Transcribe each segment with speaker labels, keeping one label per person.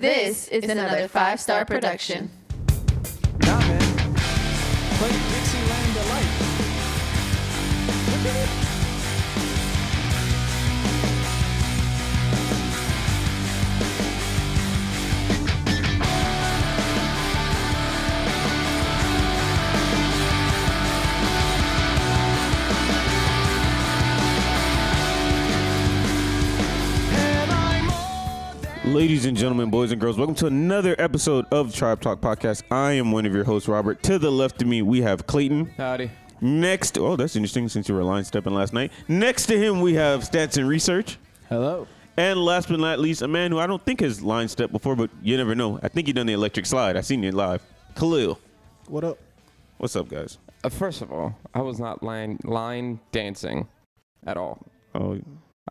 Speaker 1: This is another five star production.
Speaker 2: Nah, man. Play Dixieland Delight. And I'm all down.
Speaker 3: Ladies and gentlemen, boys and girls, welcome to another episode of Tribe Talk Podcast. I am one of your hosts, Robert. To the left of me, we have Clayton.
Speaker 2: Howdy.
Speaker 3: Next, oh, that's interesting since you were line stepping last night. Next to him, we have Stats and Research.
Speaker 2: Hello.
Speaker 3: And last but not least, a man who I don't think has line stepped before, but you never know. I think he done the electric slide. I seen it live. Khalil.
Speaker 4: What up?
Speaker 3: What's up, guys?
Speaker 5: Uh, first of all, I was not line line dancing at all.
Speaker 3: Oh,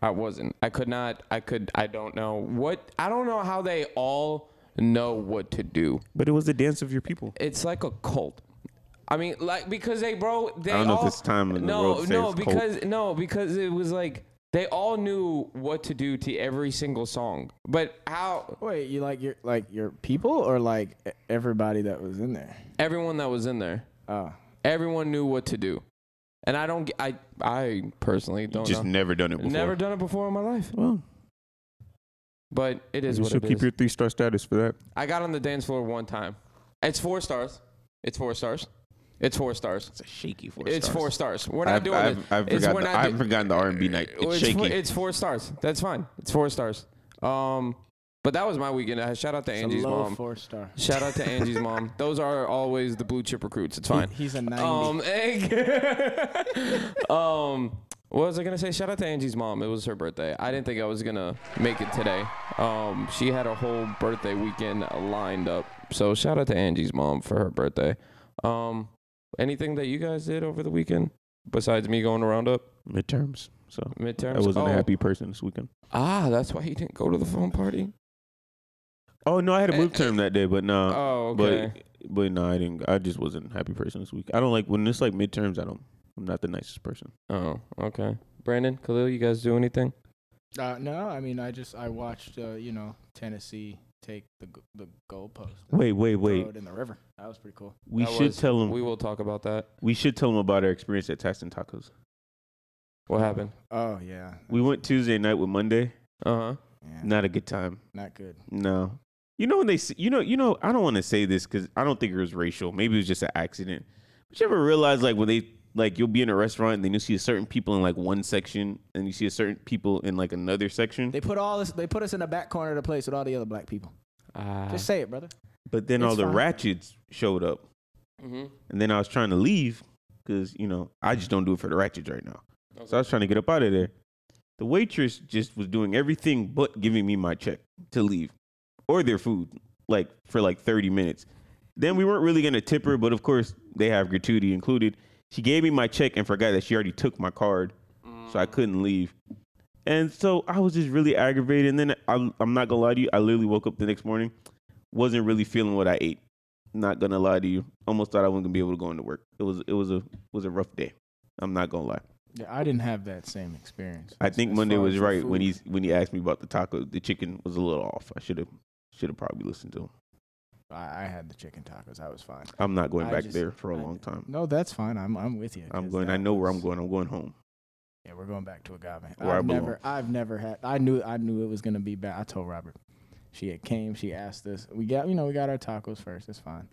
Speaker 5: I wasn't. I could not. I could. I don't know what. I don't know how they all know what to do.
Speaker 3: but it was the dance of your people.
Speaker 5: It's like a cult. I mean, like because they bro. They
Speaker 3: don't know if
Speaker 5: all-
Speaker 3: it's time in the
Speaker 5: no,
Speaker 3: world to say
Speaker 5: no,
Speaker 3: it's cult.
Speaker 5: because no, because it was like they all knew what to do to every single song. But how
Speaker 4: Wait, you like your like your people or like e- everybody that was in there?
Speaker 5: everyone that was in there,
Speaker 4: Oh,
Speaker 5: everyone knew what to do, and I don't. g- I I personally don't.
Speaker 3: Just
Speaker 5: know.
Speaker 3: never done it before.
Speaker 5: Never done it before in my life.
Speaker 3: Well,
Speaker 5: But it is
Speaker 3: you
Speaker 5: what
Speaker 3: should
Speaker 5: it
Speaker 3: keep
Speaker 5: is.
Speaker 3: your three star status for that.
Speaker 5: I got on the dance floor one time. It's four stars. It's four stars. It's four stars.
Speaker 3: It's a shaky four
Speaker 5: it's four stars. We're not
Speaker 3: I've,
Speaker 5: doing
Speaker 3: I've,
Speaker 5: this.
Speaker 3: I've,
Speaker 5: It's-
Speaker 3: forgotten
Speaker 5: we're
Speaker 3: the,
Speaker 5: not
Speaker 3: I've
Speaker 5: do-
Speaker 3: forgotten the R&B night. It's, shaky.
Speaker 5: Four, it's four stars. That's fine. It's four stars. Um, but that was my weekend. Uh, Shout out to
Speaker 4: it's
Speaker 5: Angie's
Speaker 4: a low
Speaker 5: mom.
Speaker 4: four star.
Speaker 5: Shout out to Angie's mom. Those are always the blue chip recruits. It's fine.
Speaker 4: He's a ninety.
Speaker 5: Um, um, what was I gonna say? Shout out to Angie's mom. It was her birthday. I didn't think I was gonna make it today. Um, she had a whole birthday weekend lined up. So shout out to Angie's mom for her birthday. Um, anything that you guys did over the weekend besides me going to roundup
Speaker 3: midterms. So
Speaker 5: midterms?
Speaker 3: I wasn't
Speaker 5: Oh,
Speaker 3: a happy person this weekend.
Speaker 5: Ah, that's why you didn't go to the phone party.
Speaker 3: Oh no, I had a
Speaker 5: Eh,
Speaker 3: move term that day, but no,
Speaker 5: Oh, okay.
Speaker 3: Uh, but but no, I didn't. I just wasn't a happy person this week. I don't like when it's like midterms. I don't. I'm not the nicest person.
Speaker 5: oh, okay. Brandon, Khalil, you guys do anything?
Speaker 4: Uh, no, I mean I just I watched uh, you know Tennessee take the g- the goalpost. and
Speaker 3: Wait, wait,
Speaker 4: throw
Speaker 3: wait.
Speaker 4: it in the river. That was pretty cool.
Speaker 3: We
Speaker 5: That
Speaker 3: should
Speaker 5: was-
Speaker 3: tell them.
Speaker 5: We
Speaker 3: We,
Speaker 5: will talk about that.
Speaker 3: should tell them about our experience at Tax and Tacos.
Speaker 5: What happened?
Speaker 4: Oh yeah.
Speaker 3: We went Tuesday night with Monday.
Speaker 5: Uh huh.
Speaker 4: Yeah,
Speaker 3: Not a good time.
Speaker 4: not good.
Speaker 3: No. You know when they, s- you know, you know, I don't want to say this because I don't think it was racial. Maybe it was just an accident. But you ever realize like when they like you'll be in a restaurant and then you see certain people in like one section and you see a certain people in like another section.
Speaker 4: They put all this. They put us in the back corner of the place with all the other black people.
Speaker 5: Ah.
Speaker 3: Uh-huh.
Speaker 4: Just say it, brother.
Speaker 3: But then
Speaker 4: It's
Speaker 3: all the
Speaker 4: fine.
Speaker 3: ratchets showed up,
Speaker 5: mm-hmm.
Speaker 3: and then I was trying to leave because you know I just don't do it for the ratchets right now. So I was trying to get up out of there. The waitress just was doing everything but giving me my check to leave or their food, like for like thirty minutes. Then we weren't really gonna tip her, but of course they have gratuity included. She gave me my check and forgot that she already took my card, so I couldn't leave. And so I was just really aggravated. And then I, I'm not gonna lie to you, I literally woke up the next morning, wasn't really feeling what I ate. Not gonna lie to you, almost thought I wasn't gonna be able to go into work. It was it was a was a rough day. I'm not gonna lie.
Speaker 4: Yeah, I didn't have that same experience.
Speaker 3: I
Speaker 4: As-
Speaker 3: think
Speaker 4: as
Speaker 3: Monday
Speaker 4: far
Speaker 3: was
Speaker 4: as the
Speaker 3: right when
Speaker 4: food.
Speaker 3: he's when he asked me about the taco. The chicken was a little off. I should have should have probably listened to him.
Speaker 4: I, I had the chicken tacos. I was fine.
Speaker 3: I'm not going
Speaker 4: I
Speaker 3: back
Speaker 4: just-
Speaker 3: there for a
Speaker 4: I-
Speaker 3: long time.
Speaker 4: No, that's fine. I'm I'm with you.
Speaker 3: I'm
Speaker 4: 'cause
Speaker 3: going.
Speaker 4: that
Speaker 3: I know where I'm
Speaker 4: was-
Speaker 3: going. I'm going home.
Speaker 4: Yeah, we're going back to agave.
Speaker 3: Where I
Speaker 4: I've
Speaker 3: belong.
Speaker 4: never I've never had I knew I knew it was gonna be bad. I told Robert. She had came, she asked us. We got you know, we got our tacos first, it's fine.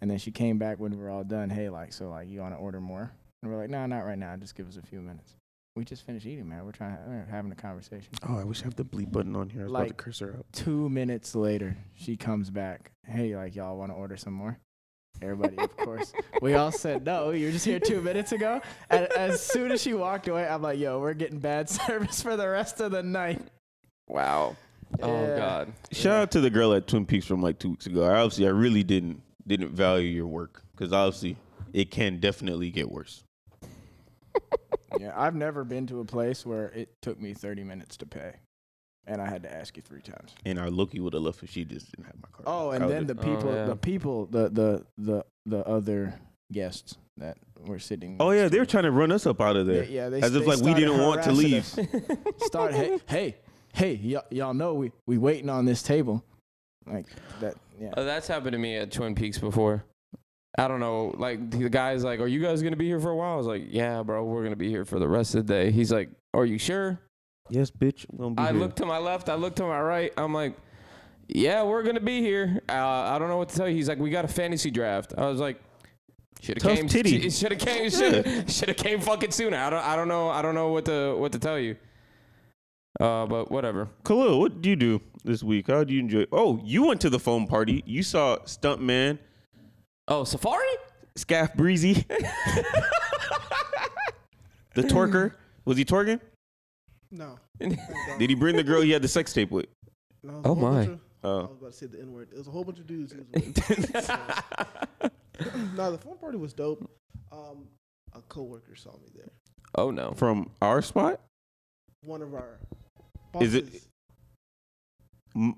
Speaker 4: And then she came back when we were all done. Hey, like, so like you wanna order more? And we're like, No, not right now, just give us a few minutes. We just finished eating, man. We're trying we're having a conversation.
Speaker 3: Oh, I wish I have the bleep button on here. I was about
Speaker 4: Like-
Speaker 3: to curse her out.
Speaker 4: Two minutes later, she comes back. Hey, like y'all wanna order some more? Everybody, of course. We all said no. You were just here two minutes ago. And as soon as she walked away, I'm like, yo, we're getting bad service for the rest of the night.
Speaker 5: Wow. Oh
Speaker 4: Yeah.
Speaker 5: God.
Speaker 3: Shout out to the girl at Twin Peaks from like two weeks ago. I obviously I really didn't didn't value your work because obviously it can definitely get worse.
Speaker 4: Yeah, I've never been to a place where it took me 30 minutes to pay, and I had to ask you three times.
Speaker 3: And I lucky would have left if she just didn't have my card.
Speaker 4: Oh,
Speaker 3: I
Speaker 4: and
Speaker 3: was
Speaker 4: then the
Speaker 3: just-
Speaker 4: people,
Speaker 5: yeah.
Speaker 4: the people, the the the the other guests that were sitting.
Speaker 3: oh yeah,
Speaker 4: next
Speaker 3: they were
Speaker 4: to
Speaker 3: trying to run us up out of
Speaker 4: me.
Speaker 3: there.
Speaker 4: They- yeah, they
Speaker 3: As
Speaker 4: they
Speaker 3: if, like, we
Speaker 4: started
Speaker 3: didn't want to
Speaker 4: harassing
Speaker 3: leave.
Speaker 4: us. Start hey hey hey y'all, y'all know we we waiting on this table. Like that. Yeah.
Speaker 5: Uh, that's happened to me at Twin Peaks before. I don't know. Like the guy's like, "Are you guys gonna be here for a while?" I was like, "Yeah, bro, we're gonna be here for the rest of the day." He's like, "Are you sure?"
Speaker 3: Yes, bitch. we gonna be
Speaker 5: I
Speaker 3: here.
Speaker 5: look to my left. I look to my right. I'm like, "Yeah, we're gonna be here." Uh, I don't know what to tell you. He's like, "We got a fantasy draft." I was like, "Should
Speaker 3: Tough
Speaker 5: have came.
Speaker 3: titty.
Speaker 5: Should have came. Should have came fucking sooner." I don't. I don't know. I don't know what to what to tell you. Uh, but whatever.
Speaker 3: Khalil, what did you do this week? How did you enjoy? Oh, you went to the foam party. You saw Stuntman,
Speaker 5: Oh, Safari.
Speaker 3: Scaff Breezy, the Torker. Was he twerking?
Speaker 6: No.
Speaker 3: Did he bring the girl he had the sex tape with?
Speaker 6: no
Speaker 5: Oh, my.
Speaker 6: I was
Speaker 3: Oh,
Speaker 6: about to say the N word. It was a whole bunch of dudes. He was with. no, the phone party was dope. Um, a coworker saw me there.
Speaker 5: oh no.
Speaker 3: from our spot.
Speaker 6: One of our
Speaker 3: Is
Speaker 6: bosses.
Speaker 3: it- M-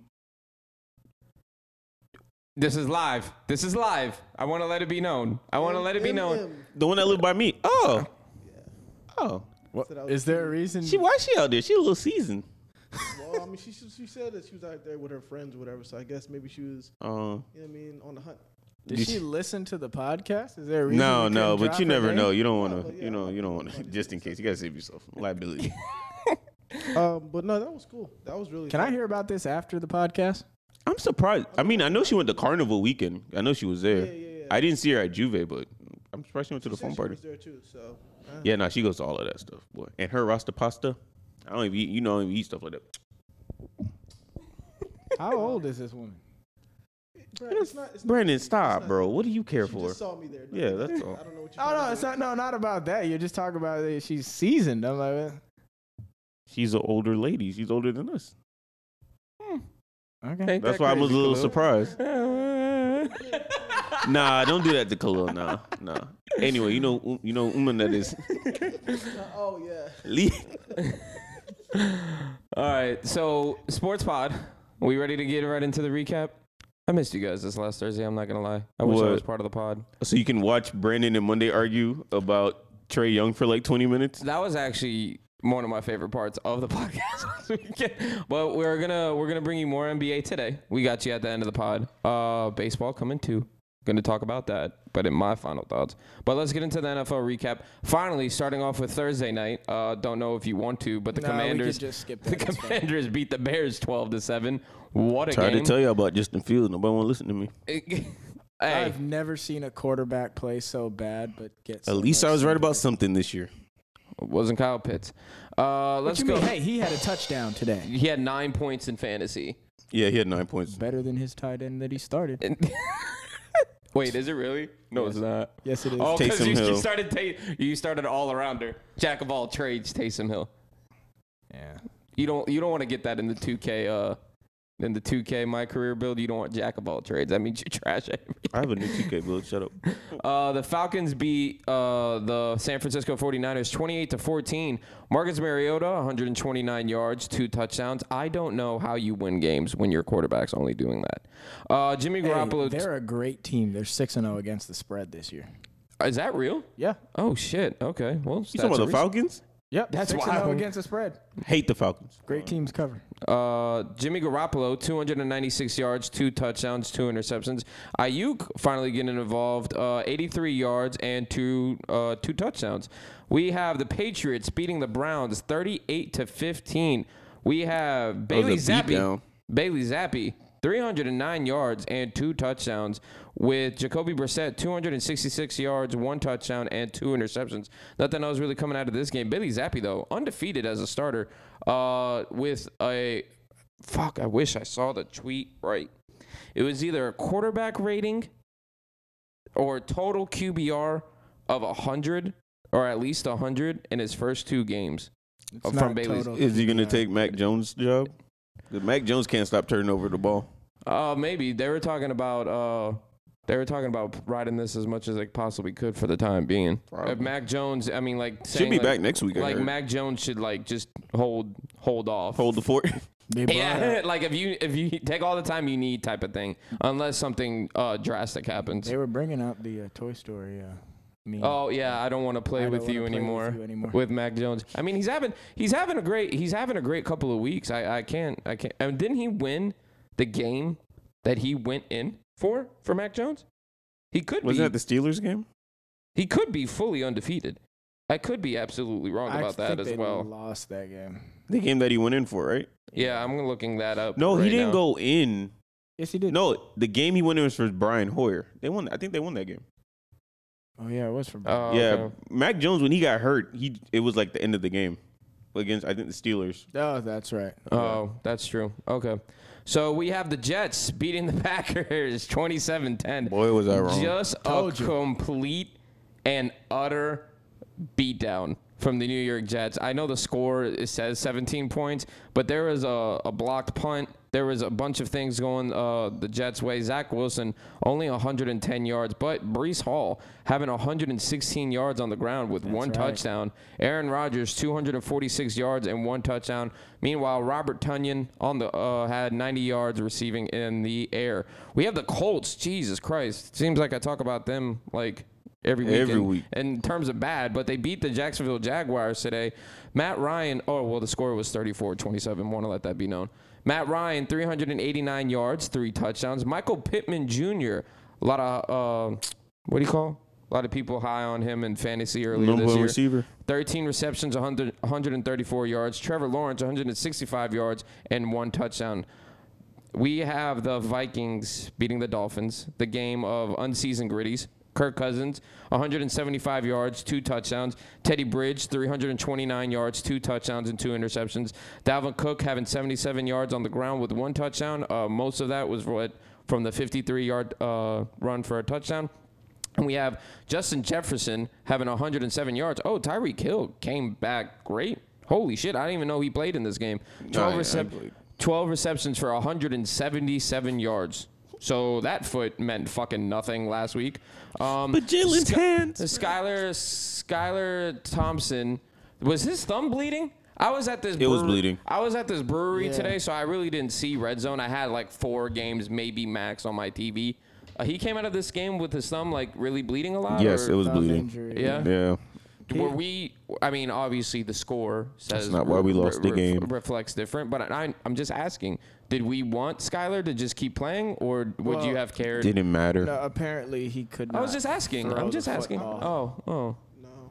Speaker 5: This is live. This is live. I want to let it be known. I want to let it be known.
Speaker 6: MM.
Speaker 3: The one that lived by me. Oh,
Speaker 6: Yeah.
Speaker 3: oh.
Speaker 4: What,
Speaker 6: So that was
Speaker 4: is there a
Speaker 6: cute.
Speaker 4: reason?
Speaker 3: She why she out there? She a little seasoned.
Speaker 6: Well, I mean, she she she said that she was out there with her friends or whatever. So I guess maybe she was,
Speaker 3: Um,
Speaker 6: you know, what I mean, on the hunt.
Speaker 4: did
Speaker 3: did
Speaker 4: she
Speaker 3: she-
Speaker 4: listen to the podcast? Is there a reason?
Speaker 3: no,
Speaker 4: we
Speaker 3: no,
Speaker 4: couldn't
Speaker 3: but
Speaker 4: drop
Speaker 3: you
Speaker 4: her
Speaker 3: never
Speaker 4: name?
Speaker 3: know. You don't want
Speaker 6: No,
Speaker 3: to.
Speaker 6: but yeah,
Speaker 3: you know,
Speaker 6: I'm
Speaker 3: you don't
Speaker 6: not
Speaker 3: want to.
Speaker 6: gonna
Speaker 3: Just in case, you gotta save yourself liability.
Speaker 6: Um, but no, that was cool. That was really.
Speaker 4: Can I
Speaker 6: fun.
Speaker 4: hear about this after the podcast?
Speaker 3: I'm surprised. I mean, I know she went to Carnival Weekend. I know she was there.
Speaker 6: Yeah, yeah, yeah.
Speaker 3: I didn't see her at Juve, but I'm surprised she went to the
Speaker 6: She said
Speaker 3: phone
Speaker 6: she
Speaker 3: party.
Speaker 6: was there too. So uh,
Speaker 3: Yeah, no, she goes to all of that stuff, boy. And her rasta pasta, I don't even eat, you know, I don't even eat stuff like that.
Speaker 4: How old is this woman?
Speaker 6: Brad, it's not. It's not
Speaker 3: Brandon, stop,
Speaker 6: not-
Speaker 3: bro. What do you care
Speaker 6: she
Speaker 3: for?
Speaker 6: just saw me there.
Speaker 3: Yeah,
Speaker 6: Nothing-
Speaker 3: that's all.
Speaker 6: I don't know what you.
Speaker 4: Oh no, it's not. No, not about that. You're just talking about that she's seasoned. I'm like,
Speaker 3: She's an older lady. She's older than us.
Speaker 4: eh, okay.
Speaker 5: Ain't
Speaker 3: That's
Speaker 5: that
Speaker 3: why I was a little
Speaker 5: crazy, Khalil?
Speaker 3: surprised. nah, don't do that to Khalil. Nah, nah. Anyway, you know, um, you know, woman that is.
Speaker 6: Oh yeah.
Speaker 5: All right. So, Sports Pod, we ready to get right into the recap? I missed you guys this last Thursday. I'm not going to lie. I wish I
Speaker 3: What?
Speaker 5: was part of the pod.
Speaker 3: so you can watch Brandon and Monday argue about Trey Young for like 20 minutes.
Speaker 5: That was actually one of my favorite parts of the podcast last weekend. But we're going to we're going to bring you more NBA today. We got you at the end of the pod. Uh baseball coming too. Going to talk about that, but in my final thoughts. But let's get into the NFL recap. Finally, starting off with Thursday night. Uh don't know if you want to, but the
Speaker 4: No, we could
Speaker 5: Commanders
Speaker 4: just skip
Speaker 5: The
Speaker 4: that. It's fine.
Speaker 5: Commanders beat the Bears 12 to 7. What a
Speaker 3: Tried to
Speaker 5: game.
Speaker 3: tell you about Justin Fields. Nobody want to listen to me.
Speaker 5: hey,
Speaker 4: I've never seen a quarterback play so bad, but get. So
Speaker 3: At least
Speaker 4: much
Speaker 3: I was right
Speaker 4: sympathy.
Speaker 3: about something this year.
Speaker 5: wasn't Kyle Pitts. Uh
Speaker 4: What
Speaker 5: let's
Speaker 4: you
Speaker 5: go.
Speaker 4: mean? Hey, he had a touchdown today.
Speaker 5: He had 9 points in fantasy.
Speaker 3: Yeah, he had nine points.
Speaker 4: Better than his tight end that he started.
Speaker 5: And- Wait, is it really? No, it's not.
Speaker 4: Yes, it is.
Speaker 5: Oh, because
Speaker 3: Taysom
Speaker 5: you, you
Speaker 3: Hill.
Speaker 5: started ta- you started all arounder, jack of all trades, Taysom Hill.
Speaker 4: Yeah.
Speaker 5: You don't you don't want to get that in the 2K uh in the 2K my career build. You don't want jack of all trades. That means you trash. every-
Speaker 3: I have a new TK build. Shut up.
Speaker 5: Uh, the Falcons beat uh, the San Francisco 49ers 28 to 14. Marcus Mariota 129 yards, two touchdowns. I don't know how you win games when your quarterback's only doing that. Uh, Jimmy
Speaker 4: Hey,
Speaker 5: Garoppolo
Speaker 4: they're a great team. They're six and zero against the spread this year.
Speaker 5: is that real?
Speaker 4: Yeah.
Speaker 5: Oh shit. Okay. Well,
Speaker 3: You talking
Speaker 5: stats
Speaker 3: about
Speaker 5: are
Speaker 3: the Falcons?
Speaker 4: Yep. That's six and
Speaker 5: wild.
Speaker 4: zero against the spread.
Speaker 3: Hate the Falcons.
Speaker 4: Great teams cover.
Speaker 5: Uh, Jimmy Garoppolo, 296 yards, two touchdowns, two interceptions. Ayuk finally getting involved, uh, 83 yards and two uh, two touchdowns. We have the Patriots beating the Browns, 38 to 15. We have
Speaker 3: was
Speaker 5: Bailey
Speaker 3: a
Speaker 5: Zappi,
Speaker 3: beatdown.
Speaker 5: Bailey Zappi, 309 yards and two touchdowns. With Jacoby Brissett, 266 yards, one touchdown, and two interceptions. Nothing else really coming out of this game. Bailey Zappi, though, undefeated as a starter. Uh, with a fuck, I wish I saw the tweet right. It was either a quarterback rating or total QBR of 100 or at least 100 in his first two games.
Speaker 4: It's
Speaker 5: Uh, from
Speaker 4: not
Speaker 5: Bailey's-
Speaker 4: total
Speaker 3: Is he gonna
Speaker 4: PPR.
Speaker 3: take Mac Jones' job? 'Cause Mac Jones can't stop turning over the ball.
Speaker 5: Uh, maybe they were talking about uh, they were talking about riding this as much as they possibly could for the time being. If Mac Jones, I mean, like
Speaker 3: Should
Speaker 5: saying,
Speaker 3: be
Speaker 5: like,
Speaker 3: back next week. I
Speaker 5: Like
Speaker 3: heard.
Speaker 5: Mac Jones should like just hold hold off.
Speaker 3: hold the fort.
Speaker 4: They brought
Speaker 5: yeah,
Speaker 4: up-
Speaker 5: like if you if you take all the time you need type of thing, unless something uh, drastic happens.
Speaker 4: They were bringing up the uh, Toy Story. Uh, meme.
Speaker 5: Oh yeah, I don't want to play
Speaker 4: I
Speaker 5: with
Speaker 4: don't
Speaker 5: you
Speaker 4: wanna play with
Speaker 5: anymore.
Speaker 4: you anymore.
Speaker 5: With Mac Jones, I mean he's having he's having a great he's having a great couple of weeks. I I can't I can't. I mean, didn't he win the game that he went in for for Mac Jones? He could
Speaker 3: Wasn't
Speaker 5: be
Speaker 3: that the Steelers game?
Speaker 5: he could be fully undefeated. I could be absolutely wrong
Speaker 4: I
Speaker 5: about that
Speaker 4: think
Speaker 5: as
Speaker 4: they
Speaker 5: well.
Speaker 4: Lost that game.
Speaker 3: The game that he went in for, right?
Speaker 5: Yeah, I'm looking that up.
Speaker 3: No, he
Speaker 5: right
Speaker 3: didn't
Speaker 5: now.
Speaker 3: go in.
Speaker 4: Yes, he did.
Speaker 3: No, the game he went in was for Brian Hoyer. They won. I think they won that game.
Speaker 4: Oh yeah, it was for.
Speaker 5: Oh,
Speaker 3: yeah,
Speaker 5: okay.
Speaker 3: Mac Jones when he got hurt, he it was like the end of the game against I think the Steelers.
Speaker 4: oh, that's right.
Speaker 5: Oh, that's true. Okay. So we have the Jets beating the Packers 27-10.
Speaker 3: Boy, was I wrong.
Speaker 5: Just a
Speaker 4: Told you.
Speaker 5: complete and utter beatdown from the New York Jets. I know the score it says 17 points, but there was a, a blocked punt. There was a bunch of things going uh, the Jets' way. Zach Wilson only 110 yards, but Brees Hall having 116 yards on the ground with one
Speaker 4: right.
Speaker 5: touchdown. Aaron Rodgers 246 yards and one touchdown. Meanwhile, Robert Tunyon on the uh, had 90 yards receiving in the air. We have the Colts. Jesus Christ! Seems like I talk about them like every week.
Speaker 3: Every
Speaker 5: in-
Speaker 3: week.
Speaker 5: in terms of bad, but they beat the Jacksonville Jaguars today. Matt Ryan, oh, well, the score was 34 27. Want to let that be known. Matt Ryan, 389 yards, three touchdowns. Michael Pittman Jr., a lot of, uh, what do you call? A lot of people high on him in fantasy earlier
Speaker 3: Number
Speaker 5: this
Speaker 3: one
Speaker 5: year.
Speaker 3: receiver.
Speaker 5: 13 receptions, 100, 134 yards. Trevor Lawrence, 165 yards and one touchdown. We have the Vikings beating the Dolphins, the game of unseasoned gritties. Kirk Cousins, 175 yards, two touchdowns. Teddy Bridge, 329 yards, two touchdowns, and two interceptions. Dalvin Cook having 77 yards on the ground with one touchdown. Uh, most of that was what from the 53 yard uh, run for a touchdown. And we have Justin Jefferson having 107 yards. Oh, Tyreek Hill came back great. Holy shit, I didn't even know he played in this game. 12,
Speaker 3: I- I
Speaker 5: recep-
Speaker 3: believe-
Speaker 5: 12 receptions for 177 yards. So that foot meant fucking nothing last week. Um,
Speaker 3: But Jalen's hands.
Speaker 5: Skylar Skylar Thompson was his thumb bleeding. I was at this.
Speaker 3: It was bleeding.
Speaker 5: I was at this brewery
Speaker 4: Yeah.
Speaker 5: today, so I really didn't see red zone. I had like four games, maybe max, on my TV. Uh, he came out of this game with his thumb like really bleeding a lot.
Speaker 3: Yes,
Speaker 5: or-
Speaker 3: it was
Speaker 4: Thumb
Speaker 3: bleeding.
Speaker 4: injury.
Speaker 5: Yeah.
Speaker 3: Yeah.
Speaker 5: Were we? I mean, obviously the score says
Speaker 3: not why we lost the game.
Speaker 5: Reflects different, but I, I'm just asking: Did we want Skylar to just keep playing, or would you
Speaker 4: Well,
Speaker 5: have cared?
Speaker 3: Didn't matter.
Speaker 4: No, apparently he could not.
Speaker 5: I was just asking.
Speaker 4: throw
Speaker 5: I'm just
Speaker 4: the
Speaker 5: asking.
Speaker 4: football.
Speaker 5: Oh, oh.
Speaker 6: No.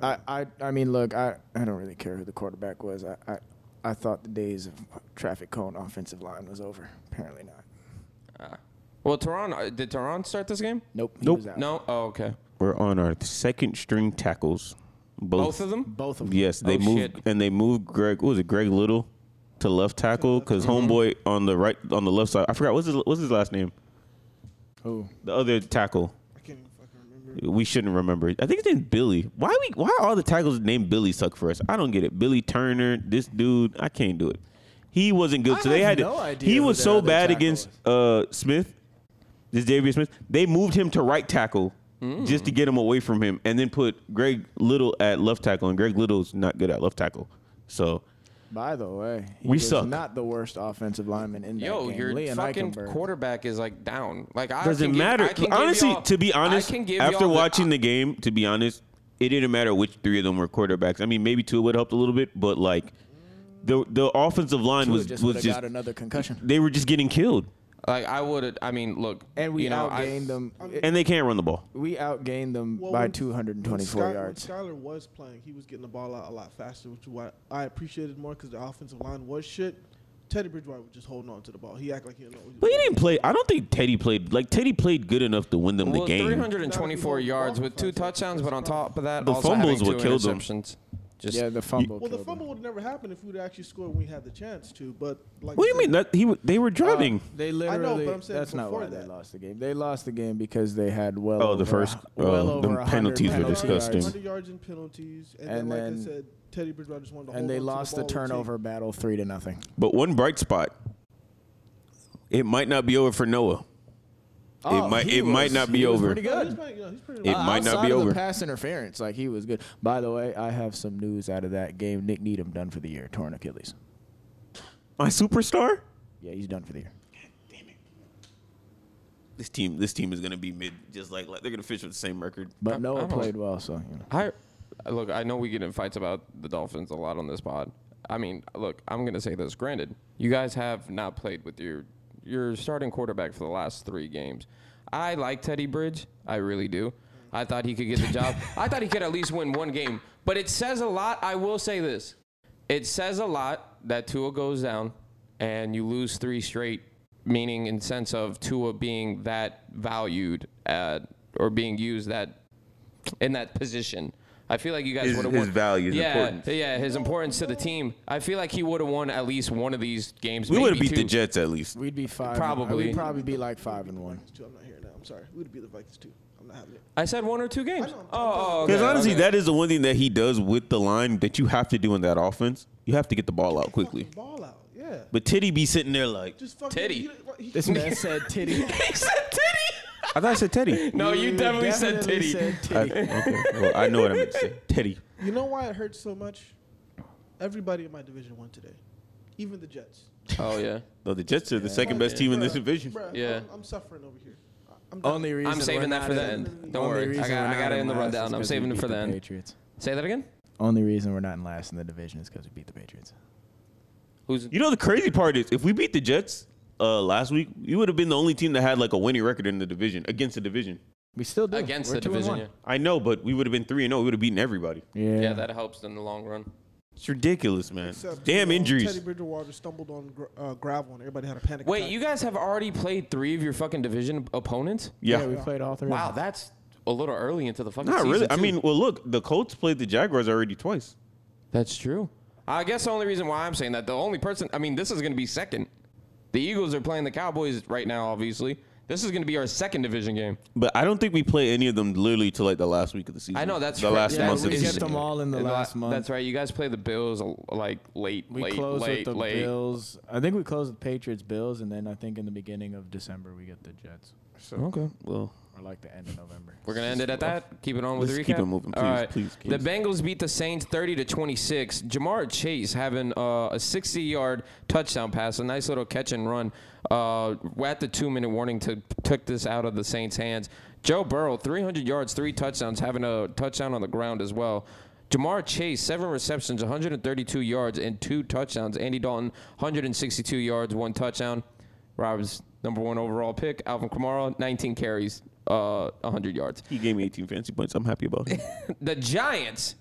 Speaker 4: I, I, I mean, look, I, I don't really care who the quarterback was. I, I, I thought the days of traffic cone offensive line was over. Apparently not.
Speaker 5: Well, Tehran, uh, did Tehran start this game?
Speaker 4: Nope. he
Speaker 3: Nope.
Speaker 4: was out.
Speaker 5: No. Oh, okay.
Speaker 3: We're on our second string tackles. Both,
Speaker 5: Both of them?
Speaker 4: Both of them.
Speaker 3: Yes, they
Speaker 5: Oh,
Speaker 3: moved
Speaker 5: shit.
Speaker 3: and they moved Greg. What was it? Greg Little to left tackle because
Speaker 5: Mm-hmm.
Speaker 3: homeboy on the right on the left side. I forgot what's his what's his last name.
Speaker 4: Who?
Speaker 3: The other tackle.
Speaker 6: I can't even fucking remember.
Speaker 3: Mm-hmm. We shouldn't remember. it. I think his name's Billy. Why we? Why all the tackles named Billy suck for us? I don't get it. Billy Turner, this dude, I can't do it. He wasn't good,
Speaker 4: I
Speaker 3: so they
Speaker 4: have
Speaker 3: had
Speaker 4: no
Speaker 3: to.
Speaker 4: idea
Speaker 3: he
Speaker 4: who
Speaker 3: was
Speaker 4: their
Speaker 3: so
Speaker 4: other
Speaker 3: bad
Speaker 4: tackle
Speaker 3: against uh, Smith, this Davius Smith. They moved him to right tackle
Speaker 4: Mm.
Speaker 3: just to get him away from him, and then put Greg Little at left tackle, and Greg Little's not good at left tackle. So
Speaker 4: By the way, he
Speaker 3: We
Speaker 4: was
Speaker 3: suck.
Speaker 4: Not the worst offensive lineman in that
Speaker 5: Yo,
Speaker 4: game.
Speaker 5: your
Speaker 4: Liam
Speaker 5: fucking
Speaker 4: Eichenberg.
Speaker 5: quarterback is like down. Like I
Speaker 3: doesn't
Speaker 5: can give-
Speaker 3: matter.
Speaker 5: I can give
Speaker 3: honestly,
Speaker 5: y'all-
Speaker 3: to be honest,
Speaker 5: I can give
Speaker 3: after
Speaker 5: y'all
Speaker 3: watching
Speaker 5: the,
Speaker 3: the game, to be honest, it didn't matter which three of them were quarterbacks. I mean, maybe two would have helped a little bit, but like the the offensive line
Speaker 4: Tua
Speaker 3: was
Speaker 4: just
Speaker 3: was
Speaker 4: would've
Speaker 3: just
Speaker 4: got another concussion.
Speaker 3: they were just getting killed,
Speaker 5: like I would. I mean, look.
Speaker 4: And we
Speaker 5: you know, I-
Speaker 4: outgained them.
Speaker 3: and they can't run the ball.
Speaker 4: we outgained them
Speaker 6: Well,
Speaker 4: by
Speaker 6: when-
Speaker 4: 224
Speaker 6: when Sky-
Speaker 4: yards.
Speaker 6: When Skyler was playing, he was getting the ball out a lot faster, which is why I appreciated more because the offensive line was shit. Teddy Bridgewater was just holding on to the ball. He acted like he didn't know. What he was
Speaker 3: But he
Speaker 6: doing.
Speaker 3: didn't play. I don't think Teddy played. Like Teddy played good enough to win them
Speaker 5: Well,
Speaker 3: the game.
Speaker 5: 324
Speaker 6: Nah, he
Speaker 5: yards
Speaker 6: won't
Speaker 5: with two
Speaker 6: offense.
Speaker 5: touchdowns, but on top of that,
Speaker 3: The
Speaker 5: also having
Speaker 3: fumbles would
Speaker 5: two
Speaker 3: kill them.
Speaker 5: interceptions. Just
Speaker 4: Yeah, the fumble.
Speaker 6: Well, the
Speaker 4: killed him.
Speaker 6: fumble would have never happened if we'd actually scored when we had the chance to. But like,
Speaker 3: What do
Speaker 6: I
Speaker 3: you mean?
Speaker 6: said,
Speaker 3: That he w- they were
Speaker 4: Uh,
Speaker 3: driving.
Speaker 4: they literally.
Speaker 6: but I'm saying
Speaker 4: that's not
Speaker 6: before
Speaker 4: why they
Speaker 6: that.
Speaker 4: lost the game. They lost the game because they had well.
Speaker 3: Oh, the
Speaker 4: over a-
Speaker 3: first, uh,
Speaker 4: well
Speaker 3: the
Speaker 4: over 100
Speaker 3: penalties were
Speaker 4: penalty yards,
Speaker 3: disgusting.
Speaker 6: 100 yards and penalties, and,
Speaker 4: And
Speaker 6: then,
Speaker 4: then-
Speaker 6: like I said, Teddy Bridgewater just wanted to hold
Speaker 4: And they
Speaker 6: on to
Speaker 4: lost the
Speaker 6: ball and take-
Speaker 4: turnover battle three to nothing.
Speaker 3: But one bright spot. It might not be over for Noah.
Speaker 5: Oh,
Speaker 3: it might. It might not be over.
Speaker 4: pretty
Speaker 6: No, he's
Speaker 4: good.
Speaker 6: playing- you know, he's pretty
Speaker 3: It
Speaker 6: well.
Speaker 3: might not
Speaker 4: Outside
Speaker 3: be
Speaker 4: of the
Speaker 3: over.
Speaker 4: pass interference, like he was good. By the way, I have some news out of that game. Nick Needham done for the year, torn Achilles.
Speaker 3: My superstar.
Speaker 4: Yeah, he's done for the year.
Speaker 3: This team. This team is gonna be mid. Just like, like they're gonna finish with the same record.
Speaker 4: But
Speaker 5: I-
Speaker 4: Noah
Speaker 5: I'm a-
Speaker 4: played well, so you know.
Speaker 5: I look. I know we get in fights about the Dolphins a lot on this pod. I mean, look. I'm gonna say this. Granted, you guys have not played with your your starting quarterback for the last three games. I like Teddy Bridge. I really do. I thought he could get the job. I thought he could at least win one game. But it says a lot. I will say this. It says a lot that Tua goes down and you lose three straight, meaning in sense of Tua being that valued at, or being used that in that position. I feel like you guys
Speaker 3: His-
Speaker 5: would have
Speaker 3: his
Speaker 5: won.
Speaker 3: value, his
Speaker 5: yeah,
Speaker 3: importance.
Speaker 5: yeah, his importance to the team. I feel like he would have won at least one of these games.
Speaker 3: We would have
Speaker 5: maybe
Speaker 3: beat the
Speaker 5: two.
Speaker 3: Jets at least.
Speaker 4: We'd be five. uh,
Speaker 5: Probably.
Speaker 4: We'd probably be like five and one.
Speaker 6: Vikings too. I'm not hearing that. I'm sorry. We would be the Vikings too. I'm not having it.
Speaker 5: I said one or two games.
Speaker 6: I know.
Speaker 5: Oh,
Speaker 3: Because honestly, that is the one thing that he does with the line that you have to do in that offense. You have to get the ball out quickly.
Speaker 6: Fucking Ball out. Yeah.
Speaker 3: But Titty be sitting there like,
Speaker 6: Just fucking.
Speaker 5: Teddy.
Speaker 6: He, he,
Speaker 4: This man said titty.
Speaker 3: I thought I said Teddy.
Speaker 5: No, you definitely, said
Speaker 4: Definitely
Speaker 5: titty.
Speaker 4: said
Speaker 3: I,
Speaker 4: titty.
Speaker 3: okay, well, I know what I meant to say. Teddy.
Speaker 6: you know why it hurts so much? Everybody in my division won today, even the Jets.
Speaker 5: Oh yeah.
Speaker 3: Though the Jets are the second best team in this division.
Speaker 6: Bruh,
Speaker 5: Yeah.
Speaker 6: I'm, I'm suffering over here. I'm done.
Speaker 4: Only reason
Speaker 5: I'm
Speaker 4: we're
Speaker 5: saving that
Speaker 4: not
Speaker 5: for the
Speaker 4: in-
Speaker 5: end. Don't
Speaker 4: only
Speaker 5: worry. I
Speaker 4: reason
Speaker 5: got,
Speaker 4: we're
Speaker 5: I got
Speaker 4: not
Speaker 5: it in the
Speaker 4: last is
Speaker 5: rundown. I'm
Speaker 4: 'cause we
Speaker 5: saving it
Speaker 4: beat
Speaker 5: for
Speaker 4: the
Speaker 5: the end.
Speaker 4: Patriots.
Speaker 5: Say that again.
Speaker 4: Only reason we're not in last in the division is because we beat the Patriots.
Speaker 5: Who's
Speaker 3: You know the crazy part is if we beat the Jets uh, last week, you would have been the only team that had like a winning record in the division against the division.
Speaker 4: We still do.
Speaker 5: against
Speaker 4: We're
Speaker 5: the
Speaker 4: two and
Speaker 5: division?
Speaker 4: one.
Speaker 5: Yeah.
Speaker 3: I know, but we would have been three and zero. We would have beaten everybody.
Speaker 4: Yeah.
Speaker 5: yeah, that helps in the long run.
Speaker 3: It's ridiculous, man.
Speaker 6: Except,
Speaker 3: Damn
Speaker 6: you know,
Speaker 3: injuries.
Speaker 6: Teddy Bridgewater stumbled on gr- uh, gravel and everybody had a panic
Speaker 5: Wait,
Speaker 6: attack.
Speaker 5: you guys have already played three of your fucking division opponents?
Speaker 3: Yeah.
Speaker 4: we played all three.
Speaker 5: Wow, that's a little early into the fucking
Speaker 3: Not
Speaker 5: season.
Speaker 3: really. I
Speaker 5: too.
Speaker 3: mean, well, look, the Colts played the Jaguars already twice.
Speaker 5: that's true. I guess the only reason why I'm saying that, the only person, I mean, this is going to be second. The Eagles are playing the Cowboys right now, obviously. This is going to be our second division game.
Speaker 3: But I don't think we play any of them literally till like the last week of the season.
Speaker 5: I know that's
Speaker 3: the
Speaker 5: right.
Speaker 3: last
Speaker 4: Yeah,
Speaker 3: month
Speaker 4: we
Speaker 3: of the
Speaker 4: get
Speaker 3: season.
Speaker 4: them all in the
Speaker 5: la-
Speaker 4: last month.
Speaker 5: That's right. You guys play the Bills uh, like late,
Speaker 4: We
Speaker 5: late,
Speaker 4: close
Speaker 5: late,
Speaker 4: with the
Speaker 5: late.
Speaker 4: Bills. I think we close with Patriots, Bills, and then I think in the beginning of December we get the Jets,
Speaker 5: Okay.
Speaker 3: Well,
Speaker 4: or like the end of November.
Speaker 5: We're gonna end it at that. Keep it on with the
Speaker 3: Let's
Speaker 5: recap.
Speaker 3: keep it moving, please, please,
Speaker 5: The
Speaker 3: please.
Speaker 5: Bengals beat the Saints 30 to 26. Jamar Chase having uh, a 60-yard touchdown pass, a nice little catch and run. Uh, at the two-minute warning, to took this out of the Saints' hands. Joe Burrow 300 yards, three touchdowns, having a touchdown on the ground as well. Jamar Chase, seven receptions, 132 yards, and two touchdowns. Andy Dalton, 162 yards, one touchdown. Rob's number one overall pick. Alvin Kamara, 19 carries, uh, 100 yards
Speaker 3: he gave me 18 fancy points. I'm happy about it.
Speaker 5: the Giants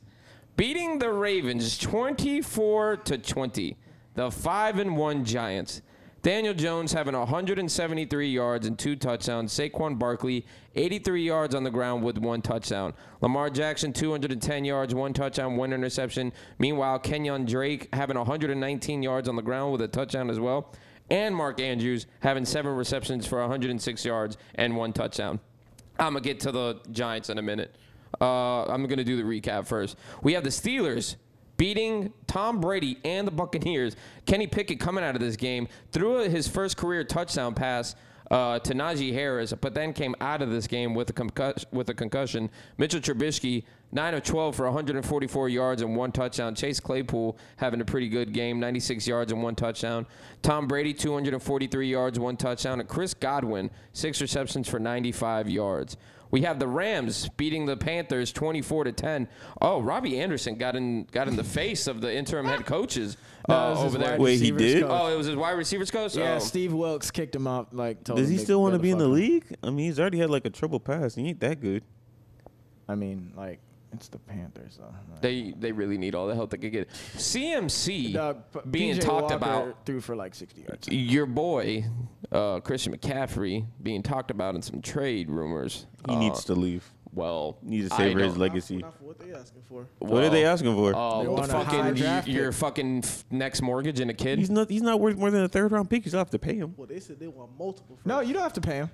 Speaker 5: beating the Ravens 24 to 20. The 5 and 1 Giants. Daniel Jones having 173 yards and two touchdowns. Saquon Barkley 83 yards on the ground with one touchdown. Lamar Jackson 210 yards, one touchdown, one interception. Meanwhile, Kenyon Drake having 119 yards on the ground with a touchdown as well. And Mark Andrews having seven receptions for 106 yards and one touchdown. I'm gonna get to the Giants in a minute. Uh, I'm gonna do the recap first. We have the Steelers beating Tom Brady and the Buccaneers. Kenny Pickett coming out of this game threw his first career touchdown pass. Uh, to Najee Harris, but then came out of this game with a concuss- with a concussion. Mitchell Trubisky, nine of twelve for 144 yards and one touchdown. Chase Claypool having a pretty good game, 96 yards and one touchdown. Tom Brady, 243 yards, one touchdown, and Chris Godwin, six receptions for 95 yards. We have the Rams beating the Panthers 24 to 10. Oh, Robbie Anderson got in got in the face of the interim head coaches uh, over there.
Speaker 3: Wait, he did?
Speaker 5: Oh, it was his wide receivers coach.
Speaker 4: yeah,
Speaker 5: Oh.
Speaker 4: Steve Wilkes kicked him off. Like, told
Speaker 3: Does
Speaker 4: him
Speaker 3: he still
Speaker 4: go
Speaker 3: want to be in the
Speaker 4: fuck-
Speaker 3: league? I mean, he's already had like a triple pass. He ain't that good.
Speaker 4: I mean, like, it's the Panthers though. Like,
Speaker 5: They they really need all the help they could get. CMC
Speaker 4: Dog, P-
Speaker 5: being
Speaker 4: PJ
Speaker 5: talked
Speaker 4: Walker
Speaker 5: about
Speaker 4: threw for like 60 yards.
Speaker 5: your boy uh, Christian McCaffrey being talked about in some trade rumors.
Speaker 3: He
Speaker 5: Uh,
Speaker 3: needs to leave.
Speaker 5: well.
Speaker 3: Needs to
Speaker 5: I
Speaker 3: savor his
Speaker 5: don't-
Speaker 6: Not-
Speaker 3: legacy.
Speaker 6: Not for what they asking for.
Speaker 3: what are they
Speaker 5: well,
Speaker 3: asking for?
Speaker 5: Uh,
Speaker 4: They
Speaker 5: the
Speaker 4: want a high
Speaker 5: fucking y-
Speaker 4: draft
Speaker 5: your
Speaker 4: pick.
Speaker 5: fucking f- next mortgage and a kid.
Speaker 3: he's not. He's not worth more than a third round pick. You still have to pay him.
Speaker 6: Well, they said they want multiple. First.
Speaker 4: No, you don't have to pay him.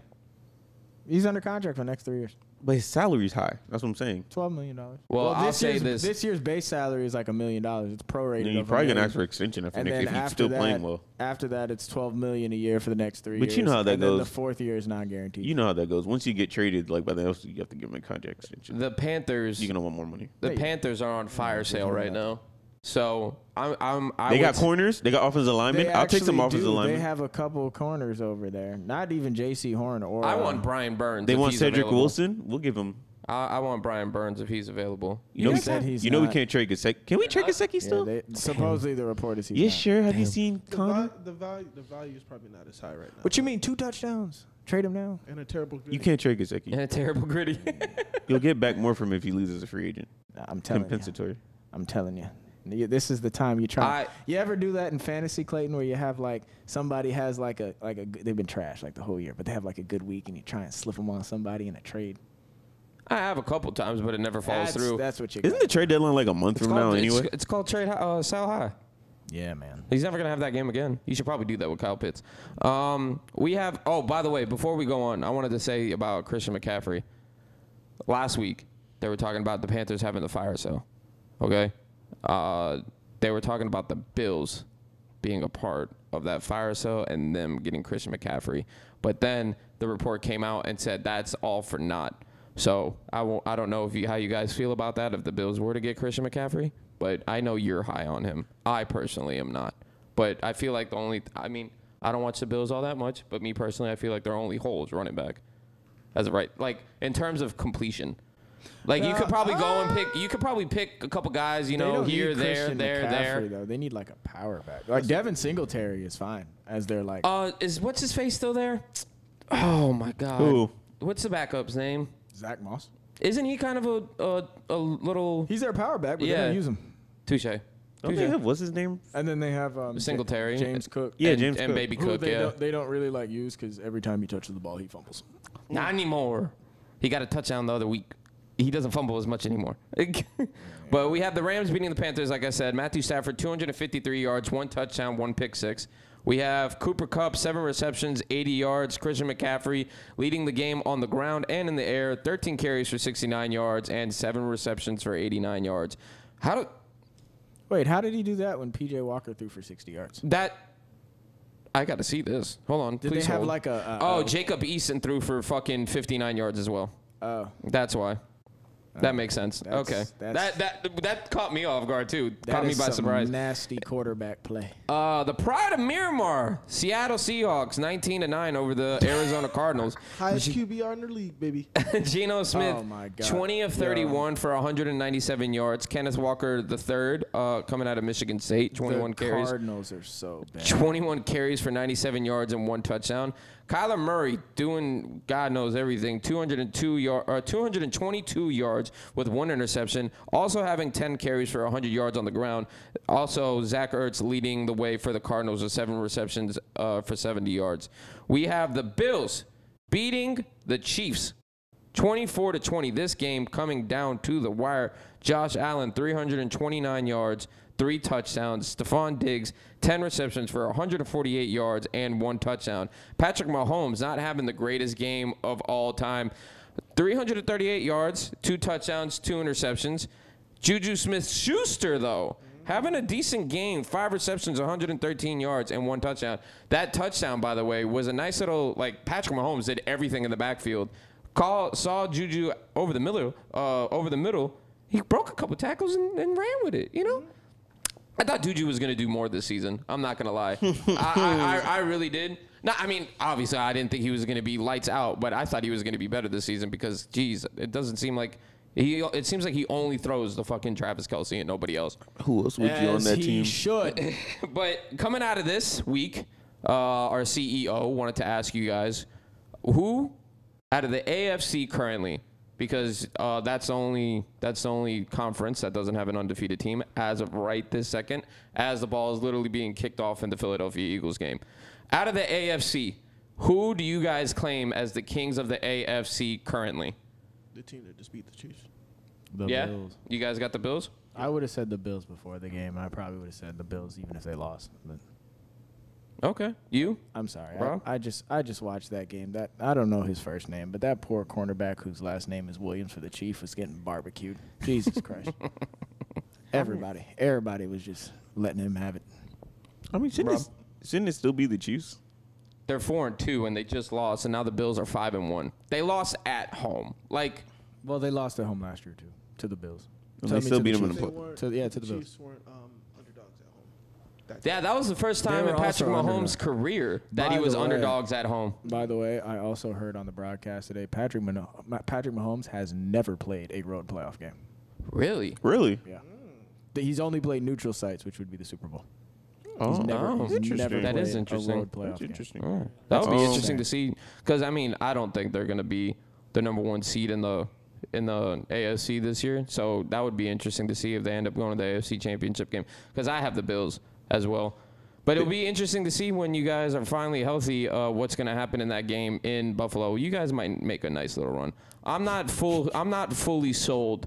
Speaker 4: He's under contract for the next three years.
Speaker 3: But his salary's high. That's what I'm saying.
Speaker 4: Twelve million dollars.
Speaker 5: Well, I'll
Speaker 4: this
Speaker 5: say
Speaker 4: year's,
Speaker 5: this.
Speaker 4: year's base salary is like a million dollars. It's prorated.
Speaker 3: And you're
Speaker 4: over
Speaker 3: probably
Speaker 4: a
Speaker 3: gonna
Speaker 4: million.
Speaker 3: ask for extension if,
Speaker 4: And
Speaker 3: if
Speaker 4: then
Speaker 3: he's
Speaker 4: after
Speaker 3: still
Speaker 4: that,
Speaker 3: playing well.
Speaker 4: After that, it's twelve million a year for the next three.
Speaker 3: But
Speaker 4: years.
Speaker 3: you know how that
Speaker 4: and Then the
Speaker 3: goes.
Speaker 4: fourth year is not guaranteed.
Speaker 3: You know how that goes. Once you get traded, like by the else, you have to give him a contract extension.
Speaker 5: the Panthers.
Speaker 3: You're gonna want more money.
Speaker 5: the Panthers are on fire sale right now. So I'm. I'm I
Speaker 3: They
Speaker 5: would
Speaker 3: got
Speaker 5: s-
Speaker 3: corners. They got offensive
Speaker 4: They
Speaker 3: linemen. I'll take some
Speaker 4: actually
Speaker 3: offensive
Speaker 4: do.
Speaker 3: linemen.
Speaker 4: They have a couple corners over there. Not even J.C. Horn or
Speaker 5: I
Speaker 4: uh,
Speaker 5: want Brian Burns.
Speaker 3: They
Speaker 5: if
Speaker 3: want
Speaker 5: he's
Speaker 3: Cedric
Speaker 5: available.
Speaker 3: Wilson. We'll give him.
Speaker 5: I, I want Brian Burns if he's available.
Speaker 3: You know, we,
Speaker 4: He said he's
Speaker 3: you know we
Speaker 4: not.
Speaker 3: can't trade Gasecki. Can we trade Gasecki
Speaker 4: Yeah,
Speaker 3: still?
Speaker 4: they- supposedly the report is he's
Speaker 3: yeah,
Speaker 4: not.
Speaker 3: sure. Have you seen
Speaker 6: The, val-
Speaker 3: Connor?
Speaker 6: the value, the value is probably not as high right now.
Speaker 4: What you mean? Two touchdowns? Trade him now?
Speaker 6: And a terrible.
Speaker 3: You can't trade Gasecki.
Speaker 5: And a terrible gritty.
Speaker 3: You'll get back more from him if he leaves as a free agent.
Speaker 4: Nah, I'm telling you.
Speaker 3: Compensatory.
Speaker 4: I'm telling you. You- This is the time you try.
Speaker 5: I-
Speaker 4: you ever do that in fantasy, Clayton, where you have like somebody has like a like a g- they've been trash like the whole year, but they have like a good week, and you try and slip them on somebody in a trade.
Speaker 5: I have a couple times, but it never falls
Speaker 4: That's,
Speaker 5: through.
Speaker 4: that's what you.
Speaker 3: Isn't the
Speaker 4: got.
Speaker 3: trade deadline like a month
Speaker 5: it's
Speaker 3: from
Speaker 5: called,
Speaker 3: now
Speaker 5: it's-
Speaker 3: anyway?
Speaker 5: It's, called trade hi- uh, sell high.
Speaker 4: Yeah, man.
Speaker 5: He's never gonna have that game again. You should probably do that with Kyle Pitts. Um, we have. Oh, by the way, before we go on, I wanted to say about Christian McCaffrey. Last week, they were talking about the Panthers having the fire sale. Okay, uh, they were talking about the Bills being a part of that fire sale and them getting Christian McCaffrey. But then the report came out and said that's all for naught. So I won't, I don't know if you, how you guys feel about that if the Bills were to get Christian McCaffrey, but I know you're high on him. I personally am not. But I feel like the only I mean, I don't watch the Bills all that much, but me personally I feel like their only hole is running back. As of right like in terms of completion. Like you could probably go and pick you could probably pick a couple guys, you
Speaker 4: Uh, They
Speaker 5: know,
Speaker 4: don't
Speaker 5: here,
Speaker 4: need
Speaker 5: there,
Speaker 4: Christian
Speaker 5: there,
Speaker 4: McCaffrey,
Speaker 5: there.
Speaker 4: Though they need like a power back. Like Devin Singletary is fine as they're like.
Speaker 5: Uh, is what's his face still there? Oh my god.
Speaker 3: Who?
Speaker 5: What's the backup's name?
Speaker 4: Zach Moss.
Speaker 5: Isn't he kind of a a, a little
Speaker 4: He's their power back, but
Speaker 5: Yeah.
Speaker 4: they don't use him.
Speaker 5: touche?
Speaker 3: Don't they have what's his name?
Speaker 4: And then they have um,
Speaker 5: Singletary.
Speaker 4: James Cook.
Speaker 3: Yeah,
Speaker 5: and,
Speaker 3: James
Speaker 5: and
Speaker 3: Cook.
Speaker 5: Baby
Speaker 4: Who
Speaker 5: Cook.
Speaker 4: they,
Speaker 5: Yeah,
Speaker 4: don't, they don't really like use because every time he touches the ball, he fumbles.
Speaker 5: not anymore. He got a touchdown the other week. He doesn't fumble as much anymore. but we have the Rams beating the Panthers, like I said. Matthew Stafford, 253 yards, one touchdown, one pick six. We have Cooper Cup, seven receptions, 80 yards. Christian McCaffrey leading the game on the ground and in the air, 13 carries for 69 yards and seven receptions for 89 yards. How do
Speaker 4: Wait, how did he do that when PJ Walker threw for 60 yards?
Speaker 5: that? I got to see this. Hold on.
Speaker 4: Did
Speaker 5: please
Speaker 4: they have
Speaker 5: hold.
Speaker 4: like a, a
Speaker 5: Oh,
Speaker 4: a-
Speaker 5: Jacob Eason threw for fucking 59 yards as well.
Speaker 4: oh,
Speaker 5: That's why. That makes sense.
Speaker 4: that's-
Speaker 5: okay.
Speaker 4: that's-
Speaker 5: that that that caught me off guard too.
Speaker 4: that
Speaker 5: caught me
Speaker 4: is
Speaker 5: by
Speaker 4: some
Speaker 5: surprise.
Speaker 4: Nasty quarterback play.
Speaker 5: uh, the pride of Miramar, Seattle Seahawks, 19 to 9 over the Arizona Cardinals.
Speaker 6: Highest QBR in the league, baby.
Speaker 5: Geno Smith,
Speaker 4: Oh, my God.
Speaker 5: 20 of 31 for 197 yards. Kenneth Walker the third, uh, coming out of Michigan State, 21
Speaker 4: the
Speaker 5: carries.
Speaker 4: Cardinals are so bad.
Speaker 5: 21 carries for 97 yards and one touchdown. Kyler Murray doing God knows everything. 202 yard, or 222 yards with one interception. Also having 10 carries for 100 yards on the ground. Also Zach Ertz leading the way for the Cardinals with seven receptions uh, for 70 yards. We have the Bills beating the Chiefs 24 to 20. This game coming down to the wire. Josh Allen, 329 yards, three touchdowns. Stephon Diggs, 10 receptions for 148 yards and one touchdown. Patrick Mahomes not having the greatest game of all time. 338 yards, two touchdowns, two interceptions. Juju Smith Schuster, though, having a decent game. Five receptions, 113 yards, and one touchdown. That touchdown, by the way, was a nice little, like, Patrick Mahomes did everything in the backfield. Call, saw Juju over the middle. Uh, over the middle. He broke a couple tackles and, and ran with it, you know? I thought Juju was going to do more this season. I'm not going to lie. I, I, I, I really did. No, I mean, obviously, I didn't think he was going to be lights out, but I thought he was going to be better this season because, geez, it doesn't seem like he. It seems like he only throws the fucking Travis Kelsey and nobody else.
Speaker 3: Who else would you on
Speaker 4: As
Speaker 3: that
Speaker 4: he
Speaker 3: team?
Speaker 4: should.
Speaker 5: But coming out of this week, uh, our CEO wanted to ask you guys who out of the AFC currently, because uh, that's only that's the only conference that doesn't have an undefeated team as of right this second, as the ball is literally being kicked off in the Philadelphia Eagles game. Out of the AFC, who do you guys claim as the kings of the AFC currently?
Speaker 6: the team that just beat the Chiefs.
Speaker 4: The
Speaker 5: yeah,
Speaker 4: Bills.
Speaker 5: you guys got the Bills.
Speaker 4: I would have said the Bills before the game. I probably would have said the Bills even if they lost. But
Speaker 5: Okay, you.
Speaker 4: I'm sorry.
Speaker 5: Bro?
Speaker 4: I, I just I just watched that game. That I don't know his first name, but that poor cornerback whose last name is Williams for the Chief was getting barbecued. Jesus Christ. everybody, everybody was just letting him have it.
Speaker 3: I mean, shouldn't it, shouldn't it still be the Chiefs?
Speaker 5: they're four and two and they just lost and now the bills are five and one they lost at home like
Speaker 4: Well, they lost at home last year too to the Bills.
Speaker 3: And
Speaker 4: Tell
Speaker 3: they
Speaker 4: me
Speaker 3: still
Speaker 4: to
Speaker 3: beat
Speaker 4: the
Speaker 3: them in
Speaker 4: Chiefs.
Speaker 3: the
Speaker 6: They
Speaker 3: play.
Speaker 6: weren't,
Speaker 4: To- yeah, to
Speaker 6: the
Speaker 4: the Bills.
Speaker 6: Chiefs weren't um, underdogs at home. That
Speaker 5: Yeah, that was the first
Speaker 4: They
Speaker 5: time
Speaker 4: were
Speaker 5: in Patrick
Speaker 4: also
Speaker 5: Mahomes'
Speaker 4: underdog.
Speaker 5: career that
Speaker 4: By
Speaker 5: he
Speaker 4: the
Speaker 5: was
Speaker 4: way-
Speaker 5: underdogs at home.
Speaker 4: By the way, I also heard on the broadcast today Patrick Mano- Ma- Patrick Mahomes has never played a road playoff game.
Speaker 5: Really?
Speaker 3: Really?
Speaker 4: Yeah. He's only played neutral sites, which would be the Super Bowl.
Speaker 3: Oh,
Speaker 4: He's never,
Speaker 5: oh.
Speaker 4: he's
Speaker 3: Interesting.
Speaker 4: never
Speaker 5: That is
Speaker 4: played
Speaker 5: interesting.
Speaker 4: A road playoff
Speaker 3: That's
Speaker 4: game.
Speaker 3: interesting.
Speaker 5: That would be
Speaker 3: Um,
Speaker 5: interesting to see. Because I mean, I don't think they're gonna be the number one seed in the in the AFC this year. So that would be interesting to see if they end up going to the AFC Championship game. Because I have the Bills as well. But it'll be interesting to see when you guys are finally healthy. Uh, what's going to happen in that game in Buffalo? You guys might make a nice little run. I'm not full. I'm not fully sold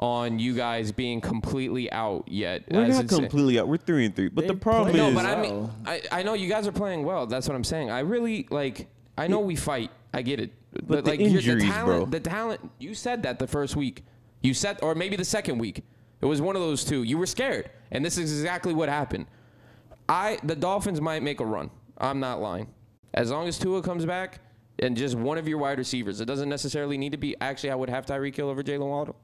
Speaker 5: on you guys being completely out yet.
Speaker 3: We're
Speaker 5: as
Speaker 3: not
Speaker 5: it's-
Speaker 3: completely out. We're three and three. But the
Speaker 4: They
Speaker 3: problem
Speaker 4: played
Speaker 5: no,
Speaker 3: is,
Speaker 5: but I mean,
Speaker 4: well.
Speaker 5: I, I know you guys are playing well. That's what I'm saying. I really like. I know we fight. I get it. But,
Speaker 3: the
Speaker 5: like you're-
Speaker 3: injuries,
Speaker 5: the talent,
Speaker 3: bro.
Speaker 5: the talent. You said that the first week. You said, or maybe the second week. It was one of those two. You were scared, and this is exactly what happened. I the Dolphins might make a run. I'm not lying. As long as Tua comes back and just one of your wide receivers, it doesn't necessarily need to be. Actually, I would have Tyreek Hill over Jalen Waddle.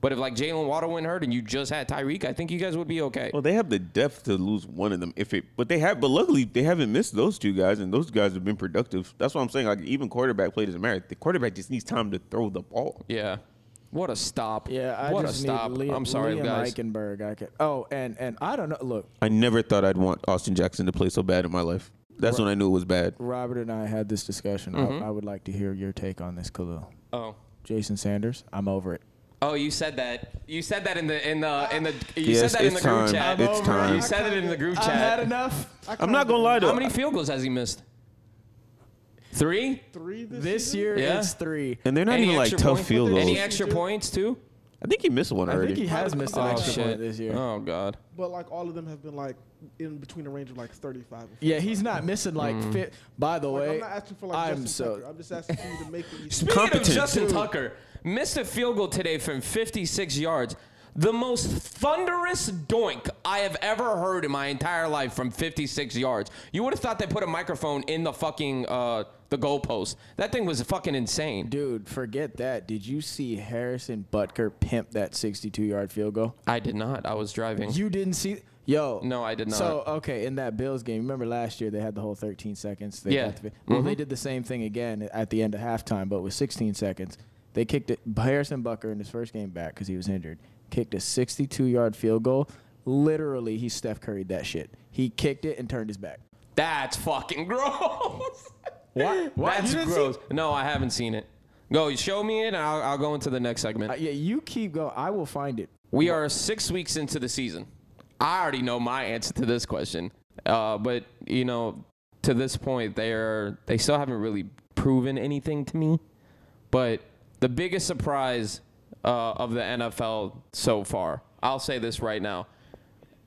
Speaker 5: But if like Jalen Waddle went hurt and you just had Tyreek, I think you guys would be okay.
Speaker 3: well, Oh, they have the depth to lose one of them. If it, but they have, but luckily they haven't missed those two guys, and those guys have been productive. That's what I'm saying. Like even quarterback play doesn't matter. The quarterback just needs time to throw the ball.
Speaker 5: Yeah. What a stop.
Speaker 4: Yeah, I
Speaker 5: what
Speaker 4: just
Speaker 5: a stop.
Speaker 4: need Liam,
Speaker 5: I'm sorry,
Speaker 4: Liam
Speaker 5: guys.
Speaker 4: Eichenberg. I could. Oh, and and I don't know. Look,
Speaker 3: I never thought I'd want Austin Jackson to play so bad in my life. That's when I knew it was bad.
Speaker 4: Robert and I had this discussion.
Speaker 5: Mm-hmm.
Speaker 4: I, I would like to hear your take on this, Khalil.
Speaker 5: Oh.
Speaker 4: Jason Sanders, I'm over it.
Speaker 5: Oh, you said that. You said that in the in the in the you
Speaker 3: Yes,
Speaker 5: said that in the
Speaker 3: it's
Speaker 5: group
Speaker 3: time.
Speaker 5: chat.
Speaker 3: It's I'm time. over it.
Speaker 5: You said it in the group chat.
Speaker 4: enough.
Speaker 3: I'm not gonna lie though.
Speaker 5: How many field goals has he missed? 3?
Speaker 6: three this,
Speaker 4: This
Speaker 6: season?
Speaker 4: year
Speaker 5: Yeah.
Speaker 4: it's three.
Speaker 3: and they're not
Speaker 5: Any
Speaker 3: even like
Speaker 5: extra
Speaker 3: tough
Speaker 5: point-
Speaker 3: field
Speaker 5: Any
Speaker 3: goals.
Speaker 5: extra points too?
Speaker 3: I think he missed one
Speaker 4: I
Speaker 3: already.
Speaker 4: think he has missed an
Speaker 5: oh
Speaker 4: extra
Speaker 5: shit.
Speaker 4: point this year.
Speaker 5: Oh god.
Speaker 6: But like all of them have been like in between a range of like 35. and 40.
Speaker 4: Yeah, he's not missing like
Speaker 5: Mm.
Speaker 4: fit. By the
Speaker 6: Like,
Speaker 4: way,
Speaker 6: I'm not asking for like
Speaker 4: I'm
Speaker 6: Justin
Speaker 4: so-
Speaker 6: Tucker. I'm just asking for you to make it. easy.
Speaker 5: Speaking
Speaker 3: Competent.
Speaker 5: of Justin
Speaker 4: Mm.
Speaker 3: Dude.
Speaker 5: Tucker, missed a field goal today from 56 yards. The most thunderous doink I have ever heard in my entire life from 56 yards. You would have thought they put a microphone in the fucking uh, the goalpost. That thing was fucking insane.
Speaker 4: dude, forget that. Did you see Harrison Butker pimp that 62 yard field goal?
Speaker 5: I did not. I was driving.
Speaker 4: You didn't see. Yo.
Speaker 5: No, I did not.
Speaker 4: So okay, in that Bills game, remember last year they had the whole 13 seconds. They
Speaker 5: Yeah. Mm-hmm.
Speaker 4: got the- well, they did the same thing again at the end of halftime, but with 16 seconds, they kicked it. Harrison Bucker in his first game back because he was injured, kicked a 62-yard field goal. Literally, he Steph Curried that shit. He kicked it and turned his back.
Speaker 5: That's fucking gross.
Speaker 4: What? What?
Speaker 5: That's
Speaker 4: You didn't see-
Speaker 5: gross. No, I haven't seen it. Go, you show me it, and I'll, I'll go into the next segment.
Speaker 4: Uh, yeah, you keep going. I will find it.
Speaker 5: We are six weeks into the season. I already know my answer to this question, uh, but you know, to this point, they are they still haven't really proven anything to me. But the biggest surprise uh, of the NFL so far, I'll say this right now,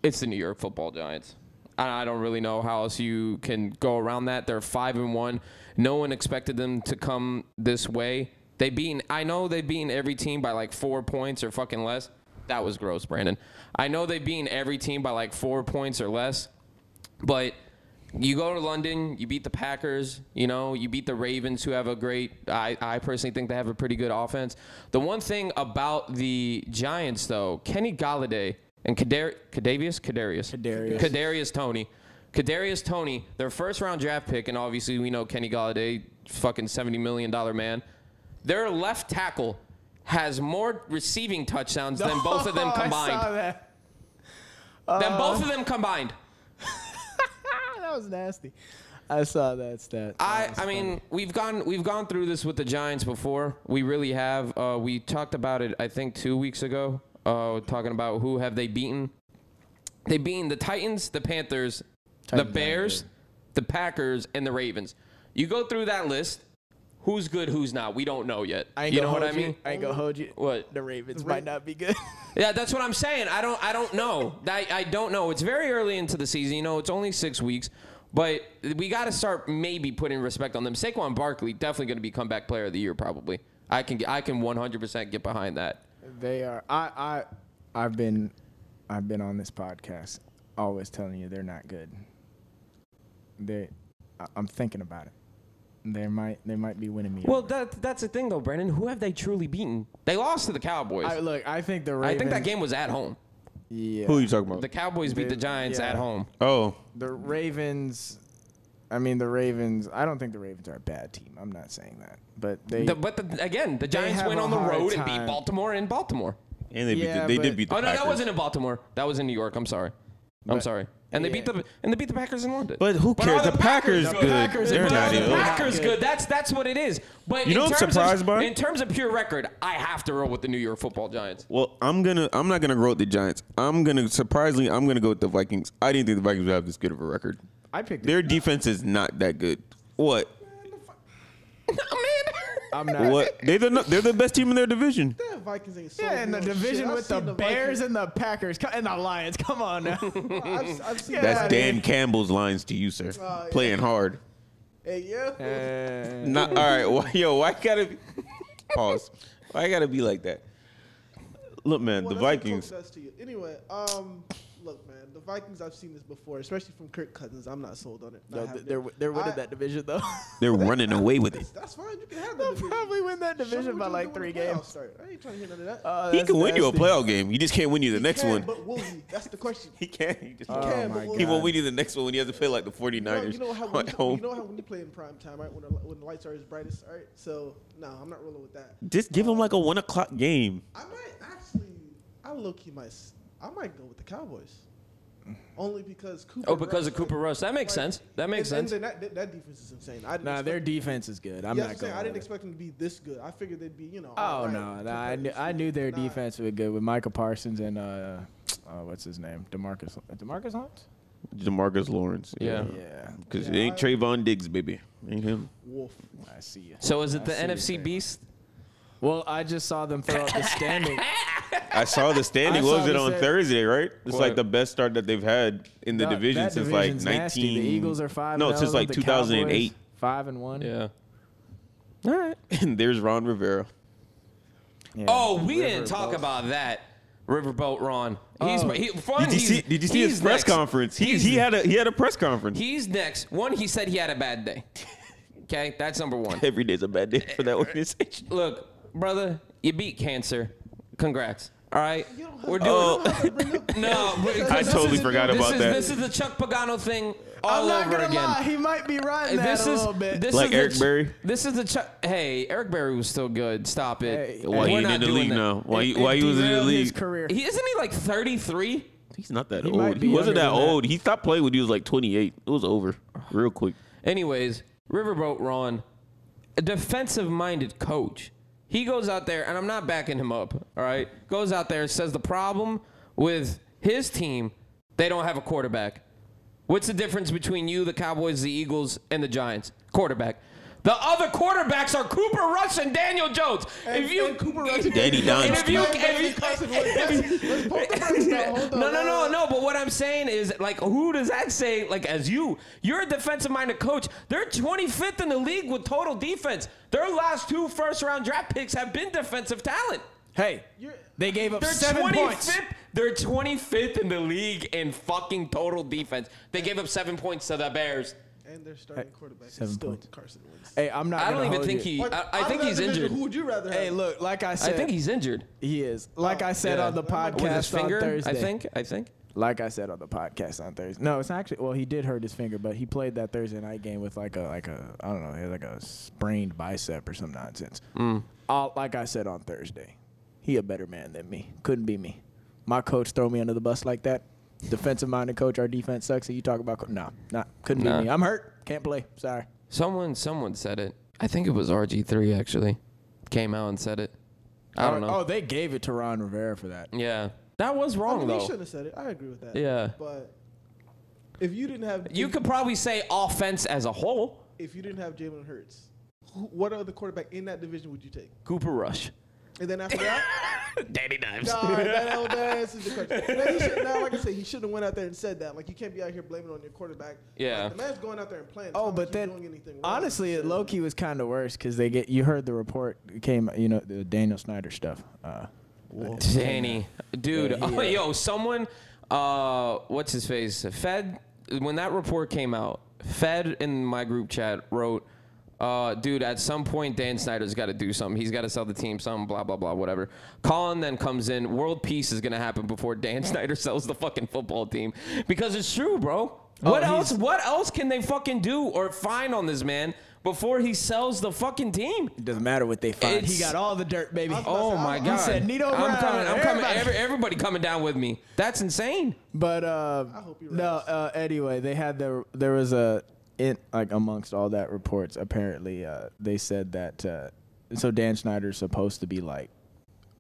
Speaker 5: it's the New York Football Giants. I I don't really know how else you can go around that. They're five and one. No one expected them to come this way. They beaten. I know they've beaten every team by like four points or fucking less. That was gross, Brandon. I know they've beaten every team by like four points or less, but you go to London, you beat the Packers, you know, you beat the Ravens, who have a great. I, I personally think they have a pretty good offense. The one thing about the Giants, though, Kenny Galladay and Kadar- Kadavius, Kadarius,
Speaker 4: Kadarius.
Speaker 5: Kadarius Tony, Kadarius Tony, their first round draft pick, and obviously we know Kenny Galladay, fucking seventy million dollar man. Their left tackle has more receiving touchdowns than both of them combined.
Speaker 4: I saw Uh-huh. that.
Speaker 5: than both of them combined.
Speaker 4: That was nasty. I saw that stat.
Speaker 5: I, I mean, we've gone we've gone through this with the Giants before. We really have. Uh, we talked about it, I think, two weeks ago. Uh, talking about who have they beaten? They beaten the Titans, the Panthers, the
Speaker 4: Titans aren't
Speaker 5: Bears, the Packers, and the Ravens. You go through that list. Who's good? Who's not? We don't know yet.
Speaker 4: I ain't
Speaker 5: you know
Speaker 4: gonna
Speaker 5: what I
Speaker 4: hold you.
Speaker 5: mean?
Speaker 4: I ain't gonna hold you.
Speaker 5: What?
Speaker 4: The Ravens might not be good.
Speaker 5: Yeah, that's what I'm saying. I don't I don't know. I, I don't know. It's very early into the season. You know, it's only six weeks. But we got to start maybe putting respect on them. Saquon Barkley definitely going to be comeback player of the year probably. I can I can 100% get behind that.
Speaker 4: they are. I, I, I've been, I've been on this podcast, always telling you they're not good. They, I, I'm thinking about it. They might, they might be winning me.
Speaker 5: Well,
Speaker 4: over.
Speaker 5: that that's the thing though, Brandon. Who have they truly beaten? They lost to the Cowboys.
Speaker 4: I,
Speaker 5: I,
Speaker 4: look, I think the Ravens.
Speaker 5: think that game was at home.
Speaker 4: Yeah.
Speaker 3: Who are you talking about?
Speaker 5: The Cowboys beat the
Speaker 4: They-
Speaker 5: Giants
Speaker 4: yeah.
Speaker 5: at home.
Speaker 3: oh,
Speaker 4: The Ravens. I mean, the Ravens. I don't think the Ravens are a bad team. I'm not saying that, but they.
Speaker 5: The- but the, again, the Giants
Speaker 4: have
Speaker 5: went
Speaker 4: a
Speaker 5: on the
Speaker 4: hard
Speaker 5: road and beat
Speaker 4: time.
Speaker 5: Baltimore in Baltimore.
Speaker 3: and they
Speaker 4: Yeah,
Speaker 3: beat. The, they
Speaker 4: but-
Speaker 3: did beat the
Speaker 5: oh no,
Speaker 3: Packers.
Speaker 5: that wasn't in Baltimore. That was in New York. I'm sorry. I'm
Speaker 4: But-
Speaker 5: sorry. And they beat
Speaker 4: yeah.
Speaker 5: the and they beat the Packers in London.
Speaker 3: But who cares?
Speaker 5: are
Speaker 3: The Packers good.
Speaker 5: Packers
Speaker 3: They're
Speaker 5: good.
Speaker 3: not
Speaker 5: Are the
Speaker 3: ill.
Speaker 5: Packers
Speaker 4: Not
Speaker 5: good. That's that's what it is. But
Speaker 3: You
Speaker 5: in
Speaker 3: know what I'm
Speaker 5: terms
Speaker 3: surprised
Speaker 5: of,
Speaker 3: by?
Speaker 5: in terms of pure record, I have to roll with the New York Football Giants.
Speaker 3: Well, I'm gonna. I'm not gonna go with the Giants. I'm gonna surprisingly. I'm gonna go with the Vikings. I didn't think the Vikings would have this good of a record.
Speaker 4: I picked.
Speaker 3: Their defense is not that good. What?
Speaker 5: No, man.
Speaker 4: I'm not.
Speaker 3: What? They're the they're the best team in their division.
Speaker 6: That Vikings ain't so
Speaker 4: Yeah, in the
Speaker 6: good. Oh, Shit,
Speaker 4: division
Speaker 6: I've
Speaker 4: with the,
Speaker 6: seen
Speaker 4: Bears
Speaker 6: Vikings-
Speaker 4: and the Packers co- and the Lions. Come on now.
Speaker 6: I've, I've seen
Speaker 3: That's
Speaker 6: that.
Speaker 3: Dan Campbell's lines to you, sir.
Speaker 6: yeah.
Speaker 3: Playing hard.
Speaker 6: Hey, yeah.
Speaker 3: Not all right. Why, yo, why gotta be, pause? Why gotta be like that? Look, man,
Speaker 6: Well,
Speaker 3: the
Speaker 6: that's what
Speaker 3: Vikings.
Speaker 6: Coke does to you. Anyway, um, look, man, the Vikings. I've seen this before, especially from Kirk Cousins. I'm not sold on it. Not
Speaker 4: No,
Speaker 6: having
Speaker 4: they're
Speaker 6: it.
Speaker 4: they're
Speaker 6: I-
Speaker 4: winning that division though.
Speaker 3: They're running away with it.
Speaker 6: That's fine. You can have that.
Speaker 4: They'll
Speaker 6: division.
Speaker 4: probably win that
Speaker 6: Show me
Speaker 4: division
Speaker 6: what
Speaker 4: by
Speaker 6: you
Speaker 4: like
Speaker 6: can do
Speaker 4: three
Speaker 6: when the playoffs
Speaker 4: games.
Speaker 6: Start. I ain't trying to hear none of that.
Speaker 4: Uh,
Speaker 3: He
Speaker 4: that's
Speaker 3: can win you a
Speaker 4: nasty.
Speaker 3: playoff game. You just can't win you the
Speaker 6: He
Speaker 3: next
Speaker 6: can,
Speaker 3: one.
Speaker 6: But will he? That's the question.
Speaker 3: He can't. He just
Speaker 4: Oh
Speaker 6: can, but
Speaker 4: my
Speaker 6: will
Speaker 3: He
Speaker 4: God.
Speaker 3: won't win you the next one when he has to play like the
Speaker 6: You know,
Speaker 3: 49ers
Speaker 6: you know how when
Speaker 3: at
Speaker 6: you,
Speaker 3: home.
Speaker 6: you know how when you play in prime time, right? When the, when the lights are as brightest, all right? So no, I'm not rolling with that.
Speaker 3: just give him like a one o'clock game.
Speaker 6: I might actually, I low key might, s- I might go with the Cowboys, only because Cooper.
Speaker 5: Oh, because
Speaker 6: Rush,
Speaker 5: of
Speaker 6: like-
Speaker 5: Cooper Rush. That makes
Speaker 6: like-
Speaker 5: sense. That makes
Speaker 6: and- and
Speaker 5: sense.
Speaker 6: then that, that, that defense is insane. I didn't
Speaker 4: Nah,
Speaker 6: expect-
Speaker 4: their defense is good. I'm
Speaker 6: yeah,
Speaker 4: not
Speaker 6: that's what I'm saying.
Speaker 4: going.
Speaker 6: I didn't expect them to be this good. I figured they'd be, you know.
Speaker 4: Oh
Speaker 6: alright,
Speaker 4: no, nah, I knew I knew their
Speaker 6: Nah.
Speaker 4: defense was good with Michael Parsons and uh, uh what's his name, Demarcus Demarcus Hunt.
Speaker 3: Demarcus Lawrence.
Speaker 5: Yeah.
Speaker 4: Yeah,
Speaker 3: Because it ain't Trayvon Diggs, baby. Ain't him.
Speaker 6: Wolf.
Speaker 4: I see you.
Speaker 5: So is it
Speaker 4: I
Speaker 5: the
Speaker 4: see what you're
Speaker 5: NFC
Speaker 4: saying.
Speaker 5: Beast?
Speaker 4: Well, I just saw them throw out the standing.
Speaker 3: I saw the standing.
Speaker 4: I
Speaker 3: What
Speaker 4: saw
Speaker 3: was it
Speaker 4: the
Speaker 3: on
Speaker 4: sta-
Speaker 3: Thursday, right? It's like
Speaker 5: What?
Speaker 3: the best start that they've had in the
Speaker 4: Nah,
Speaker 3: division
Speaker 4: that
Speaker 3: since like
Speaker 4: division's
Speaker 3: 19.
Speaker 4: nasty. The Eagles are five.
Speaker 3: No,
Speaker 4: and
Speaker 3: since
Speaker 4: 0,
Speaker 3: like
Speaker 4: the
Speaker 3: 2008.
Speaker 4: Cowboys, five and one.
Speaker 5: Yeah.
Speaker 4: All right.
Speaker 3: And there's Ron Rivera.
Speaker 4: Yeah.
Speaker 5: Oh, we didn't
Speaker 4: Riverboat.
Speaker 5: talk about that. Riverboat Ron. He's
Speaker 4: Oh.
Speaker 5: he, fun.
Speaker 3: Did you
Speaker 5: he's-
Speaker 3: see? Did you see his
Speaker 5: he's
Speaker 3: press
Speaker 5: next.
Speaker 3: conference? He
Speaker 5: He's-
Speaker 3: he had a he had a press conference.
Speaker 5: He's next. One, he said he had a bad day. Okay, that's number one.
Speaker 3: Every day's a bad day for that organization.
Speaker 5: Look, brother, you beat cancer. Congrats. All right,
Speaker 6: You don't have-
Speaker 5: we're doing.
Speaker 3: Oh.
Speaker 5: No, because
Speaker 3: I
Speaker 5: this
Speaker 3: totally
Speaker 5: is-
Speaker 3: forgot
Speaker 5: this
Speaker 3: about
Speaker 5: is,
Speaker 3: that.
Speaker 5: This is the Chuck Pagano thing all
Speaker 4: I'm not
Speaker 5: over
Speaker 4: gonna
Speaker 5: again.
Speaker 4: lie, he might be riding that
Speaker 5: This
Speaker 4: a
Speaker 5: is
Speaker 4: little bit.
Speaker 5: this
Speaker 3: Like
Speaker 5: is the
Speaker 3: Eric
Speaker 5: Ch-
Speaker 3: Berry?
Speaker 5: This is the Chuck. Hey, Eric Berry was still good. Stop it.
Speaker 4: Hey,
Speaker 5: We're
Speaker 3: Why he ain't
Speaker 5: not
Speaker 3: in the
Speaker 5: doing
Speaker 3: league
Speaker 5: that.
Speaker 3: now? Why
Speaker 4: It-
Speaker 3: he,
Speaker 4: it
Speaker 3: why he was in the
Speaker 4: derailed
Speaker 3: league?
Speaker 4: His career.
Speaker 5: He isn't he like 33?
Speaker 3: He's not that
Speaker 4: He might
Speaker 3: old. He
Speaker 4: be
Speaker 3: wasn't that
Speaker 4: younger than that.
Speaker 3: old. He stopped playing when he was like 28. It was over real quick.
Speaker 5: Anyways, Riverboat Ron, a defensive minded coach. He goes out there, and I'm not backing him up, all right? Goes out there, says the problem with his team, they don't have a quarterback. What's the difference between you, the Cowboys, the Eagles, and the Giants? Quarterback. The other quarterbacks are Cooper Rush and Daniel Jones. if you
Speaker 6: and Cooper Rush-
Speaker 3: Danny
Speaker 5: and
Speaker 3: Dimes.
Speaker 5: if you,
Speaker 6: Hey,
Speaker 5: if you-
Speaker 6: Mason Carson, let's- let's poke the Browns now. Hold on.
Speaker 5: no, no, no, no. But what I'm saying is, like, who does that say? Like, as you, you're a defensive-minded coach. They're 25th in the league with total defense. Their last two first-round draft picks have been defensive talent.
Speaker 4: Hey,
Speaker 6: You're-
Speaker 4: they gave up
Speaker 5: They're
Speaker 4: seven
Speaker 5: 25th.
Speaker 4: points.
Speaker 5: They're 25th in the league in fucking total defense. They gave up seven points to the Bears.
Speaker 6: And their starting quarterback is
Speaker 4: seven
Speaker 6: still
Speaker 4: points.
Speaker 6: Carson Wentz.
Speaker 4: Hey, I'm not.
Speaker 5: I
Speaker 4: gonna
Speaker 5: don't even
Speaker 4: hold
Speaker 5: think
Speaker 4: you.
Speaker 5: he.
Speaker 6: Like,
Speaker 5: I, I
Speaker 6: out of
Speaker 5: think
Speaker 6: that
Speaker 5: he's
Speaker 6: division,
Speaker 5: injured.
Speaker 6: Who would you rather have?
Speaker 4: Hey, look, like I
Speaker 5: I
Speaker 4: said,
Speaker 5: think he's injured.
Speaker 4: he is. Like I said
Speaker 5: yeah.
Speaker 4: on the
Speaker 5: With his
Speaker 4: podcast on
Speaker 5: finger,
Speaker 4: Thursday.
Speaker 5: I think. I think.
Speaker 4: Like I said on the podcast on Thursday. No, it's actually well, he did hurt his finger, but he played that Thursday night game with like a like a I don't know, he had like a sprained bicep or some nonsense.
Speaker 5: Mm.
Speaker 4: All, like I said on Thursday, he a better man than me. Couldn't be me. My coach throw me under the bus like that. Defensive minded coach, our defense sucks. And you talk about co- no, not couldn't
Speaker 5: Nah.
Speaker 4: be me. I'm hurt. Can't play. Sorry.
Speaker 5: Someone, someone said it. I think it was RG3 actually. Came out and said it. I don't know.
Speaker 4: Oh, they gave it to Ron Rivera for that.
Speaker 5: Yeah, that was
Speaker 6: I
Speaker 5: wrong
Speaker 6: mean, they
Speaker 5: though.
Speaker 6: shouldn't have said it. I agree with that.
Speaker 5: Yeah.
Speaker 6: But if you didn't have
Speaker 5: You
Speaker 6: if-
Speaker 5: could probably say offense as a whole.
Speaker 6: if you didn't have Jalen Hurts, who, what other quarterback in that division would you take?
Speaker 5: Cooper Rush,
Speaker 6: And then after that,
Speaker 5: Danny Dimes.
Speaker 6: nah, that, old ass is the question. Now, he should, now, like I said, he should have went out there and said that. Like you can't be out here blaming on your quarterback.
Speaker 5: Yeah.
Speaker 6: Like, the man's going out there and playing. It's
Speaker 4: Oh,
Speaker 6: not like
Speaker 4: but
Speaker 6: he's
Speaker 4: then
Speaker 6: doing anything wrong.
Speaker 4: honestly, it
Speaker 6: So-
Speaker 4: low key was kind of worse because they get you heard the report it came you know the Daniel Snyder stuff. Uh,
Speaker 5: Danny, dude,
Speaker 4: Yeah, he,
Speaker 5: oh,
Speaker 4: uh,
Speaker 5: yo, someone, uh, what's his face? Fed. When that report came out, Fed in my group chat wrote, uh, dude, at some point, Dan Snyder's got to do something. He's got to sell the team something, blah, blah, blah, whatever. Colin then comes in. World peace is going to happen before Dan Snyder sells the fucking football team. Because it's true, bro.
Speaker 4: Oh,
Speaker 5: What else? What else can they fucking do or find on this man before he sells the fucking team?
Speaker 4: It doesn't matter what they find.
Speaker 5: It's-
Speaker 4: he got all the dirt, baby.
Speaker 5: Oh my
Speaker 4: He
Speaker 5: god!
Speaker 4: said Nito
Speaker 5: I'm
Speaker 4: Brown,
Speaker 5: coming. I'm coming.
Speaker 4: everybody.
Speaker 5: Every, everybody coming down with me. That's insane.
Speaker 4: But uh,
Speaker 6: hope you're
Speaker 4: no.
Speaker 6: right.
Speaker 4: Uh, anyway, they had the there was a in like amongst all that reports. Apparently, uh, they said that uh, so Dan Schneider's supposed to be like,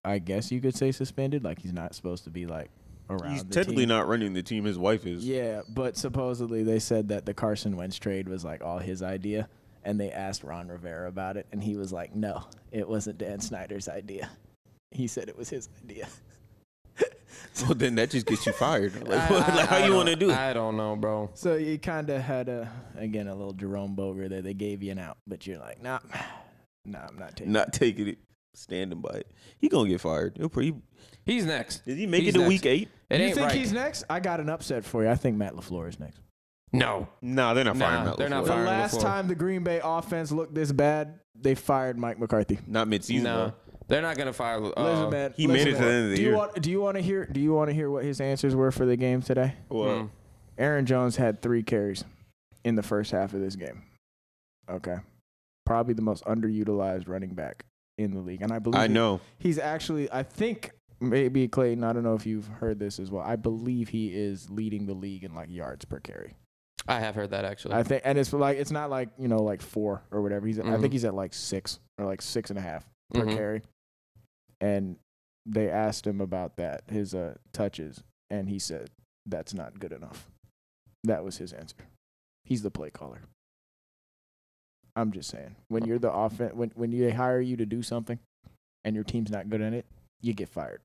Speaker 4: I guess you could say suspended. Like he's not supposed to be like around.
Speaker 3: He's
Speaker 4: the
Speaker 3: technically
Speaker 4: team.
Speaker 3: not running the team. His wife is.
Speaker 4: Yeah, but supposedly they said that the Carson Wentz trade was like all his idea, and they asked Ron Rivera about it, and he was like, "No, it wasn't Dan Snyder's idea." He said it was his idea.
Speaker 3: Well, then that just gets you fired. Like,
Speaker 5: I- I-
Speaker 3: like, how
Speaker 5: I
Speaker 3: you
Speaker 5: don't-
Speaker 3: want to do it?
Speaker 5: I don't know, bro.
Speaker 4: So you kind of had a again a little Jerome Boger there. They gave you an out, but you're like, nah, nah, I'm not taking. it."
Speaker 3: Not taking it, standing by it. He gonna get fired. He'll pretty.
Speaker 5: He's next.
Speaker 3: Did he make
Speaker 5: He's
Speaker 3: it to
Speaker 5: next.
Speaker 3: week eight?
Speaker 5: It
Speaker 4: you
Speaker 5: ain't
Speaker 4: think
Speaker 5: right.
Speaker 4: he's next? I got an upset for you. I think Matt Lafleur is next.
Speaker 5: no.
Speaker 3: Nah, they're not
Speaker 5: Nah,
Speaker 3: firing. Matt
Speaker 5: they're not
Speaker 3: LaFleur.
Speaker 4: The
Speaker 5: Firing
Speaker 4: last
Speaker 5: LaFleur.
Speaker 4: time the Green Bay offense looked this bad, they fired Mike McCarthy.
Speaker 3: Not midseason.
Speaker 5: No.
Speaker 3: No.
Speaker 5: They're not gonna fire. Uh,
Speaker 4: Listen, man,
Speaker 3: Oh, he
Speaker 4: listen,
Speaker 3: made it
Speaker 4: man.
Speaker 3: to the end of the
Speaker 4: do
Speaker 3: year.
Speaker 4: You want, do you want to hear? Do you want to hear what his answers were for the game today?
Speaker 3: Well,
Speaker 5: mm.
Speaker 4: Aaron Jones had three carries in the first half of this game. Okay, probably the most underutilized running back in the league, and I believe
Speaker 3: I
Speaker 4: he-
Speaker 3: know.
Speaker 4: he's actually I think maybe Clayton, I don't know if you've heard this as well. I believe he is leading the league in like yards per carry.
Speaker 5: I have heard that actually.
Speaker 4: I think and it's like it's not like, you know, like four or whatever. He's I
Speaker 5: Mhm.
Speaker 4: think he's at like six or like six and a half per
Speaker 5: Mhm.
Speaker 4: carry. And they asked him about that, his uh touches, and he said, That's not good enough. That was his answer. He's the play caller. I'm just saying. When you're the offense when when they hire you to do something and your team's not good at it, you get fired.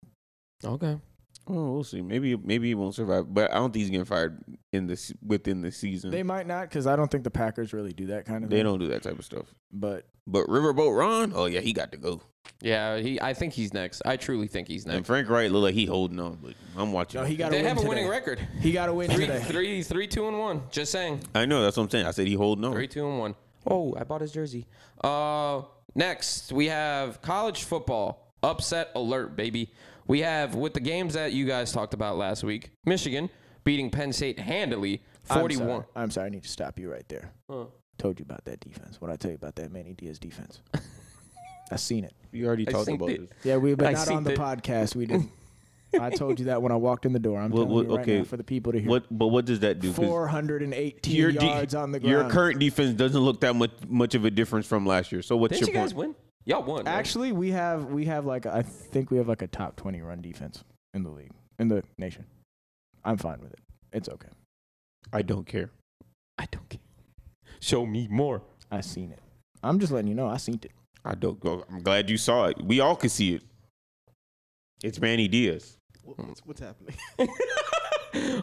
Speaker 5: Okay.
Speaker 3: Oh, Well, we'll see. Maybe maybe he won't survive. But I don't think he's getting fired in this within the season.
Speaker 4: They
Speaker 3: They,
Speaker 4: might not because I don't think the Packers really do that kind of thing.
Speaker 3: Mm. don't do that type of stuff.
Speaker 4: But
Speaker 3: But Riverboat Ron, oh yeah, he got to go.
Speaker 5: Yeah, he. I think he's next. I truly think he's
Speaker 3: And
Speaker 5: next.
Speaker 3: Frank Wright look like he holding on, but I'm watching.
Speaker 4: no, Oh, he got.
Speaker 5: They
Speaker 4: a win
Speaker 5: have a
Speaker 4: today.
Speaker 5: winning record.
Speaker 4: He got a win
Speaker 5: Three,
Speaker 4: today.
Speaker 5: three, three, two, and one. Just saying.
Speaker 3: I know that's what I'm saying. I said he holding on.
Speaker 5: Three, two, and one. Oh, I bought his jersey. Uh, next we have college football upset alert, baby. We have with the games that you guys talked about last week, Michigan beating Penn State handily,
Speaker 4: I'm
Speaker 5: forty-one.
Speaker 4: sorry. I'm sorry. I need to stop you right there. Told you about that defense. What I tell you about that Manny Diaz defense. I seen it.
Speaker 3: You already
Speaker 5: I
Speaker 3: talked
Speaker 5: think
Speaker 3: about
Speaker 5: that-
Speaker 3: this.
Speaker 4: Yeah, we but
Speaker 5: I
Speaker 4: not
Speaker 5: seen
Speaker 4: on the
Speaker 5: it.
Speaker 4: podcast. We didn't. I told you that when I walked in the door. I'm
Speaker 3: What-
Speaker 4: telling
Speaker 3: what-
Speaker 4: you right
Speaker 3: okay.
Speaker 4: now for the people to hear.
Speaker 3: What? But what does that do? 'Cause
Speaker 4: 418
Speaker 3: your de-
Speaker 4: yards on the ground.
Speaker 3: your current defense doesn't look that much much of a difference from last year. So what's
Speaker 5: Didn't you
Speaker 3: your
Speaker 5: guys
Speaker 3: point?
Speaker 5: win? Y'all won. right?
Speaker 4: Actually, we have we have like I think we have like a top twenty run defense in the league in the nation. I'm fine with it. It's okay.
Speaker 3: I don't care.
Speaker 5: I don't care. Show me more.
Speaker 4: I seen it. I'm just letting you know. I seen it.
Speaker 3: I don't go. I'm glad you saw it. We all could see it. It's Manny Diaz.
Speaker 6: What,
Speaker 5: Hmm.
Speaker 6: what's, what's happening?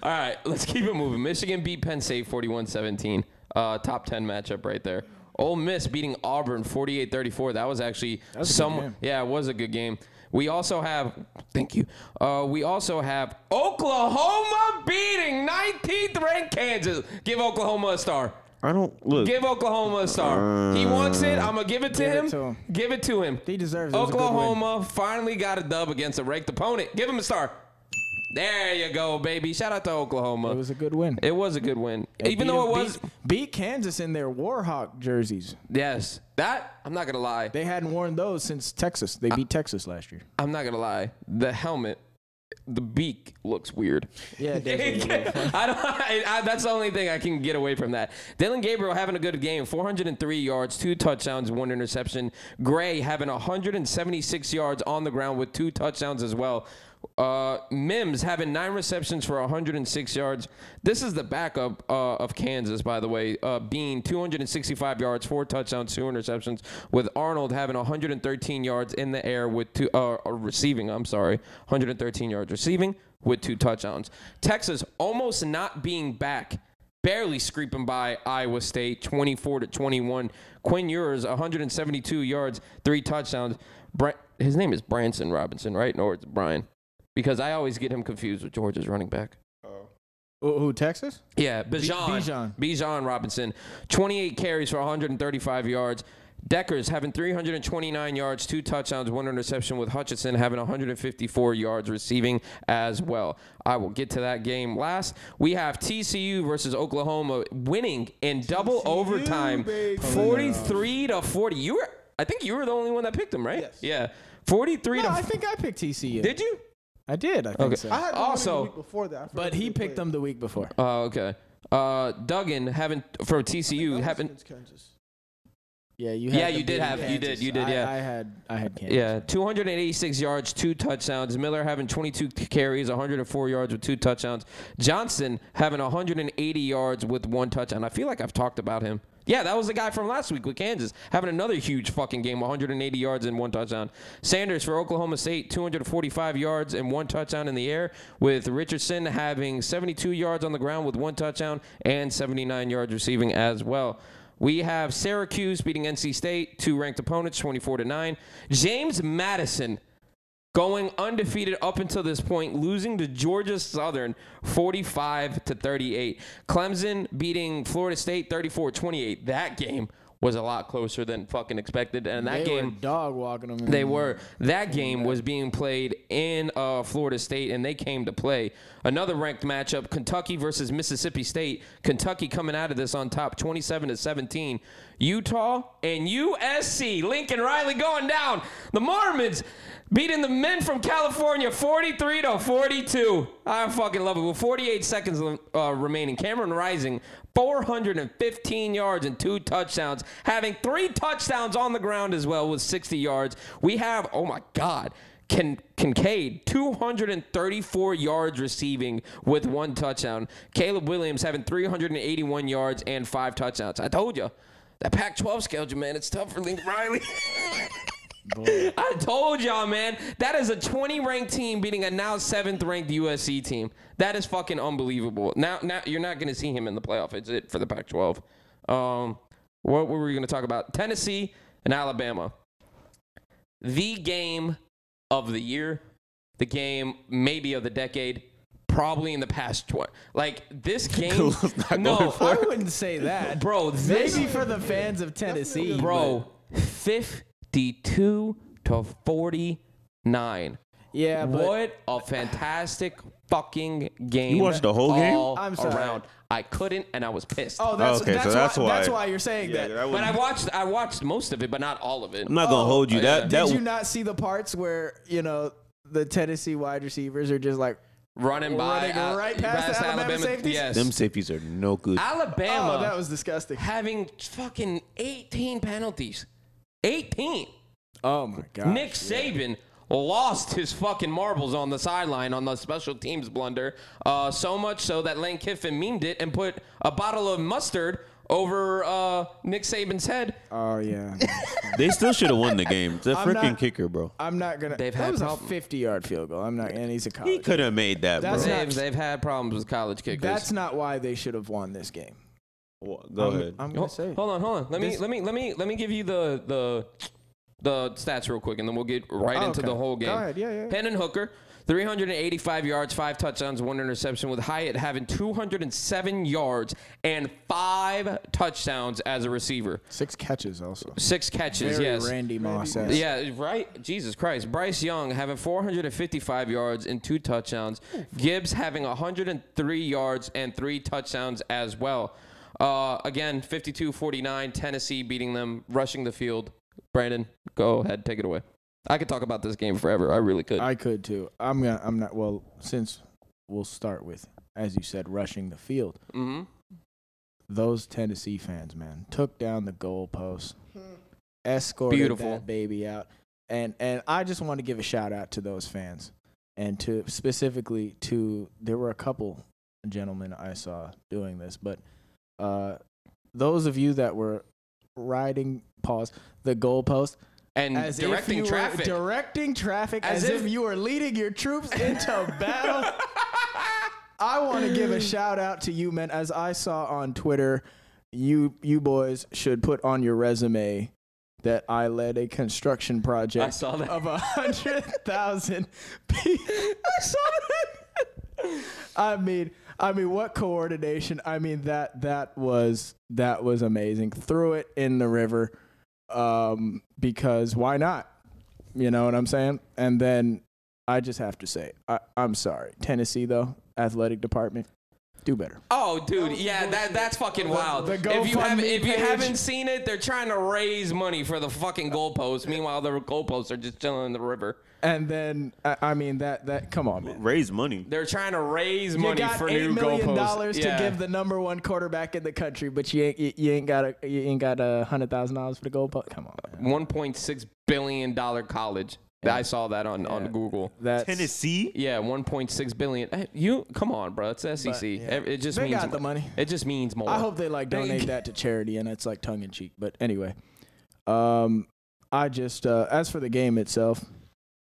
Speaker 5: All right, let's keep it moving. Michigan beat Penn State 41-17. Uh, top 10 matchup right there. Ole Miss beating Auburn 48-34. That was actually
Speaker 4: was a good
Speaker 5: some
Speaker 4: game.
Speaker 5: yeah, it was a good game. We also have thank you. Uh, we also have Oklahoma beating 19th ranked Kansas. Give Oklahoma a star.
Speaker 3: I don't look.
Speaker 5: Give Oklahoma a star. he wants it. I'm gonna give it to,
Speaker 4: Give it
Speaker 5: him.
Speaker 4: to him.
Speaker 5: Give it to him.
Speaker 4: He deserves it. It was a good win.
Speaker 5: Oklahoma finally got a dub against a ranked opponent. Give him a star. There you go, baby. Shout out to Oklahoma.
Speaker 3: Uh,
Speaker 4: It was a good win.
Speaker 5: a good win,
Speaker 4: They
Speaker 5: even
Speaker 4: beat
Speaker 5: though it
Speaker 4: them-
Speaker 5: was
Speaker 4: beat, beat Kansas in their Warhawk jerseys.
Speaker 5: yes. That I'm not gonna lie.
Speaker 4: They hadn't worn those since Texas. They beat Texas last year.
Speaker 5: I'm not gonna lie. The helmet, the beak looks weird.
Speaker 4: Yeah, it does look weird.
Speaker 5: I don't. I, I, that's the only thing I can get away from that. Dylan Gabriel having a good game, 403 yards, two touchdowns, one interception. Gray having 176 yards on the ground with two touchdowns as well. Uh, Mims having nine receptions for 106 yards. This is the backup uh, of Kansas, by the way. Uh, Bean, 265 yards, four touchdowns, two interceptions. With Arnold having 113 yards in the air with two uh, uh, receiving. I'm sorry, 113 yards receiving with two touchdowns. Texas almost not being back, barely scraping by Iowa State 24 to 21. Quinn Ewers 172 yards, three touchdowns. Bra- his name is Branson Robinson, right? No, it's Brian. Because I always get him confused with Georgia's running back.
Speaker 4: Who, who, Texas?
Speaker 5: Yeah, Bijan.
Speaker 4: Bijan.
Speaker 5: Bijan Robinson, 28 carries for 135 yards. Deckers having 329 yards, two touchdowns, one interception, with Hutchinson having 154 yards receiving as well. I will get to that game last. We have TCU versus Oklahoma winning in double overtime,
Speaker 6: baby.
Speaker 5: 43 to 40. You were, I think you were the only one that picked them, right?
Speaker 6: Yes.
Speaker 5: Yeah, 43
Speaker 4: No,
Speaker 5: to.
Speaker 4: I think I picked TCU.
Speaker 5: did you?
Speaker 4: I did. I think
Speaker 5: Okay.
Speaker 4: so.
Speaker 6: I had the one
Speaker 5: Also-
Speaker 6: the week before that. I forgot
Speaker 4: but
Speaker 6: who
Speaker 4: he
Speaker 6: they
Speaker 4: picked
Speaker 6: played.
Speaker 4: them the week before.
Speaker 5: Oh, okay. Uh, Duggan having for TCU
Speaker 6: That was
Speaker 5: having
Speaker 6: against Kansas.
Speaker 4: Yeah, you.
Speaker 5: Yeah,
Speaker 4: them
Speaker 5: you did
Speaker 4: beating
Speaker 5: have- you did- you did,
Speaker 4: I-
Speaker 5: yeah.
Speaker 4: I, had. I had Kansas.
Speaker 5: Yeah, 286 yards, two touchdowns. Miller having 22 carries, 104 yards with two touchdowns. Johnson having 180 yards with one touchdown. I feel like I've talked about him. Yeah, that was the guy from last week with Kansas having another huge fucking game, 180 yards and one touchdown. Sanders for Oklahoma State, 245 yards and one touchdown in the air, with Richardson having 72 yards on the ground with one touchdown and 79 yards receiving as well. We have Syracuse beating NC State, two ranked opponents, 24 to 9. James Madison going undefeated up until this point, losing to Georgia Southern 45 to 38. Clemson beating Florida State 34 28. That game was a lot closer than fucking expected. And that
Speaker 4: They
Speaker 5: game
Speaker 4: were dog walking them. in
Speaker 5: they
Speaker 4: the-
Speaker 5: were. That game was being played in uh, Florida State, and they came to play. Another ranked matchup: Kentucky versus Mississippi State. Kentucky coming out of this on top, 27 to 17. Utah and USC. Lincoln Riley going down. The Mormons beating the men from California, 43 to 42. I fucking love it. With 48 seconds uh, remaining, Cameron Rising 415 yards and two touchdowns, having three touchdowns on the ground as well with 60 yards. We have, oh my God, Kin- Kincaid, 234 yards receiving with one touchdown. Caleb Williams having 381 yards and five touchdowns. I told you. That Pac 12 schedule, man, it's tough for Lincoln Riley. I told y'all, man. That is a 20 ranked team beating a now seventh ranked USC team. That is fucking unbelievable. Now, now you're not going to see him in the playoff. It's it for the Pac-12. Um, what were we going to talk about? Tennessee and Alabama. The game of the year, the game maybe of the decade, probably in the past 20. Like this game. no,
Speaker 4: I wouldn't say that.
Speaker 5: bro. This
Speaker 4: Maybe for the fans of Tennessee,
Speaker 5: bro 52 to 49
Speaker 4: but- Yeah, but
Speaker 5: what a fantastic fucking game
Speaker 3: You watched the whole game?
Speaker 5: all
Speaker 4: I'm sorry.
Speaker 5: around i couldn't and i was pissed
Speaker 4: oh, that's,
Speaker 3: Okay, so
Speaker 4: that's,
Speaker 3: that's
Speaker 4: why,
Speaker 3: why-
Speaker 4: That's why you're saying that.
Speaker 5: but i watched i watched most of it but not all of it
Speaker 3: I'm not gonna hold you.
Speaker 5: Oh, yeah.
Speaker 3: That that
Speaker 4: Did you not see the parts where you know the Tennessee wide receivers are just like,
Speaker 5: running by
Speaker 4: Running right past the Alabama safeties?
Speaker 5: yes
Speaker 3: them safeties are no good.
Speaker 5: alabama
Speaker 4: oh, that was disgusting.
Speaker 5: having fucking 18 penalties 18
Speaker 4: Oh my god.
Speaker 5: Nick Saban lost his fucking marbles on the sideline on the special teams blunder. Uh, so much so that Lane Kiffin memed it and put a bottle of mustard over uh, Nick Saban's head.
Speaker 4: Oh yeah.
Speaker 3: they still should have won the game. It's a
Speaker 4: I'm not-
Speaker 3: freaking kicker, bro.
Speaker 4: I'm not gonna.
Speaker 5: They've
Speaker 4: that
Speaker 5: had
Speaker 4: was
Speaker 5: problem-
Speaker 4: a 50 yard field goal. I'm not. And he's a college.
Speaker 3: He could have made that,
Speaker 4: That's
Speaker 3: bro.
Speaker 4: not-
Speaker 5: They've, they've had problems with college kickers.
Speaker 4: That's not why they should have won this game.
Speaker 3: Wha- Go
Speaker 4: I'm,
Speaker 3: ahead.
Speaker 4: I'm gonna
Speaker 5: Hold,
Speaker 4: say.
Speaker 5: Oh, hold on, hold on. Let me
Speaker 4: This-
Speaker 5: let me let me let me give you the the the stats real quick, and then we'll get right
Speaker 4: Oh,
Speaker 5: into
Speaker 4: okay.
Speaker 5: the whole
Speaker 4: Go
Speaker 5: game.
Speaker 4: ahead. Yeah, yeah, yeah.
Speaker 5: Penn and Hooker, 385 yards, five touchdowns, one interception, with Hyatt having 207 yards and five touchdowns as a receiver.
Speaker 4: Six catches also.
Speaker 5: Six catches,
Speaker 4: Very
Speaker 5: yes.
Speaker 4: Randy Moss.
Speaker 5: Yeah, right. Jesus Christ. Bryce Young having 455 yards and two touchdowns. Gibbs having 103 yards and three touchdowns as well. Uh, again, 52-49. Tennessee beating them, rushing the field. Brandon, go ahead, take it away. I could talk about this game forever. I really could.
Speaker 4: I could too. I'm gonna. I'm not. Well, since we'll start with, as you said, rushing the field.
Speaker 5: mm-hmm.
Speaker 4: Those Tennessee fans, man, took down the goalpost,
Speaker 6: Hmm.
Speaker 4: escorted
Speaker 5: Beautiful.
Speaker 4: that baby out, and and I just want to give a shout out to those fans, and to specifically to there were a couple gentlemen I saw doing this, but uh, those of you that were riding pause the goalpost
Speaker 5: And
Speaker 4: as
Speaker 5: directing
Speaker 4: if you
Speaker 5: traffic.
Speaker 4: Were directing traffic
Speaker 5: As
Speaker 4: as,
Speaker 5: if-
Speaker 4: if, you were leading your troops into battle. I want to give a shout out to you, man. As I saw on Twitter, you you boys should put on your resume that I led a construction
Speaker 5: I
Speaker 4: project
Speaker 5: saw that.
Speaker 4: of a hundred thousand people. I mean, I mean, what coordination? I mean that that was that was amazing. Threw it in the river, um, because why not? You know what I'm saying? And then I just have to say, I, I'm sorry, Tennessee though athletic department, do better.
Speaker 5: Oh, dude, yeah, that that's fucking wild.
Speaker 4: the
Speaker 5: if you
Speaker 4: GoFundMe
Speaker 5: haven't if you
Speaker 4: page.
Speaker 5: haven't seen it, they're trying to raise money for the fucking goalposts. Meanwhile, the goalposts are just chilling in the river.
Speaker 4: And then I, I mean that that come on, man.
Speaker 3: Raise money.
Speaker 5: They're trying to raise
Speaker 4: You
Speaker 5: money
Speaker 4: got
Speaker 5: for
Speaker 4: eight
Speaker 5: new
Speaker 4: million
Speaker 5: goalposts.
Speaker 4: dollars
Speaker 5: Yeah.
Speaker 4: to give the number one quarterback in the country, but you ain't you, you ain't got a you ain't got a hundred thousand dollars for the goalpost. Come on, man.
Speaker 5: 1.6 billion dollar college. I saw that on, on
Speaker 4: Yeah.
Speaker 5: Google.
Speaker 4: That's,
Speaker 3: Tennessee?
Speaker 5: Yeah, 1.6 billion. Hey, You come on, bro. It's SEC. It it just
Speaker 4: They
Speaker 5: means
Speaker 4: got the money.
Speaker 5: It just means more.
Speaker 4: I hope they like donate that to charity, and it's like tongue in cheek. But anyway, um, I just uh, as for the game itself,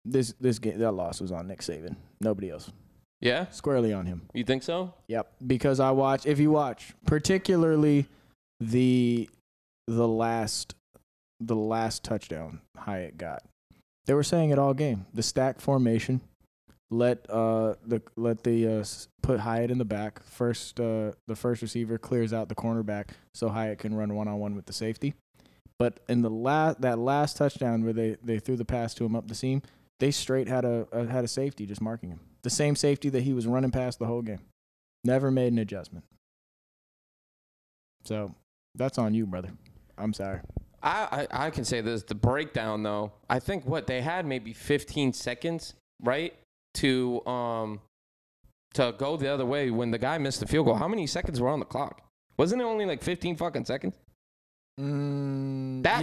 Speaker 4: this this game that loss was on Nick Saban, nobody else,
Speaker 5: yeah,
Speaker 4: squarely on him.
Speaker 5: you think so?
Speaker 4: Yep, because I watch. If you watch, particularly the the last the last touchdown Hyatt got, they were saying it all game. The stack formation let uh the let the uh, s- put Hyatt in the back. First uh the first receiver clears out the cornerback so Hyatt can run one on one with the safety. But in the last that last touchdown where they they threw the pass to him up the seam, they straight had a, a had a safety just marking him. The same safety that he was running past the whole game. Never made an adjustment. So that's on you, brother. I'm sorry.
Speaker 5: I, I I can say this. The breakdown though, I think what they had maybe 15 seconds, right, to um to go the other way when the guy missed the field goal. How many seconds were on the clock? Wasn't it only like 15 fucking seconds?
Speaker 4: Mm,
Speaker 5: That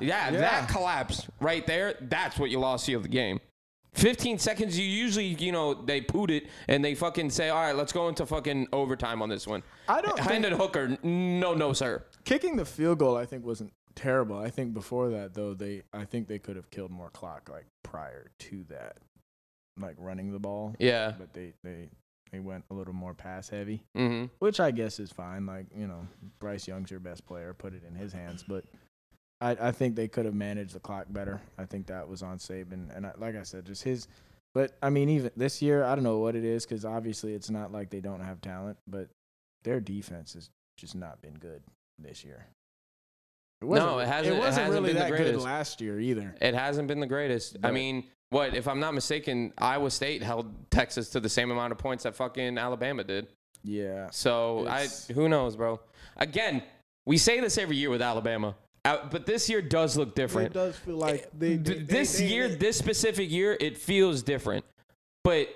Speaker 5: co- yeah, that collapse right there. That's what you lost you of the game. 15 seconds. You usually, you know, they poot it and they fucking say, "All right, let's go into fucking overtime on this one."
Speaker 4: I don't think
Speaker 5: Hendon Hooker, no, no, sir.
Speaker 4: kicking the field goal. I think wasn't terrible. I think before that though, they I think they could have killed more clock like prior to that, like running the ball.
Speaker 5: Yeah.
Speaker 4: But they they they went a little more pass heavy,
Speaker 5: Mm-hmm.
Speaker 4: which I guess is fine. Like you know, Bryce Young's your best player. Put it in his hands, but. I, I think they could have managed the clock better. I think that was on Saban, and I, like I said, just his. But I mean, even this year, I don't know what it is because obviously it's not like they don't have talent, but their defense has just not been good this year. It
Speaker 5: No, it hasn't- it
Speaker 4: It wasn't
Speaker 5: hasn't
Speaker 4: really
Speaker 5: been the
Speaker 4: that good
Speaker 5: greatest.
Speaker 4: last year either.
Speaker 5: It hasn't been the greatest. I
Speaker 4: Right.
Speaker 5: mean, what if I'm not mistaken? Iowa State held Texas to the same amount of points that fucking Alabama did.
Speaker 4: Yeah,
Speaker 5: So
Speaker 4: It's-
Speaker 5: I, who knows, bro? Again, we say this every year with Alabama, uh, but this year does look
Speaker 6: It
Speaker 5: different.
Speaker 6: does feel like they,
Speaker 5: Th-
Speaker 6: they-
Speaker 5: Eh, this
Speaker 6: they-
Speaker 5: year,
Speaker 6: they-
Speaker 5: this specific year, it feels different. But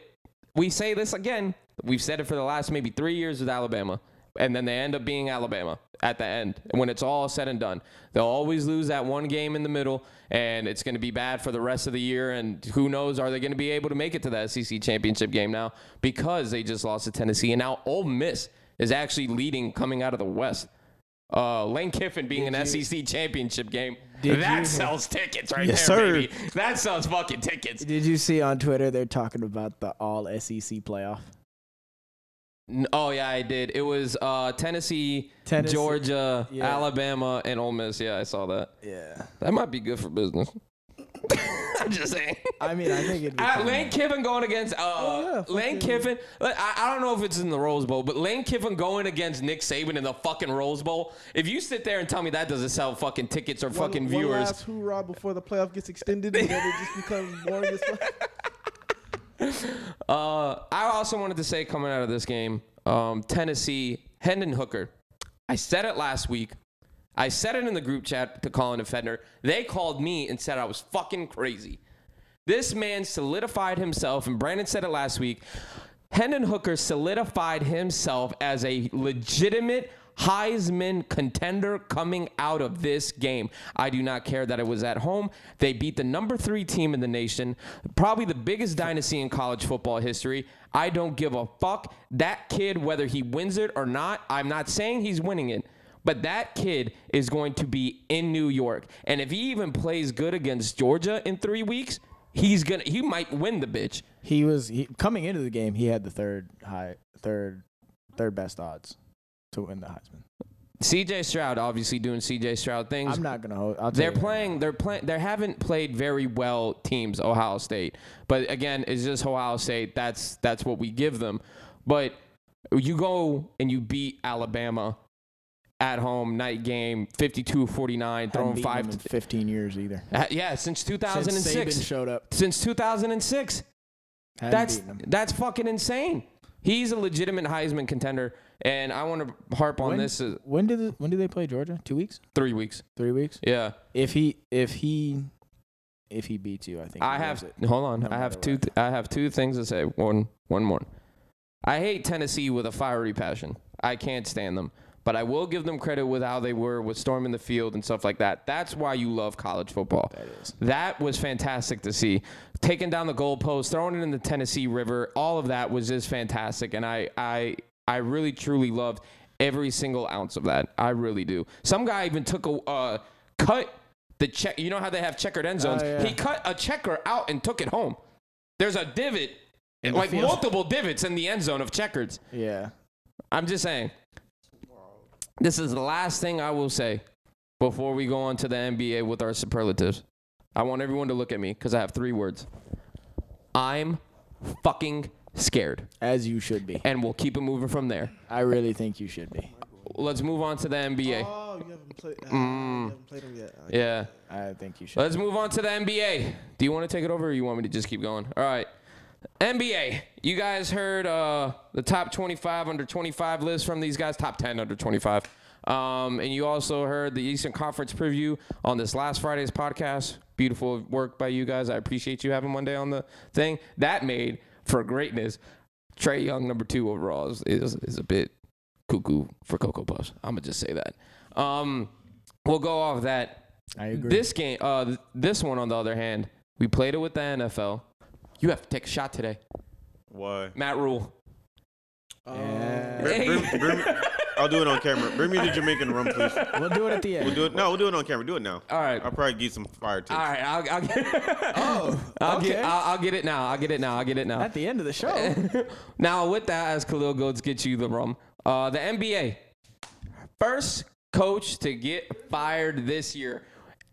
Speaker 5: we say this again. We've said it for the last maybe three years with Alabama, and then they end up being Alabama at the end when it's all said and done. They'll always lose that one game in the middle, and it's going to be bad for the rest of the year. And who knows, are they going to be able to make it to the SEC championship game now because they just lost to Tennessee, and now Ole Miss is actually leading coming out of the West. Uh, Lane Kiffin being an SEC championship game.
Speaker 4: Did
Speaker 5: That
Speaker 4: you-
Speaker 5: sells tickets right
Speaker 3: Yes,
Speaker 5: there,
Speaker 3: sir.
Speaker 5: baby. That sells fucking tickets.
Speaker 4: Did you see on Twitter they're talking about the All SEC playoff?
Speaker 5: N- Oh yeah, I did. It was uh, Tennessee,
Speaker 4: Tennessee-
Speaker 5: Georgia,
Speaker 4: yeah.
Speaker 5: Alabama, and Ole Miss. Yeah, I saw that.
Speaker 4: Yeah,
Speaker 5: That might be good for business. I'm just saying.
Speaker 4: I mean, I think it'd be.
Speaker 5: Uh,
Speaker 4: fun.
Speaker 5: Lane Kiffin going against uh,
Speaker 6: Oh, yeah,
Speaker 5: Lane
Speaker 6: fucking-
Speaker 5: Kiffin. like, I, I don't know if it's in the Rose Bowl, but Lane Kiffin going against Nick Saban in the fucking Rose Bowl. If you sit there and tell me that doesn't sell fucking tickets or
Speaker 6: one-
Speaker 5: fucking
Speaker 6: one
Speaker 5: viewers,
Speaker 6: last hoorah before the playoff gets extended, and then it just becomes boring as fuck.
Speaker 5: Uh, I also wanted to say coming out of this game, um, Tennessee, Hendon Hooker. I said it last week. I said it in the group chat to Colin and Fedner. They called me and said I was fucking crazy. This man solidified himself, and Brandon said it last week. Hendon Hooker solidified himself as a legitimate Heisman contender coming out of this game. I do not care that it was at home. They beat the number three team in the nation, probably the biggest dynasty in college football history. I don't give a fuck. That kid, whether he wins it or not, I'm not saying he's winning it. But that kid is going to be in New York. And if he even plays good against Georgia in three weeks, he's gonna he might win the bitch.
Speaker 4: He was he, coming into the game. He had the third high, third, third best odds to win the Heisman.
Speaker 5: CJ Stroud obviously doing CJ Stroud things.
Speaker 4: I'm not gonna hold. I'll tell
Speaker 5: They're
Speaker 4: you that.
Speaker 5: playing. They're playing. They haven't played very well teams. Ohio State, but again, it's just Ohio State. That's that's what we give them. But You go and you beat Alabama at home, night game, 52-49, throwing
Speaker 4: Hadn't beaten
Speaker 5: five.
Speaker 4: them in 15 years either.
Speaker 5: Uh, yeah, since
Speaker 4: Since
Speaker 5: 2006.
Speaker 4: Saban showed up.
Speaker 5: Since 2006.
Speaker 4: Hadn't
Speaker 5: That's
Speaker 4: beaten them.
Speaker 5: that's fucking insane. He's a legitimate Heisman contender, and I want to harp on
Speaker 4: When-
Speaker 5: this uh,
Speaker 4: When did the, when did they play Georgia? Two weeks?
Speaker 5: three weeks.
Speaker 4: Three weeks?
Speaker 5: Yeah,
Speaker 4: If he if he if he beats you, I think
Speaker 5: I
Speaker 4: he
Speaker 5: have.
Speaker 4: wins it.
Speaker 5: Hold on,
Speaker 4: No
Speaker 5: I have
Speaker 4: matter
Speaker 5: two.
Speaker 4: what.
Speaker 5: Th- I have two things to say. One, one more. I hate Tennessee with a fiery passion. I can't stand them, but I will give them credit with how they were with storming the field and stuff like that. That's why you love college football.
Speaker 4: That is.
Speaker 5: That was fantastic to see. Taking down the goalpost, throwing it in the Tennessee River, all of that was just fantastic. And I, I, I really truly loved every single ounce of that. I really do. Some guy even took a uh, cut the check. You know how they have checkered end zones.
Speaker 4: Oh, yeah.
Speaker 5: He cut a checker out and took it home. There's a divot,
Speaker 4: the
Speaker 5: like
Speaker 4: field.
Speaker 5: multiple divots in the end zone of checkers.
Speaker 4: Yeah.
Speaker 5: I'm just saying. This is the last thing I will say before we go on to the NBA with our superlatives. I want everyone to look at me because I have three words. I'm fucking scared,
Speaker 4: As you should be.
Speaker 5: and we'll keep it moving from there.
Speaker 4: I really think you should be.
Speaker 5: Let's move on to the NBA.
Speaker 6: Oh, you haven't played. ah,
Speaker 5: Mm.
Speaker 6: You haven't played them yet. Ah,
Speaker 5: Yeah.
Speaker 4: I think you should.
Speaker 5: Let's move on to the NBA. Do you want to take it over or you want me to just keep going? All right. NBA. You guys heard uh, the top 25 under 25 list from these guys, top 10 under 25. Um, and you also heard the Eastern Conference preview on this last Friday's podcast. Beautiful work by you guys. I appreciate you having one day on the thing. That made for greatness. Trey Young, number two overall, is, is, is a bit cuckoo for Cocoa Puffs. I'm going to just say that. Um, we'll go off that.
Speaker 4: I agree.
Speaker 5: This game, uh, th- this one on the other hand, we played it with the NFL. You have to take a shot today,
Speaker 3: Why?
Speaker 5: Matt Rule.
Speaker 4: Yeah.
Speaker 3: Bring- bring- bring me- I'll do it on camera. Bring me the Jamaican rum, please.
Speaker 4: we'll do it at the end.
Speaker 3: We'll do it. No, we'll do it on camera. Do it now.
Speaker 5: All right,
Speaker 3: I'll
Speaker 5: all
Speaker 3: probably get some fire tips.
Speaker 5: right. I'll, I'll get.
Speaker 4: Oh,
Speaker 5: I'll
Speaker 4: okay.
Speaker 5: get. I'll, I'll get it now. I'll get it now. I'll get it now.
Speaker 4: at the end of the show.
Speaker 5: now with that, as Khalil Goats gets you the rum. Uh, the NBA first coach to get fired this year,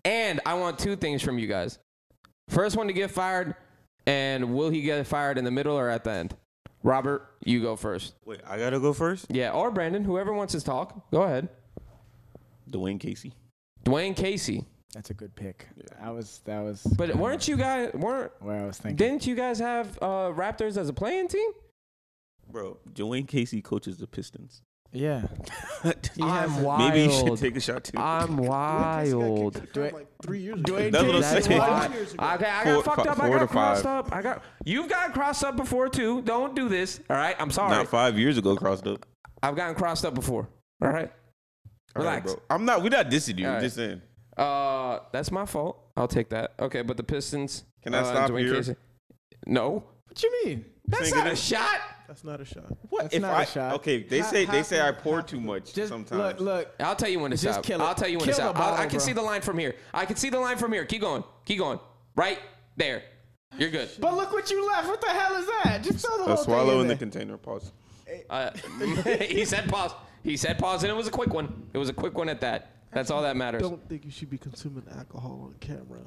Speaker 5: and I want two things from you guys. First one to get fired, and will he get fired in the middle or at the end? Robert, you go first.
Speaker 3: Wait, I gotta go first.
Speaker 5: Yeah, or Brandon, whoever wants to talk, go ahead.
Speaker 3: Dwayne Casey.
Speaker 5: Dwayne Casey.
Speaker 4: That's a good pick. I was that was
Speaker 5: But weren't you guys weren't
Speaker 4: where I was thinking.
Speaker 5: didn't you guys have uh, Raptors as a playing team?
Speaker 3: Bro, Dwayne Casey coaches the Pistons.
Speaker 4: yeah.
Speaker 5: I'm wild.
Speaker 3: Maybe you should take a shot too.
Speaker 5: I'm
Speaker 6: Dwayne Casey got kicked
Speaker 5: wild.
Speaker 6: to the curb,
Speaker 4: Dwayne-
Speaker 6: Like three years ago.
Speaker 4: Dwayne
Speaker 3: That's what I'm
Speaker 5: That's
Speaker 3: saying.
Speaker 5: wild.
Speaker 6: Two years
Speaker 5: Okay,
Speaker 6: ago.
Speaker 5: I got
Speaker 3: Four-
Speaker 5: fucked
Speaker 3: fi-
Speaker 5: up.
Speaker 3: four
Speaker 5: I
Speaker 3: to
Speaker 5: got crossed
Speaker 3: five.
Speaker 5: up. I got you've gotten crossed up before too. Don't do this. All right, I'm sorry.
Speaker 3: Not five years ago, crossed up.
Speaker 5: I've gotten crossed up before. All right,
Speaker 3: All right,
Speaker 5: relax.
Speaker 3: bro. I'm not. We're not dissing you.
Speaker 5: All
Speaker 3: I'm
Speaker 5: right.
Speaker 3: just saying.
Speaker 5: Uh, that's my fault. I'll take that. Okay, but the Pistons.
Speaker 3: Can I
Speaker 5: uh,
Speaker 3: stop here?
Speaker 5: No,
Speaker 4: What you mean?
Speaker 5: that's
Speaker 3: Think of
Speaker 5: not a
Speaker 3: this-
Speaker 5: shot.
Speaker 6: That's not a shot.
Speaker 3: What
Speaker 4: That's
Speaker 3: if
Speaker 4: not a
Speaker 3: I?
Speaker 4: shot.
Speaker 3: Okay, they
Speaker 6: Half-
Speaker 3: say they
Speaker 6: half
Speaker 3: say
Speaker 6: of-
Speaker 3: I pour
Speaker 6: half
Speaker 3: too
Speaker 6: of-
Speaker 3: much
Speaker 4: Just
Speaker 3: sometimes.
Speaker 4: look, look.
Speaker 5: I'll tell you when to
Speaker 4: Just
Speaker 5: stop.
Speaker 4: kill it.
Speaker 5: I'll tell you when to
Speaker 4: Kill the
Speaker 5: stop. I'll- I
Speaker 4: bottle,
Speaker 5: can
Speaker 4: bro.
Speaker 5: see the line from here. I can see the line from here. Keep going. Keep going. Right there. You're good.
Speaker 4: But look what you left. What the hell is that? Just throw the
Speaker 3: A
Speaker 4: whole
Speaker 3: swallow
Speaker 4: thing
Speaker 3: in the
Speaker 4: in
Speaker 3: container. Pause.
Speaker 5: Uh, he said pause. He said pause, and it was a quick one. It was a quick one at that. That's all that matters.
Speaker 6: Don't think you should be consuming alcohol on camera.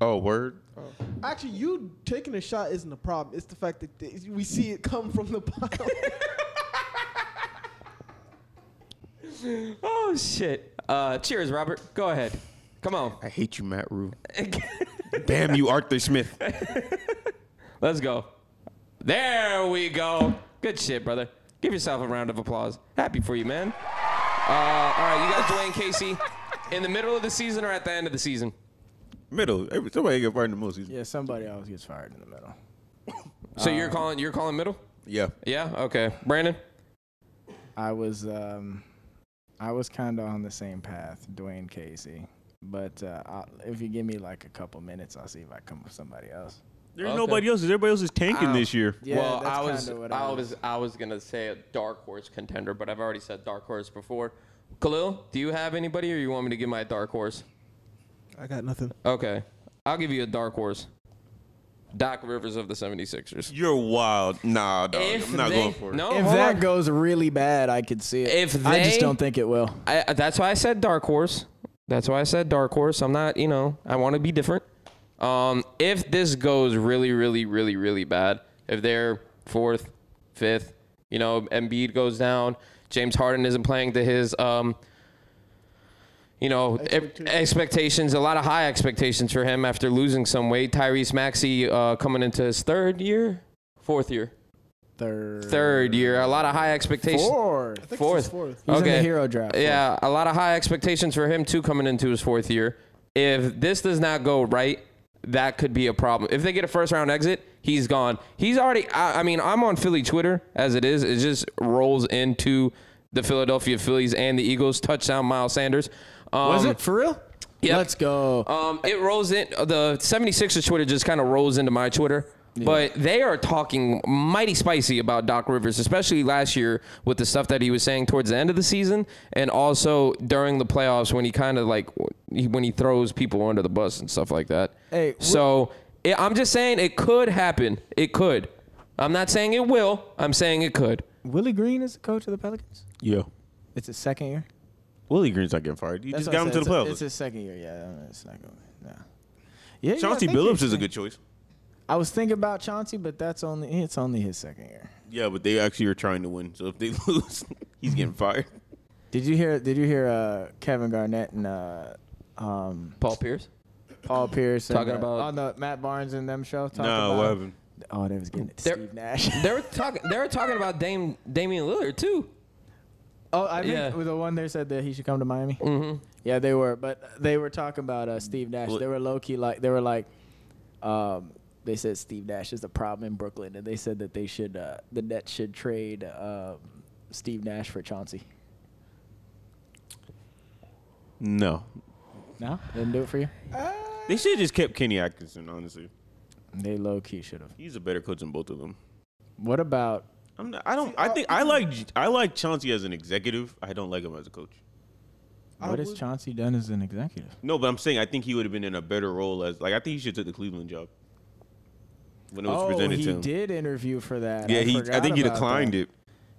Speaker 3: Oh, word.
Speaker 6: Actually, you taking a shot isn't a problem. It's the fact that th- we see it come from the bottom.
Speaker 5: Oh shit. Uh, cheers, Robert. Go ahead. Come on.
Speaker 3: I hate you, Matt Rue. Damn you, Arthur Smith.
Speaker 5: Let's go. There we go. Good shit, brother. Give yourself a round of applause. Happy for you, man. Uh, all right, you got Dwayne Casey. In the middle of the season or at the end of the season?
Speaker 3: Middle. Every- Somebody get fired in the most season.
Speaker 4: Yeah, somebody always gets fired in the middle.
Speaker 5: So
Speaker 4: Uh,
Speaker 5: you're calling you're calling middle?
Speaker 3: Yeah.
Speaker 5: Yeah. Okay. Brandon.
Speaker 4: I was um I was kind of on the same path, Dwayne Casey. But uh, I'll, if you give me like a couple minutes, I'll see if I come up with somebody else.
Speaker 3: There's
Speaker 5: Okay.
Speaker 3: nobody else. Everybody else is tanking
Speaker 5: Ow.
Speaker 3: this year.
Speaker 4: Yeah,
Speaker 5: well,
Speaker 4: that's
Speaker 5: I was
Speaker 4: kinda what
Speaker 5: I
Speaker 4: I
Speaker 5: was I was gonna say a dark horse contender, but I've already said dark horse before. Khalil, do you have anybody, or you want me to give my dark horse?
Speaker 6: I got nothing.
Speaker 5: Okay, I'll give you a dark horse. Doc Rivers of the 76ers.
Speaker 3: You're wild. Nah, dog.
Speaker 5: If
Speaker 3: I'm not
Speaker 5: they-
Speaker 3: going for it.
Speaker 5: No,
Speaker 4: If
Speaker 5: Oh, hold
Speaker 4: that
Speaker 5: on.
Speaker 4: goes really bad, I could see it.
Speaker 5: If
Speaker 4: I
Speaker 5: they-
Speaker 4: just don't think it will.
Speaker 5: I, that's why I said dark horse. That's why I said dark horse. I'm not, you know, I want to be different. Um, if this goes really, really, really, really bad, if they're fourth, fifth, You know, Embiid goes down. James Harden isn't playing to his, um, you know, expectations. expectations. A lot of high expectations for him after losing some weight. Tyrese Maxey uh, coming into his third year, fourth year,
Speaker 4: Third.
Speaker 5: third year. A lot of high expectations.
Speaker 4: Fourth.
Speaker 6: think
Speaker 5: Fourth.
Speaker 6: It's fourth.
Speaker 4: He's in
Speaker 5: Okay.
Speaker 4: the hero draft.
Speaker 5: Yeah, a lot of high expectations for him too coming into his fourth year. If this does not go right, that could be a problem. If they get a first round exit, he's gone. He's already. I, I mean, I'm on Philly Twitter as it is. It just rolls into the Philadelphia Phillies and the Eagles. Touchdown, Miles Sanders. Um,
Speaker 4: Was it for real?
Speaker 5: Yep.
Speaker 4: Let's go.
Speaker 5: um, it rolls in the 76ers Twitter just kind of rolls into my Twitter. But they are talking mighty spicy about Doc Rivers, especially last year with the stuff that he was saying towards the end of the season, and also during the playoffs when he kind of like he, when he throws people under the bus and stuff like that.
Speaker 4: Hey, wh-
Speaker 5: so it, I'm just saying it could happen. It could. I'm not saying it will. I'm saying it could.
Speaker 4: Willie Green is the coach of the Pelicans.
Speaker 3: Yeah.
Speaker 4: It's his second year.
Speaker 3: Willie Green's not getting fired. You
Speaker 4: That's
Speaker 3: just
Speaker 4: what I
Speaker 3: got him
Speaker 4: said.
Speaker 3: to the
Speaker 4: It's- It's
Speaker 3: playoffs.
Speaker 4: his second year. Yeah, I mean, it's not going. No. Yeah, you gotta
Speaker 3: Chauncey
Speaker 4: think
Speaker 3: Billups is a
Speaker 4: interesting.
Speaker 3: good choice.
Speaker 4: I was thinking about Chauncey, but that's only it's only his second year.
Speaker 3: Yeah, but they actually are trying to win. So if they lose, he's getting fired.
Speaker 4: Did you hear? Did you hear uh, Kevin Garnett and uh, um,
Speaker 5: Paul Pierce.
Speaker 4: Paul Pierce and,
Speaker 5: Talking
Speaker 4: uh,
Speaker 5: about-
Speaker 4: on the Matt Barnes and them show? Talking
Speaker 3: No,
Speaker 4: about
Speaker 3: what happened?
Speaker 4: Oh, they was getting it. to
Speaker 5: They're-
Speaker 4: Steve Nash.
Speaker 5: They're talking. They're talking about Dame Damian Lillard too.
Speaker 4: oh, I think
Speaker 5: Yeah.
Speaker 4: the one there said that he should come to Miami. Mm-hmm. Yeah, they were, but they were talking about uh, Steve Nash.
Speaker 3: Well-
Speaker 4: They were low key like they were like, um, they said Steve Nash is the problem in Brooklyn, and they said that they should uh, the Nets should trade um, Steve Nash for Chauncey.
Speaker 3: No.
Speaker 4: No, didn't do it for you.
Speaker 3: They should have just kept Kenny Atkinson, honestly.
Speaker 4: They low key should have.
Speaker 3: He's a better coach than both of them.
Speaker 4: What about
Speaker 3: I'm not, I don't. I
Speaker 4: oh,
Speaker 3: think I like I like Chauncey as an executive. I don't like him as a coach.
Speaker 6: I
Speaker 4: what has
Speaker 6: would-
Speaker 4: Chauncey done as an executive?
Speaker 3: No, but I'm saying I think he would have been in a better role as like I think he should have took the Cleveland job when it was
Speaker 4: Oh,
Speaker 3: presented
Speaker 4: he
Speaker 3: to him.
Speaker 4: did interview for that.
Speaker 3: Yeah, he. I think he declined it.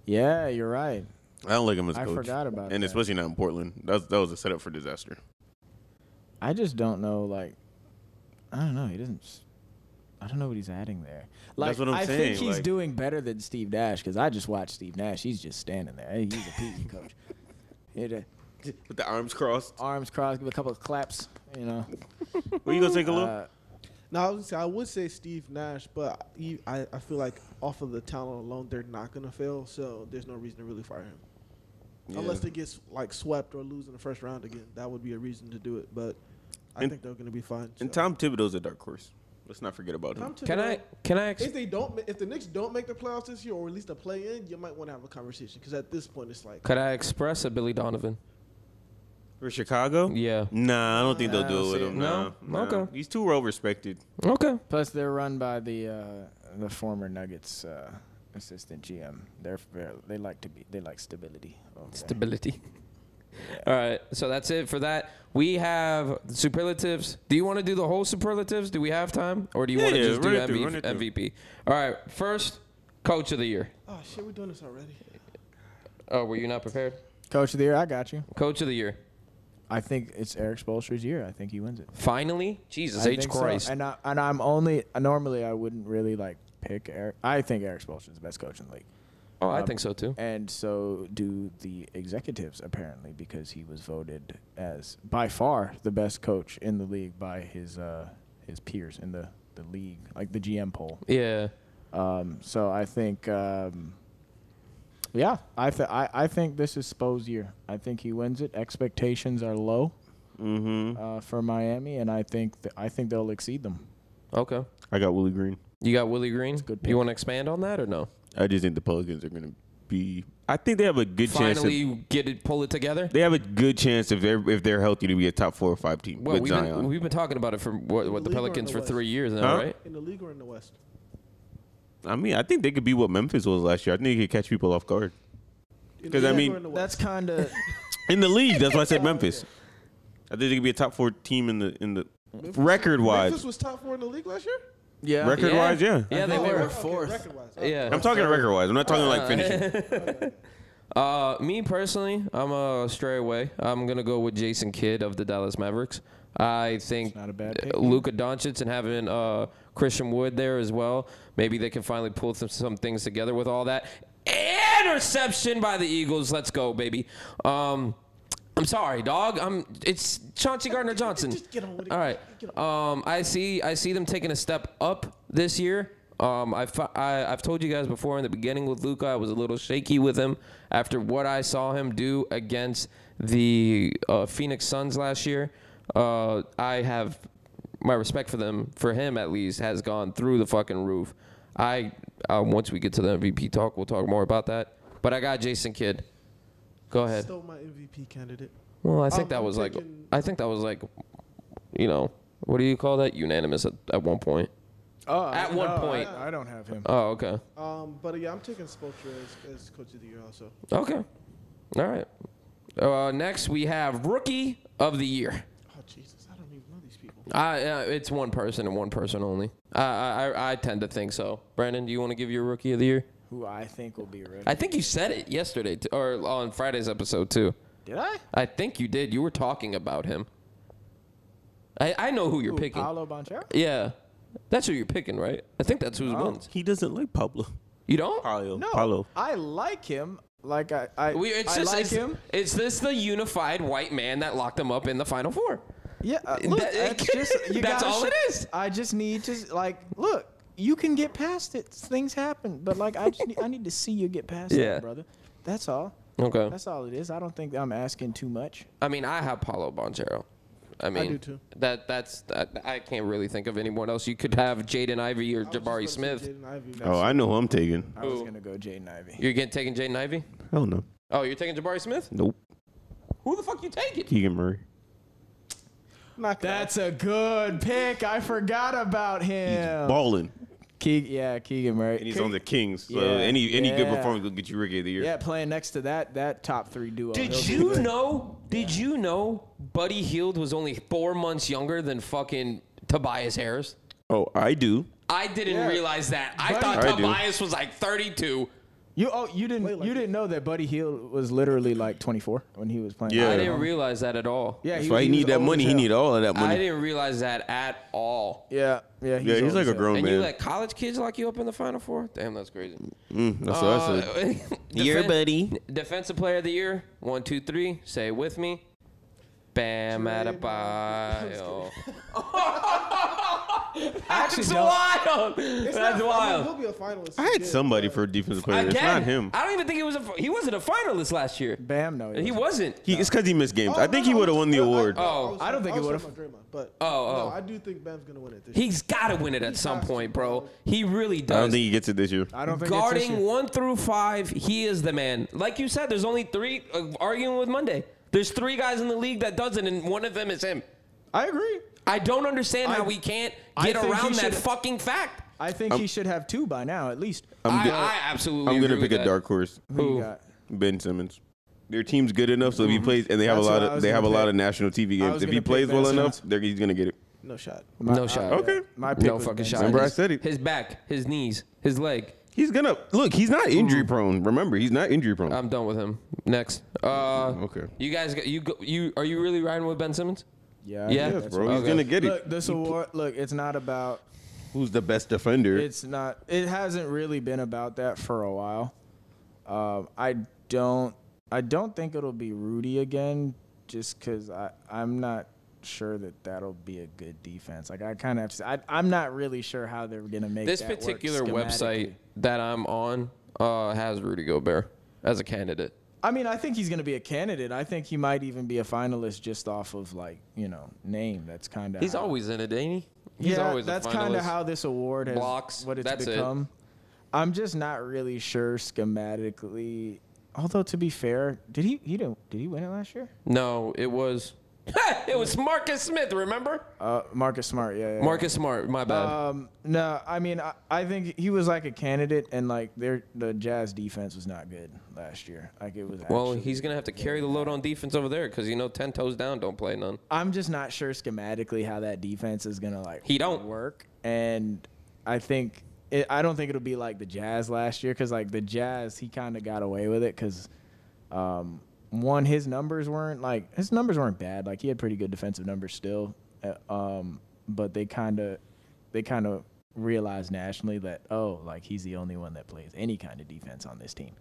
Speaker 4: Yeah, you're right.
Speaker 3: I don't like him as a
Speaker 4: I
Speaker 3: coach.
Speaker 4: forgot about
Speaker 3: and
Speaker 4: that.
Speaker 3: especially not in Portland. That's that was a setup for disaster.
Speaker 4: I just don't know. Like, I don't know. He doesn't. s- I don't know what he's adding there. Like,
Speaker 3: what I'm
Speaker 4: I
Speaker 3: saying,
Speaker 4: think he's
Speaker 3: like-
Speaker 4: doing better than Steve Nash because I just watched Steve Nash. He's just standing there. Hey, He's a PE coach. He had, uh,
Speaker 3: With the arms crossed.
Speaker 4: arms crossed, give a couple of claps. You know.
Speaker 3: Where you gonna take a look?
Speaker 4: Uh,
Speaker 6: Now I was gonna say I would say Steve Nash, but he, I, I feel like off of the talent alone, they're not gonna fail. So there's no reason to really fire him, unless they get like swept or lose in the first round again. That would be a reason to do it. But I
Speaker 3: And-
Speaker 6: think they're gonna be fine.
Speaker 3: and
Speaker 6: so.
Speaker 3: Tom Thibodeau's a dark horse. Let's not forget about him.
Speaker 6: Tom Thibodeau-
Speaker 5: Can I? Can I? Ex-
Speaker 6: If they don't, ma- if the Knicks don't make the playoffs this year, or at least a play in, you might want to have a conversation. Because at this point, it's like
Speaker 5: could I express a Billy Donovan?
Speaker 3: For Chicago?
Speaker 5: Yeah.
Speaker 3: Nah, I don't think they'll
Speaker 4: I
Speaker 3: do
Speaker 4: don't
Speaker 3: it with
Speaker 4: see
Speaker 3: him.
Speaker 4: it.
Speaker 3: No. Nah.
Speaker 5: No? Okay.
Speaker 3: These two were well respected.
Speaker 5: Okay.
Speaker 4: plus, they're run by the uh, the former Nuggets uh, assistant GM. They're fair- they like to be they like stability. over there.
Speaker 5: Stability. All right, so that's it for that. We have superlatives. Do you want to do the whole superlatives? Do we have time, or do you
Speaker 3: Yeah,
Speaker 5: want to
Speaker 3: yeah,
Speaker 5: just do
Speaker 3: run it through, run
Speaker 5: MV-
Speaker 3: it through.
Speaker 5: MVP? All right, first coach of the year.
Speaker 6: oh shit, we're doing this already.
Speaker 5: Oh, were you not prepared?
Speaker 4: Coach of the year, I got you.
Speaker 5: Coach of the year.
Speaker 4: I think it's Eric Spoelstra's year. I think he wins it.
Speaker 5: Finally, Jesus
Speaker 4: I
Speaker 5: H
Speaker 4: think so.
Speaker 5: Christ.
Speaker 4: And I, and I'm only normally I wouldn't really like pick Eric. I think Eric Spoelstra is the best coach in the league,
Speaker 5: Oh, I
Speaker 4: Um,
Speaker 5: think so too.
Speaker 4: and so do the executives apparently because he was voted as by far the best coach in the league by his uh, his peers in the the league, like the GM poll.
Speaker 5: Yeah.
Speaker 4: Um, so I think. Um, yeah, I, th- I I think this is Spo's year. I think he wins it. Expectations are low
Speaker 3: Mm-hmm.
Speaker 4: uh, for Miami, and I think th- I think they'll exceed them.
Speaker 5: Okay.
Speaker 3: I got Willie Green.
Speaker 5: You got Willie Green.
Speaker 4: good pick.
Speaker 5: You want to expand on that or no?
Speaker 3: I just think the Pelicans are gonna be I think they have a good chance of,
Speaker 5: Finally, get it, pull it together.
Speaker 3: they have a good chance if they're if they're healthy to be a top four or five team
Speaker 5: Well,
Speaker 3: with
Speaker 5: we've
Speaker 3: Zion.
Speaker 5: been, we've been talking about it for what, what the
Speaker 6: League or in
Speaker 5: Pelicans
Speaker 6: the
Speaker 5: for
Speaker 6: West?
Speaker 5: three years now,
Speaker 3: Huh?
Speaker 5: right?
Speaker 6: In the league or in the West?
Speaker 3: I mean, I think they could be what Memphis was last year. I think they could catch people off guard.
Speaker 6: In the
Speaker 3: 'Cause I
Speaker 6: league or
Speaker 3: mean-
Speaker 6: in the
Speaker 4: That's
Speaker 6: West?
Speaker 4: kind of
Speaker 3: In the league, that's why I said Memphis. I think they could be a top four team in the in the
Speaker 6: Memphis-
Speaker 3: record
Speaker 6: Memphis
Speaker 3: wise.
Speaker 6: was top four in the league last year. Oh,
Speaker 4: yeah.
Speaker 3: Record wise, yeah.
Speaker 5: Yeah, they
Speaker 4: think they
Speaker 5: were.
Speaker 4: were fourth.
Speaker 6: record wise.
Speaker 5: Yeah.
Speaker 3: I'm talking record wise. I'm not talking like finishing.
Speaker 5: Uh, me personally, I'm a stray away. I'm gonna go with Jason Kidd of the Dallas Mavericks. I think
Speaker 4: not a bad pick.
Speaker 5: Luka Doncic and having uh, Christian Wood there as well. Maybe they can finally pull some, some things together with all that. And Interception by the Eagles. Let's go, baby. Um, I'm sorry, dog. I'm. It's Chauncey Gardner Johnson.
Speaker 6: Just get on with it.
Speaker 5: All right. Um, I see. I see them taking a step up this year. Um, I, fi- I I've told you guys before in the beginning with Luca, I was a little shaky with him after what I saw him do against the uh, Phoenix Suns last year. Uh, I have my respect for them, for him at least, has gone through the fucking roof. I um, once we get to the MVP talk, we'll talk more about that. But I got Jason Kidd. Go ahead.
Speaker 6: Stole my MVP candidate.
Speaker 5: Well, I think
Speaker 6: Um,
Speaker 5: that
Speaker 6: I'm
Speaker 5: was like
Speaker 6: thinking-
Speaker 5: I think that was like, you know, what do you call that? Unanimous at, at one point.
Speaker 4: Oh,
Speaker 5: At one
Speaker 4: no, I-
Speaker 5: point.
Speaker 4: I, don't have him.
Speaker 5: Oh, okay,
Speaker 6: Um, but yeah, I'm taking Spoelstra as, as coach of the year also.
Speaker 5: okay, all right. Uh, next we have rookie of the year.
Speaker 6: Oh Jesus, I don't even know these people.
Speaker 5: I, uh, it's one person and one person only. I, I I- I tend to think so. Brandon, do you want to give your rookie of the year?
Speaker 4: Who I think will be ready?
Speaker 5: I think you said it yesterday t- or on Friday's episode too.
Speaker 4: Did I?
Speaker 5: I think you did. You were talking about him. I I know who you're
Speaker 4: Who,
Speaker 5: picking.
Speaker 4: Paolo Banchero?
Speaker 5: Yeah, that's who you're picking, right? I think that's who's
Speaker 4: Oh.
Speaker 5: wins.
Speaker 3: He doesn't like Pablo.
Speaker 5: You don't?
Speaker 3: Paulo.
Speaker 4: No,
Speaker 3: Paulo.
Speaker 4: I like him. Like I, I,
Speaker 5: We, it's
Speaker 4: I
Speaker 5: just,
Speaker 4: like
Speaker 5: it's,
Speaker 4: him.
Speaker 5: It's this the unified white man that locked him up in the final four.
Speaker 4: Yeah, uh, look,
Speaker 5: That-
Speaker 4: that's just you
Speaker 5: That's
Speaker 4: gotta
Speaker 5: all
Speaker 4: sh-
Speaker 5: it is.
Speaker 4: I just need to like look. You can get past it. Things happen, but like I just need, I need to see you get past
Speaker 5: Yeah.
Speaker 4: it, brother. That's all.
Speaker 5: Okay.
Speaker 4: That's all it is. I don't think I'm asking too much.
Speaker 5: I mean, I have Paulo Bonchero. I mean,
Speaker 6: do too.
Speaker 5: That that's that, I can't really think of anyone else. You could have Jaden Ivey
Speaker 6: I
Speaker 5: or
Speaker 6: was just
Speaker 5: Jabari
Speaker 6: about to say
Speaker 5: Smith.
Speaker 6: Jaden Ivey.
Speaker 3: Oh, I know who I'm taking.
Speaker 4: I was
Speaker 5: Who?
Speaker 4: gonna go Jaden Ivey.
Speaker 5: You're getting taking Jaden Ivey?
Speaker 3: Hell no.
Speaker 5: Oh, you're taking Jabari Smith?
Speaker 3: Nope.
Speaker 5: Who the fuck you taking?
Speaker 3: Keegan Murray.
Speaker 6: Knock it
Speaker 4: That's a good pick. I forgot about him.
Speaker 3: Balling.
Speaker 4: Keeg, yeah, Keegan Murray.
Speaker 3: And he's on the Kings. So
Speaker 4: Yeah,
Speaker 3: any any good
Speaker 4: yeah.
Speaker 3: performance will get you rookie of the year.
Speaker 4: yeah, playing next to that that top three duo. He'll
Speaker 5: Did
Speaker 4: be
Speaker 5: you
Speaker 4: good.
Speaker 5: know? Did you know Buddy Heald was only four months younger than fucking Tobias Harris?
Speaker 3: Oh, I do.
Speaker 5: I didn't
Speaker 4: Yeah.
Speaker 5: realize that. I
Speaker 4: Buddy-
Speaker 5: thought
Speaker 3: I do.
Speaker 5: Tobias was like 32.
Speaker 4: You oh you didn't you didn't know that Buddy Hill was literally like 24 when he was playing.
Speaker 3: Yeah.
Speaker 5: I didn't realize that at all.
Speaker 4: Yeah,
Speaker 3: That's why he
Speaker 4: was
Speaker 3: need that
Speaker 4: old
Speaker 3: money.
Speaker 4: as
Speaker 3: He
Speaker 4: hell.
Speaker 3: need all of that
Speaker 5: I
Speaker 3: money.
Speaker 5: didn't realize that at all.
Speaker 4: Yeah, yeah. He's
Speaker 3: Yeah,
Speaker 4: old
Speaker 3: he's like
Speaker 4: as
Speaker 3: a
Speaker 4: hell.
Speaker 3: grown
Speaker 5: and
Speaker 3: man.
Speaker 5: you let college kids lock you up in the final four? Damn, that's crazy.
Speaker 3: Mm, that's what I said.
Speaker 5: Your
Speaker 3: Your buddy.
Speaker 5: uh, Defensive player of the year. One, two, three. Say it with me. Bam Adebayo.
Speaker 4: I actually
Speaker 5: That's
Speaker 4: don't-
Speaker 5: wild.
Speaker 6: It's
Speaker 5: That's
Speaker 6: not- I mean,
Speaker 5: wild.
Speaker 6: he'll be a finalist.
Speaker 3: I had
Speaker 6: Yeah.
Speaker 3: somebody for a defensive player. It's
Speaker 5: Again,
Speaker 3: not him.
Speaker 5: I don't even think he was. A, he wasn't a finalist last year.
Speaker 4: Bam, no,
Speaker 5: He
Speaker 4: wasn't.
Speaker 5: wasn't.
Speaker 3: He, it's because he missed games.
Speaker 6: Oh,
Speaker 3: I think
Speaker 6: no,
Speaker 3: he
Speaker 6: no,
Speaker 3: would have
Speaker 6: I-
Speaker 3: won the
Speaker 6: I-
Speaker 3: award.
Speaker 5: Oh.
Speaker 6: was
Speaker 4: I don't
Speaker 6: talking-
Speaker 4: think he
Speaker 6: was
Speaker 4: would've.
Speaker 6: talking about Draymond, But
Speaker 5: Oh, oh.
Speaker 6: no, I do think Bam's gonna win it this year.
Speaker 5: He's got to win it at some
Speaker 6: has to.
Speaker 5: point, bro. He really does.
Speaker 3: I don't think he gets it this year.
Speaker 4: I don't think it's
Speaker 5: guarding
Speaker 4: this year.
Speaker 5: one through five, he is the man. Like you said, there's only three. Uh, arguing with Monday, there's three guys in the league that doesn't, and one of them is him.
Speaker 4: I agree.
Speaker 5: I don't understand
Speaker 4: I-
Speaker 5: how we can't
Speaker 4: I
Speaker 5: get
Speaker 4: think he
Speaker 5: around that
Speaker 4: should-
Speaker 5: fucking fact.
Speaker 4: I think
Speaker 3: Um,
Speaker 4: he should have two by now at least.
Speaker 5: I,
Speaker 3: I'm, go-
Speaker 5: I absolutely.
Speaker 3: I'm gonna
Speaker 5: agree with
Speaker 3: pick a
Speaker 5: that.
Speaker 3: dark horse.
Speaker 4: Who
Speaker 5: Who?
Speaker 4: you got?
Speaker 3: Ben Simmons. Their team's good enough, so if he plays, and they have
Speaker 4: That's
Speaker 3: a lot
Speaker 4: what I
Speaker 3: of
Speaker 4: was
Speaker 3: they have a
Speaker 4: gonna
Speaker 3: lot
Speaker 4: pick.
Speaker 3: of national TV
Speaker 4: I
Speaker 3: games.
Speaker 4: was
Speaker 3: If
Speaker 4: gonna
Speaker 3: he
Speaker 4: pick
Speaker 3: plays
Speaker 4: Ben
Speaker 3: well
Speaker 4: Simmons.
Speaker 3: enough, they're, he's gonna get it.
Speaker 6: no shot.
Speaker 4: My-
Speaker 5: No shot.
Speaker 3: Okay.
Speaker 4: My pick
Speaker 5: No
Speaker 4: was
Speaker 5: fucking
Speaker 4: Ben
Speaker 5: shot.
Speaker 4: Simmons.
Speaker 3: Remember I
Speaker 5: His-
Speaker 3: said it.
Speaker 5: His back, his knees, his leg.
Speaker 3: He's gonna look. He's
Speaker 4: Mm-hmm.
Speaker 3: not injury prone. Remember, he's not injury prone.
Speaker 5: I'm done with him. Next. Uh,
Speaker 3: Mm, okay.
Speaker 5: You guys, got- you go, you are you really riding with Ben Simmons?
Speaker 4: Yeah. I
Speaker 5: Yeah.
Speaker 4: think
Speaker 3: yes,
Speaker 4: that's
Speaker 3: bro.
Speaker 4: right.
Speaker 3: He's
Speaker 5: okay.
Speaker 3: gonna get
Speaker 4: Look,
Speaker 3: it.
Speaker 4: this award. Look, it's not about.
Speaker 3: Who's the best defender?
Speaker 4: It's not. It hasn't really been about that for a while. Um, I don't. I don't think it'll be Rudy again, just because I I'm not sure that that'll be a good defense. Like I kind of have to. I I'm not really sure how they're gonna make
Speaker 5: This
Speaker 4: that work
Speaker 5: particular
Speaker 4: schematically.
Speaker 5: website that I'm on uh, has Rudy Gobert as a candidate.
Speaker 4: I mean, I think he's going to be a candidate. I think he might even be a finalist just off of like you know name. That's kind of
Speaker 5: He's always in it, ain't he? He's
Speaker 4: yeah.
Speaker 5: always
Speaker 4: that's
Speaker 5: a
Speaker 4: kind
Speaker 5: finalist.
Speaker 4: of how this award has
Speaker 5: Blocks,
Speaker 4: what it's
Speaker 5: that's it.
Speaker 4: become. I'm just not really sure schematically. Although to be fair, did he he didn't did he win it last year?
Speaker 5: No, it was. it was Marcus Smith. Remember?
Speaker 4: Uh, Marcus Smart, yeah. yeah, yeah.
Speaker 5: Marcus Smart. My bad.
Speaker 4: Um, no, I mean I, I think he was like a candidate, and like their the Jazz defense was not good last year. Like it was.
Speaker 5: well,
Speaker 4: actually-
Speaker 5: he's gonna have to carry the load on defense over there because you know ten toes down don't play none.
Speaker 4: I'm just not sure schematically how that defense is gonna like
Speaker 5: He don't.
Speaker 4: work. And I think it, I don't think it'll be like the Jazz last year because like the Jazz he kind of got away with it because um, one his numbers weren't like his numbers weren't bad like he had pretty good defensive numbers still, uh, um, but they kind of they kind of realized nationally that oh like he's the only one that plays any kind of defense on this team.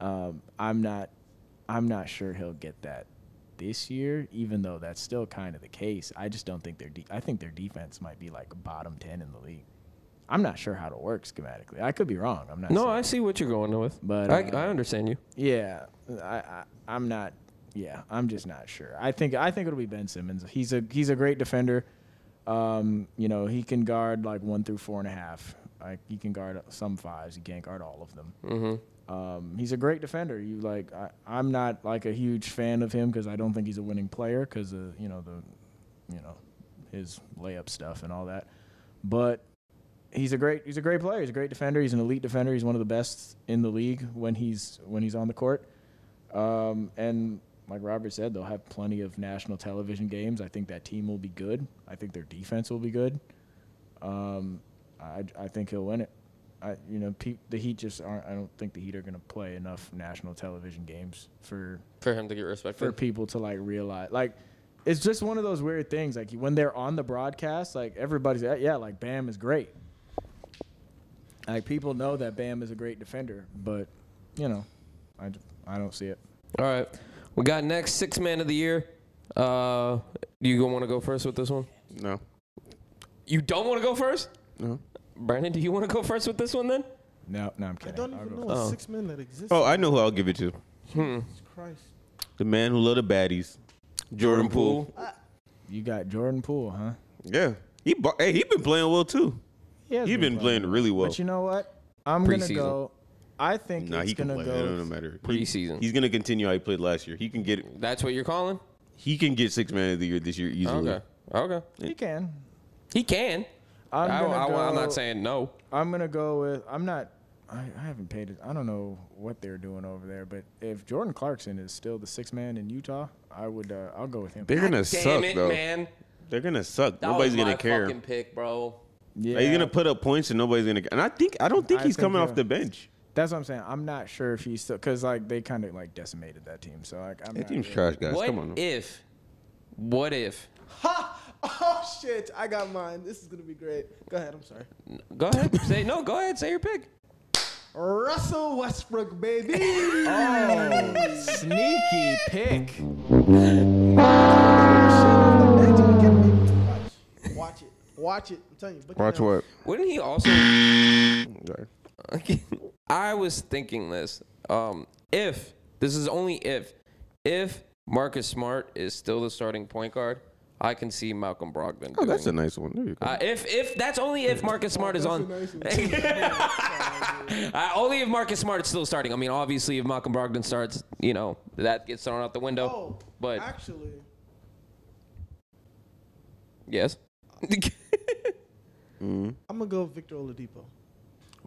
Speaker 4: Um, I'm not I'm not sure he'll get that this year, even though that's still kind of the case. I just don't think their de- I think their defense might be like bottom ten in the league. I'm not sure how to work schematically. I could be wrong. I'm not.
Speaker 5: No,
Speaker 4: saying-
Speaker 5: I see what you're going with.
Speaker 4: But,
Speaker 5: I,
Speaker 4: uh,
Speaker 5: I understand you.
Speaker 4: yeah, I, I I'm not. Yeah, I'm just not sure. I think I think it'll be Ben Simmons. He's a he's a great defender. Um, you know, he can guard like one through four and a half. Like he can guard some fives. He can't guard all of them. Mm-hmm. Um, he's a great defender. You like I, I'm not like a huge fan of him because I don't think he's a winning player because of you know the you know his layup stuff and all that. But he's a great he's a great player. He's a great defender. He's an elite defender. He's one of the best in the league when he's when he's on the court. Um, and like Robert said, they'll have plenty of national television games. I think that team will be good. I think their defense will be good. Um, I I think he'll win it. I you know pe- the Heat just aren't. I don't think the Heat are going to play enough national television games for
Speaker 5: For him to get respected.
Speaker 4: for people to like realize like it's just one of those weird things like when they're on the broadcast like everybody's "Yeah, yeah like bam is great like people know that bam is a great defender but you know i, d- I don't see it
Speaker 5: All right. We got next six man of the year. Uh, you want to go first with this one?
Speaker 3: No.
Speaker 5: You don't want to go first?
Speaker 3: No.
Speaker 5: Brandon, do you want to go first with this one then?
Speaker 4: no no i'm
Speaker 6: I
Speaker 4: kidding
Speaker 6: don't
Speaker 4: I'll
Speaker 6: even
Speaker 4: go-
Speaker 6: know a
Speaker 5: Oh.
Speaker 6: six men that exists.
Speaker 3: Oh, I know who I'll give it to.
Speaker 5: Hmm.
Speaker 6: Jesus Christ.
Speaker 3: The man who loved the baddies, Jordan Poole.
Speaker 4: you got jordan poole huh
Speaker 3: Yeah. He bu- hey, he been playing well too.
Speaker 4: he has
Speaker 3: He been playing really well.
Speaker 4: but you know what i'm
Speaker 5: Preseason.
Speaker 4: gonna go i think
Speaker 3: Nah,
Speaker 4: it's
Speaker 3: he can
Speaker 4: gonna
Speaker 3: play. It
Speaker 4: go
Speaker 3: don't matter. He-
Speaker 5: Preseason.
Speaker 3: He's gonna continue how he played last year. He can get
Speaker 5: That's what you're calling?
Speaker 3: he can get six man of the year this year easily.
Speaker 5: Okay. Okay.
Speaker 4: he can
Speaker 5: He can.
Speaker 4: I'm,
Speaker 5: I,
Speaker 4: gonna
Speaker 5: I,
Speaker 4: go,
Speaker 5: I'm not saying no.
Speaker 4: I'm gonna go with. I'm not. I, I haven't paid it. I don't know what they're doing over there, but if Jordan Clarkson is still the sixth man in Utah, I would. Uh, I'll go with him.
Speaker 3: They're gonna
Speaker 5: Damn
Speaker 3: suck
Speaker 5: it,
Speaker 3: though.
Speaker 5: man.
Speaker 3: They're gonna suck.
Speaker 5: That
Speaker 3: Nobody's
Speaker 5: was
Speaker 3: gonna
Speaker 5: my
Speaker 3: care.
Speaker 5: fucking pick, bro.
Speaker 4: Yeah,
Speaker 3: Like, He's gonna put up points and nobody's gonna. And I think I don't think
Speaker 4: I
Speaker 3: he's
Speaker 4: think
Speaker 3: coming off
Speaker 4: you're-
Speaker 3: the bench.
Speaker 4: That's what I'm saying. I'm not sure if he's still because like they kind of like decimated that team. So like I'm.
Speaker 3: That
Speaker 4: not
Speaker 3: team's
Speaker 4: really-
Speaker 3: trash, guys.
Speaker 5: what
Speaker 3: Come on.
Speaker 5: if? What if?
Speaker 6: Ha! Oh shit! I got mine. This is gonna be great. Go ahead. I'm sorry.
Speaker 5: Go ahead. say no. Go ahead. Say your pick.
Speaker 6: Russell Westbrook, baby.
Speaker 4: Oh, sneaky pick.
Speaker 6: Watch it. Watch it. I'm telling you. But
Speaker 3: Watch
Speaker 6: now,
Speaker 3: what?
Speaker 5: Wouldn't he also? I was thinking this. Um, if this is only if, if Marcus Smart is still the starting point guard, I can see Malcolm Brogdon.
Speaker 3: Oh,
Speaker 5: doing
Speaker 3: that's a
Speaker 5: it.
Speaker 3: nice one. There you go.
Speaker 5: Uh, if if that's only if Marcus Smart is on.
Speaker 6: that's a
Speaker 5: uh, only if Marcus Smart is still starting. I mean, obviously, if Malcolm Brogdon starts, you know that gets thrown out the window.
Speaker 6: Oh,
Speaker 5: but
Speaker 6: actually,
Speaker 5: yes.
Speaker 6: I'm gonna go Victor Oladipo.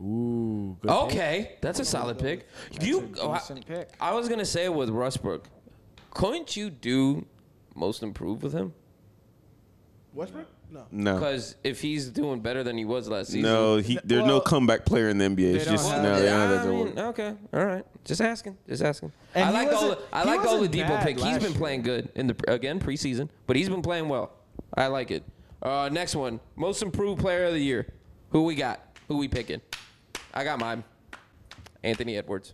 Speaker 4: Ooh, good
Speaker 5: okay, that's a solid pick. You. oh, I-
Speaker 4: decent pick.
Speaker 5: I was gonna say with Rustbrook, couldn't you do most improved with him?
Speaker 6: Westbrook? No.
Speaker 3: No,
Speaker 5: Because if he's doing better than he was last season,
Speaker 3: no, he, there's no
Speaker 4: Well,
Speaker 3: comeback player in the NBA. It's
Speaker 4: they don't
Speaker 3: just
Speaker 4: have-
Speaker 3: no, they don't have
Speaker 5: I
Speaker 3: that award.
Speaker 5: mean, okay, all right. Just asking, just asking.
Speaker 4: And
Speaker 5: I
Speaker 4: he
Speaker 5: like
Speaker 4: wasn't-
Speaker 5: Ola, I
Speaker 4: he
Speaker 5: like
Speaker 4: wasn't
Speaker 5: Oladipo
Speaker 4: bad
Speaker 5: pick. He's
Speaker 4: last
Speaker 5: been
Speaker 4: year.
Speaker 5: playing good in the again preseason, but he's been playing well. I like it. Uh, next one, most improved player of the year. Who we got? Who we picking? I got mine. Anthony Edwards.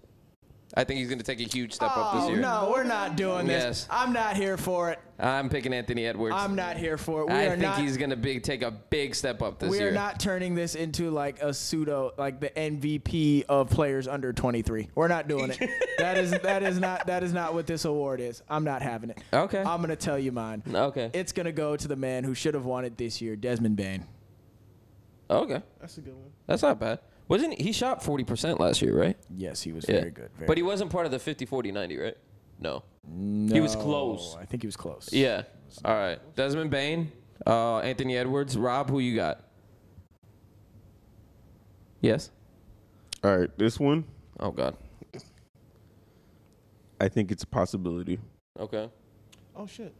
Speaker 5: I think he's gonna take a huge step up this
Speaker 4: Oh,
Speaker 5: year.
Speaker 4: no, we're not doing this.
Speaker 5: Yes.
Speaker 4: I'm not here for it.
Speaker 5: I'm picking Anthony Edwards.
Speaker 4: I'm not here for it. We
Speaker 5: I
Speaker 4: are
Speaker 5: think
Speaker 4: not
Speaker 5: he's gonna big take a big step up this
Speaker 4: we
Speaker 5: year.
Speaker 4: are not turning this into like a pseudo like the MVP of players under 23. We're not doing it. that is that is not that is not what this award is. I'm not having it.
Speaker 5: Okay.
Speaker 4: I'm going to tell you mine.
Speaker 5: okay.
Speaker 4: It's going to go to the man who should have won it this year, Desmond Bain.
Speaker 5: okay.
Speaker 6: That's a good one.
Speaker 5: That's not bad. Wasn't he shot forty percent last year, right?
Speaker 4: Yes, he was very good. Very
Speaker 5: but he wasn't part of the 50, 40, 90, right? No. he was close.
Speaker 4: I think he was close.
Speaker 5: Yeah. All right. Desmond Bain, uh, Anthony Edwards, Rob. Who you got? Yes.
Speaker 3: All right, this one,
Speaker 5: Oh God.
Speaker 3: I think it's a possibility.
Speaker 5: Okay.
Speaker 6: Oh shit.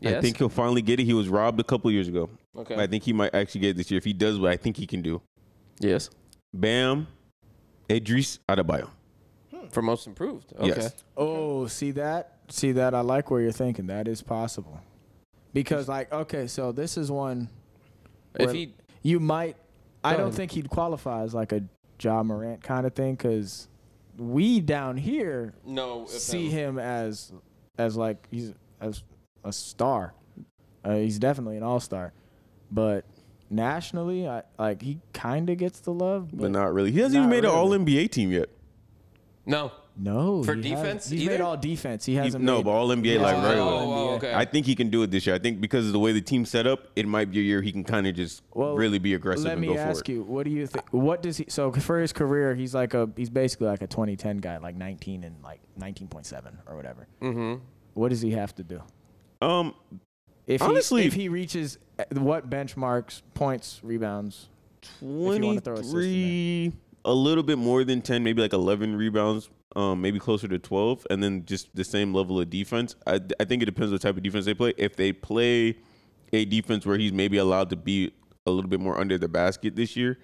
Speaker 5: Yes.
Speaker 3: I think he'll finally get it. He was robbed a couple years ago.
Speaker 5: Okay.
Speaker 3: I think he might actually get it this year if he does what I think he can do.
Speaker 5: yes.
Speaker 3: Bam, Idris Adebayo.
Speaker 5: For most improved. Okay.
Speaker 3: Yes.
Speaker 4: Oh, see that? See that? I like where you're thinking. That is possible. Because like okay, so this is one
Speaker 5: If
Speaker 4: Well,
Speaker 5: he.
Speaker 4: You might. I
Speaker 5: Go
Speaker 4: don't
Speaker 5: ahead.
Speaker 4: think he'd qualify as like a Ja Morant kind of thing because we down here
Speaker 5: No. if
Speaker 4: see
Speaker 5: him.
Speaker 4: him as as like he's as a star. Uh, he's definitely an all star, but nationally, I like he kind of gets the love,
Speaker 3: but not really. He hasn't even
Speaker 4: Not
Speaker 3: made an
Speaker 4: really.
Speaker 3: All NBA team yet.
Speaker 5: No.
Speaker 4: no
Speaker 5: For
Speaker 4: he hasn't.
Speaker 5: defense
Speaker 4: He's made
Speaker 5: either?
Speaker 4: all defense. He
Speaker 3: He,
Speaker 4: hasn't
Speaker 3: no,
Speaker 4: made-
Speaker 3: but All NBA
Speaker 4: Yeah.
Speaker 3: like
Speaker 4: Oh,
Speaker 3: regular.
Speaker 5: oh, oh, okay.
Speaker 3: I think he can do it this year. I think because of the way the team's set up, it might be a year he can kind of just
Speaker 4: Well,
Speaker 3: really be aggressive
Speaker 4: Let
Speaker 3: and
Speaker 4: me
Speaker 3: go
Speaker 4: ask
Speaker 3: for it.
Speaker 4: you, what do you think? What does he? So for his career, he's like a he's basically like a 2010 guy, like 19 and like 19.7 or whatever.
Speaker 5: Mm-hmm.
Speaker 4: What does he have to do?
Speaker 3: Um,
Speaker 4: If
Speaker 3: Honestly-
Speaker 4: he, if he reaches uh, what benchmarks, points, rebounds, you wanna throw assists in there.
Speaker 3: 23, a little bit more than 10, maybe like 11 rebounds, um, maybe closer to 12, and then just the same level of defense. I, I think it depends what type of defense they play. If they play a defense where he's maybe allowed to be a little bit more under the basket this year,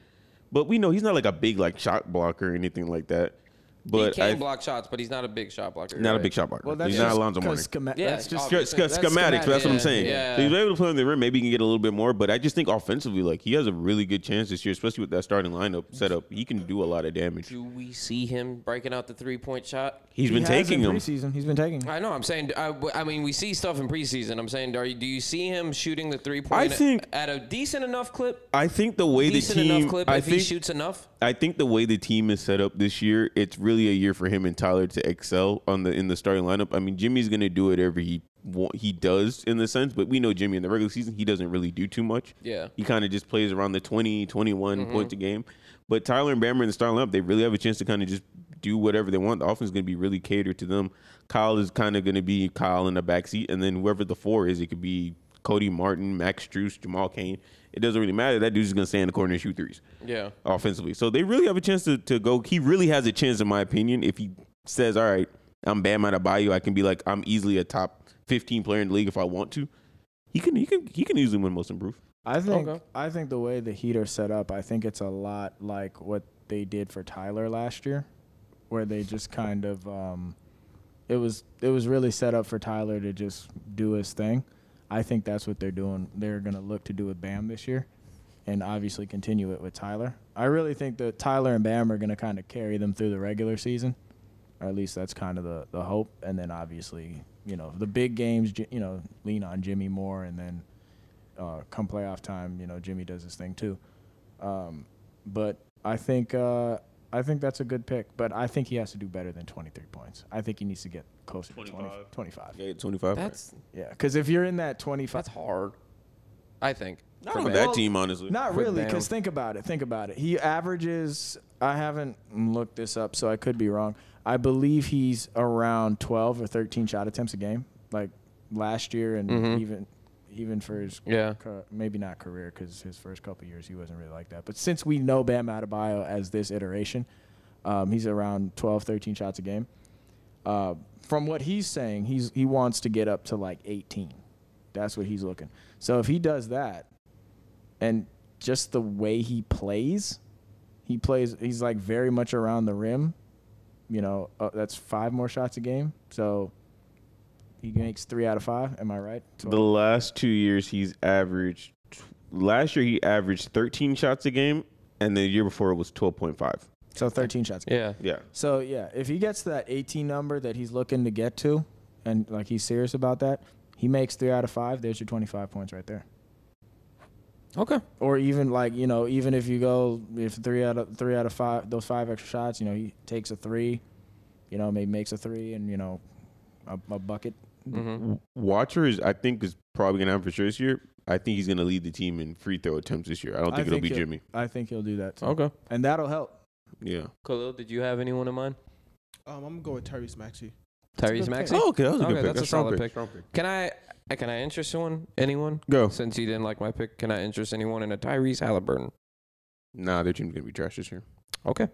Speaker 3: but we know he's not like a big like shot blocker or anything like that. But
Speaker 5: he can
Speaker 3: I,
Speaker 5: block shots, but he's not a big shot blocker.
Speaker 3: not
Speaker 5: right?
Speaker 3: a big shot blocker.
Speaker 4: well, that's
Speaker 3: he's not
Speaker 4: just
Speaker 3: Alonzo
Speaker 4: 'cause
Speaker 3: Mourning.
Speaker 4: schema-
Speaker 5: Yeah,
Speaker 4: that's just
Speaker 5: obvious.
Speaker 3: Sc- sc- schematics.
Speaker 5: That's
Speaker 3: That's what I'm
Speaker 5: schematics,
Speaker 3: saying.
Speaker 5: yeah.
Speaker 3: So he's able to play on the rim. Maybe he can get a little bit more. But I just think offensively, like he has a really good chance this year, especially with that starting lineup setup. He can do a lot of damage.
Speaker 5: Do we see him breaking out the three point shot?
Speaker 3: He's
Speaker 4: he
Speaker 3: been
Speaker 4: has
Speaker 3: taking
Speaker 4: in
Speaker 3: them.
Speaker 4: preseason. He's been taking. 'em.
Speaker 5: I know. I'm saying. I, I mean, we see stuff in preseason. I'm saying, are you, do you see him shooting the three point?
Speaker 3: think-
Speaker 5: at a decent enough clip.
Speaker 3: I think the way the
Speaker 5: Decent enough
Speaker 3: team.
Speaker 5: clip.
Speaker 3: I
Speaker 5: if he
Speaker 3: think
Speaker 5: shoots enough,
Speaker 3: I think the way the team is set up this year, it's really a year for him and Tyler to excel on the in the starting lineup. I mean, Jimmy's gonna do whatever he wa- he does in the sense, but we know Jimmy in the regular season he doesn't really do too much.
Speaker 5: Yeah.
Speaker 3: he kind of just plays around the 20, 21 points a game. But Tyler and Bammer in the starting lineup, they really have a chance to kind of just do whatever they want. The offense is gonna be really catered to them. Kyle is kind of gonna be Kyle in the backseat, and then whoever the four is, it could be Cody Martin, Max Struess, Jamal Kane. It doesn't really matter. That dude's just gonna stay in the corner and shoot threes
Speaker 5: yeah.
Speaker 3: offensively. So they really have a chance to, to go. He really has a chance, in my opinion, if he says, "All right, I'm Bam out of Bayou. I can be like I'm easily a top 15 player in the league if I want to." He can he can he can easily win most improved.
Speaker 4: I think
Speaker 5: Okay.
Speaker 4: I think the way the Heat are set up, I think it's a lot like what they did for Tyler last year, where they just kind of um, it was it was really set up for Tyler to just do his thing. I think that's what they're doing. They're gonna look to do with Bam this year, and obviously continue it with Tyler. I really think that Tyler and Bam are gonna kind of carry them through the regular season, or at least that's kind of the the hope. And then obviously, you know, the big games, Ji- you know, lean on Jimmy more, and then uh, come playoff time, you know, Jimmy does his thing too. Um, but I think uh, I think that's a good pick. But I think he has to do better than 23 points. I think he needs to get closer to 20, 25.
Speaker 3: Yeah, 25.
Speaker 5: That's
Speaker 4: Yeah, because if you're in that 25,
Speaker 5: that's hard. I think.
Speaker 3: not
Speaker 5: for
Speaker 3: on
Speaker 5: Bam.
Speaker 3: that team, honestly.
Speaker 4: not
Speaker 5: For
Speaker 4: really.
Speaker 5: Bam.
Speaker 4: Because think about it. Think about it. He averages. I haven't looked this up, so I could be wrong. I believe he's around 12 or 13 shot attempts a game, like last year, and
Speaker 5: Mhm.
Speaker 4: even even for his
Speaker 5: Yeah.
Speaker 4: ca- maybe not career because his first couple years he wasn't really like that. But since we know Bam Adebayo as this iteration, um, he's around 12, 13 shots a game. Uh, from what he's saying, he's he wants to get up to like 18. That's what he's looking. So if he does that, and just the way he plays, he plays. He's like very much around the rim. You know, uh, that's five more shots a game. So he makes three out of five. Am I right?
Speaker 3: The last two years, he's averaged. Last year, he averaged 13 shots a game, and the year before it was 12.5.
Speaker 4: So 13 shots.
Speaker 5: Yeah.
Speaker 3: Yeah,
Speaker 4: So yeah, if he gets to that 18 number that he's looking to get to, and like he's serious about that, he makes three out of five. There's your 25 points right there.
Speaker 5: Okay.
Speaker 4: Or even like you know, even if you go if three out of three out of five, those five extra shots, you know, he takes a three, you know, maybe makes a three, and you know, a, a bucket.
Speaker 5: Mm-hmm.
Speaker 3: Watcher is I think is probably gonna happen for sure this year. I think he's gonna lead the team in free throw attempts this year. I don't think it'll be
Speaker 4: he'll-
Speaker 3: Jimmy.
Speaker 4: I think he'll do that, too.
Speaker 5: Okay.
Speaker 4: and that'll help.
Speaker 3: Yeah.
Speaker 5: Khalil, did you have anyone in mind?
Speaker 6: Um, I'm gonna go with Tyrese Maxey.
Speaker 5: Tyrese
Speaker 4: good pick.
Speaker 5: Maxey.
Speaker 3: Oh, okay, that was a good
Speaker 5: Okay,
Speaker 3: pick.
Speaker 5: that's a
Speaker 3: strong
Speaker 5: solid pick.
Speaker 3: Strong pick.
Speaker 5: Can I? uh, Can I interest someone? Anyone?
Speaker 3: Go.
Speaker 5: Since you didn't like my pick, can I interest anyone in a Tyrese Halliburton?
Speaker 3: Nah, their team's gonna be trash this year.
Speaker 5: Okay.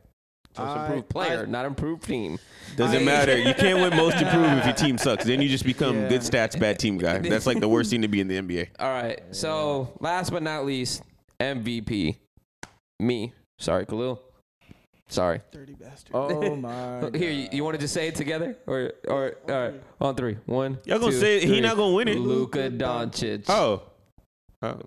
Speaker 5: So it's
Speaker 4: I-
Speaker 5: improved player, not improved team.
Speaker 3: Doesn't
Speaker 5: I-
Speaker 3: matter. You can't win most improved if your team sucks. Then you just become
Speaker 4: Yeah.
Speaker 3: good stats, bad team guy. That's like the worst team to be in the NBA.
Speaker 5: All right. So last but not least, MVP. Me. Sorry, Khalil. Sorry.
Speaker 6: Dirty bastard.
Speaker 4: Oh my!
Speaker 5: Here, you, you want to just say it together, or or all right, on three, one.
Speaker 3: Y'all gonna
Speaker 5: two,
Speaker 3: say he
Speaker 5: three.
Speaker 3: not gonna win it?
Speaker 5: Luka Doncic.
Speaker 3: Oh. Oh.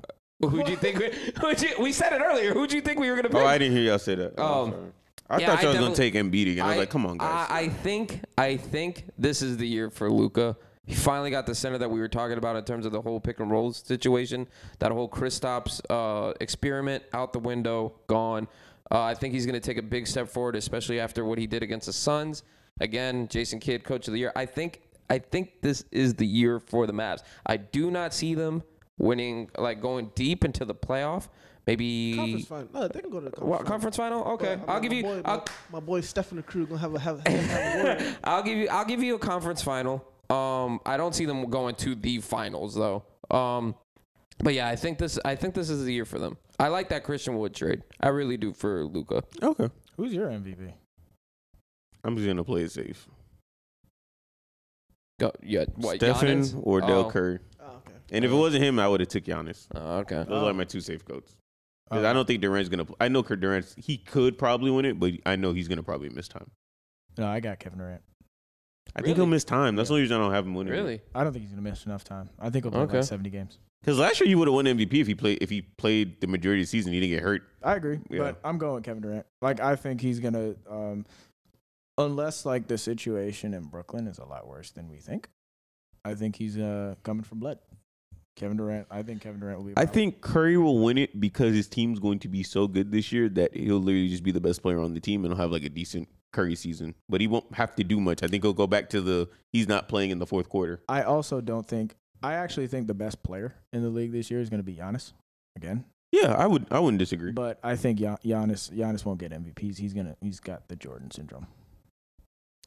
Speaker 5: who'd you think? We, who'd you, we said it earlier. Who'd you think we were gonna pick?
Speaker 3: Oh, I didn't hear y'all say that.
Speaker 5: Um,
Speaker 3: sorry. I
Speaker 5: Yeah,
Speaker 3: thought
Speaker 5: I
Speaker 3: y'all was gonna
Speaker 5: definitely-
Speaker 3: take Embiid again. I, was like, come on, guys.
Speaker 5: I, I think I think this is the year for Luca. He finally got the center that we were talking about in terms of the whole pick and roll situation. That whole Kristaps uh, experiment out the window, gone. Uh, I think he's going to take a big step forward, especially after what he did against the Suns. Again, Jason Kidd, coach of the year. I think I think this is the year for the Mavs. I do not see them winning, like going deep into the playoff. Maybe
Speaker 6: Conference final. No, they can go to the conference.
Speaker 5: What, conference final.
Speaker 6: final.
Speaker 5: Okay,
Speaker 6: But, I mean,
Speaker 5: I'll give
Speaker 6: my
Speaker 5: you.
Speaker 6: Boy,
Speaker 5: I'll,
Speaker 6: my, my boy Stephen the crew gonna have a have a, have a word.
Speaker 5: I'll give you. I'll give you a conference final. Um, I don't see them going to the finals though. Um, but yeah, I think this. I think this is the year for them. I like that Christian Wood trade. I really do for Luca.
Speaker 3: okay,
Speaker 4: Who's your MVP?
Speaker 3: I'm just gonna play it safe.
Speaker 5: Go, yeah. What?
Speaker 3: Stephen
Speaker 5: Giannis?
Speaker 3: or Del
Speaker 5: Oh.
Speaker 3: Curry.
Speaker 6: Oh, okay.
Speaker 3: And if it wasn't him, I would have took Giannis.
Speaker 5: Oh, okay.
Speaker 3: Those
Speaker 6: Oh.
Speaker 3: are my two safe goats. 'Cause I don't think Durant's gonna. Pl- I know Kurt Durant. He could probably win it, but I know he's gonna probably miss time.
Speaker 4: No, I got Kevin Durant.
Speaker 3: I think he'll
Speaker 5: Really?
Speaker 3: miss time. That's the only reason I don't have him winning.
Speaker 5: Really?
Speaker 4: I don't think he's gonna miss enough time. I think he'll play
Speaker 5: Okay.
Speaker 4: like seventy games.
Speaker 3: Because last year you would have won MVP if he played if he played the majority of the season. He didn't get hurt.
Speaker 4: I agree,
Speaker 3: Yeah.
Speaker 4: but I'm going with Kevin Durant. Like I think he's gonna, um, unless like the situation in Brooklyn is a lot worse than we think. I think he's uh coming from blood. Kevin Durant. I think Kevin Durant will be.
Speaker 3: I
Speaker 4: my-
Speaker 3: think Curry will win it because his team's going to be so good this year that he'll literally just be the best player on the team and he'll have like a decent Curry season. But he won't have to do much. I think he'll go back to the he's not playing in the fourth quarter.
Speaker 4: I also don't think. I actually think the best player in the league this year is gonna be Giannis again.
Speaker 3: Yeah, I would I wouldn't disagree.
Speaker 4: But I think Gian- Giannis Giannis won't get MVPs. He's gonna. He's got the Jordan syndrome.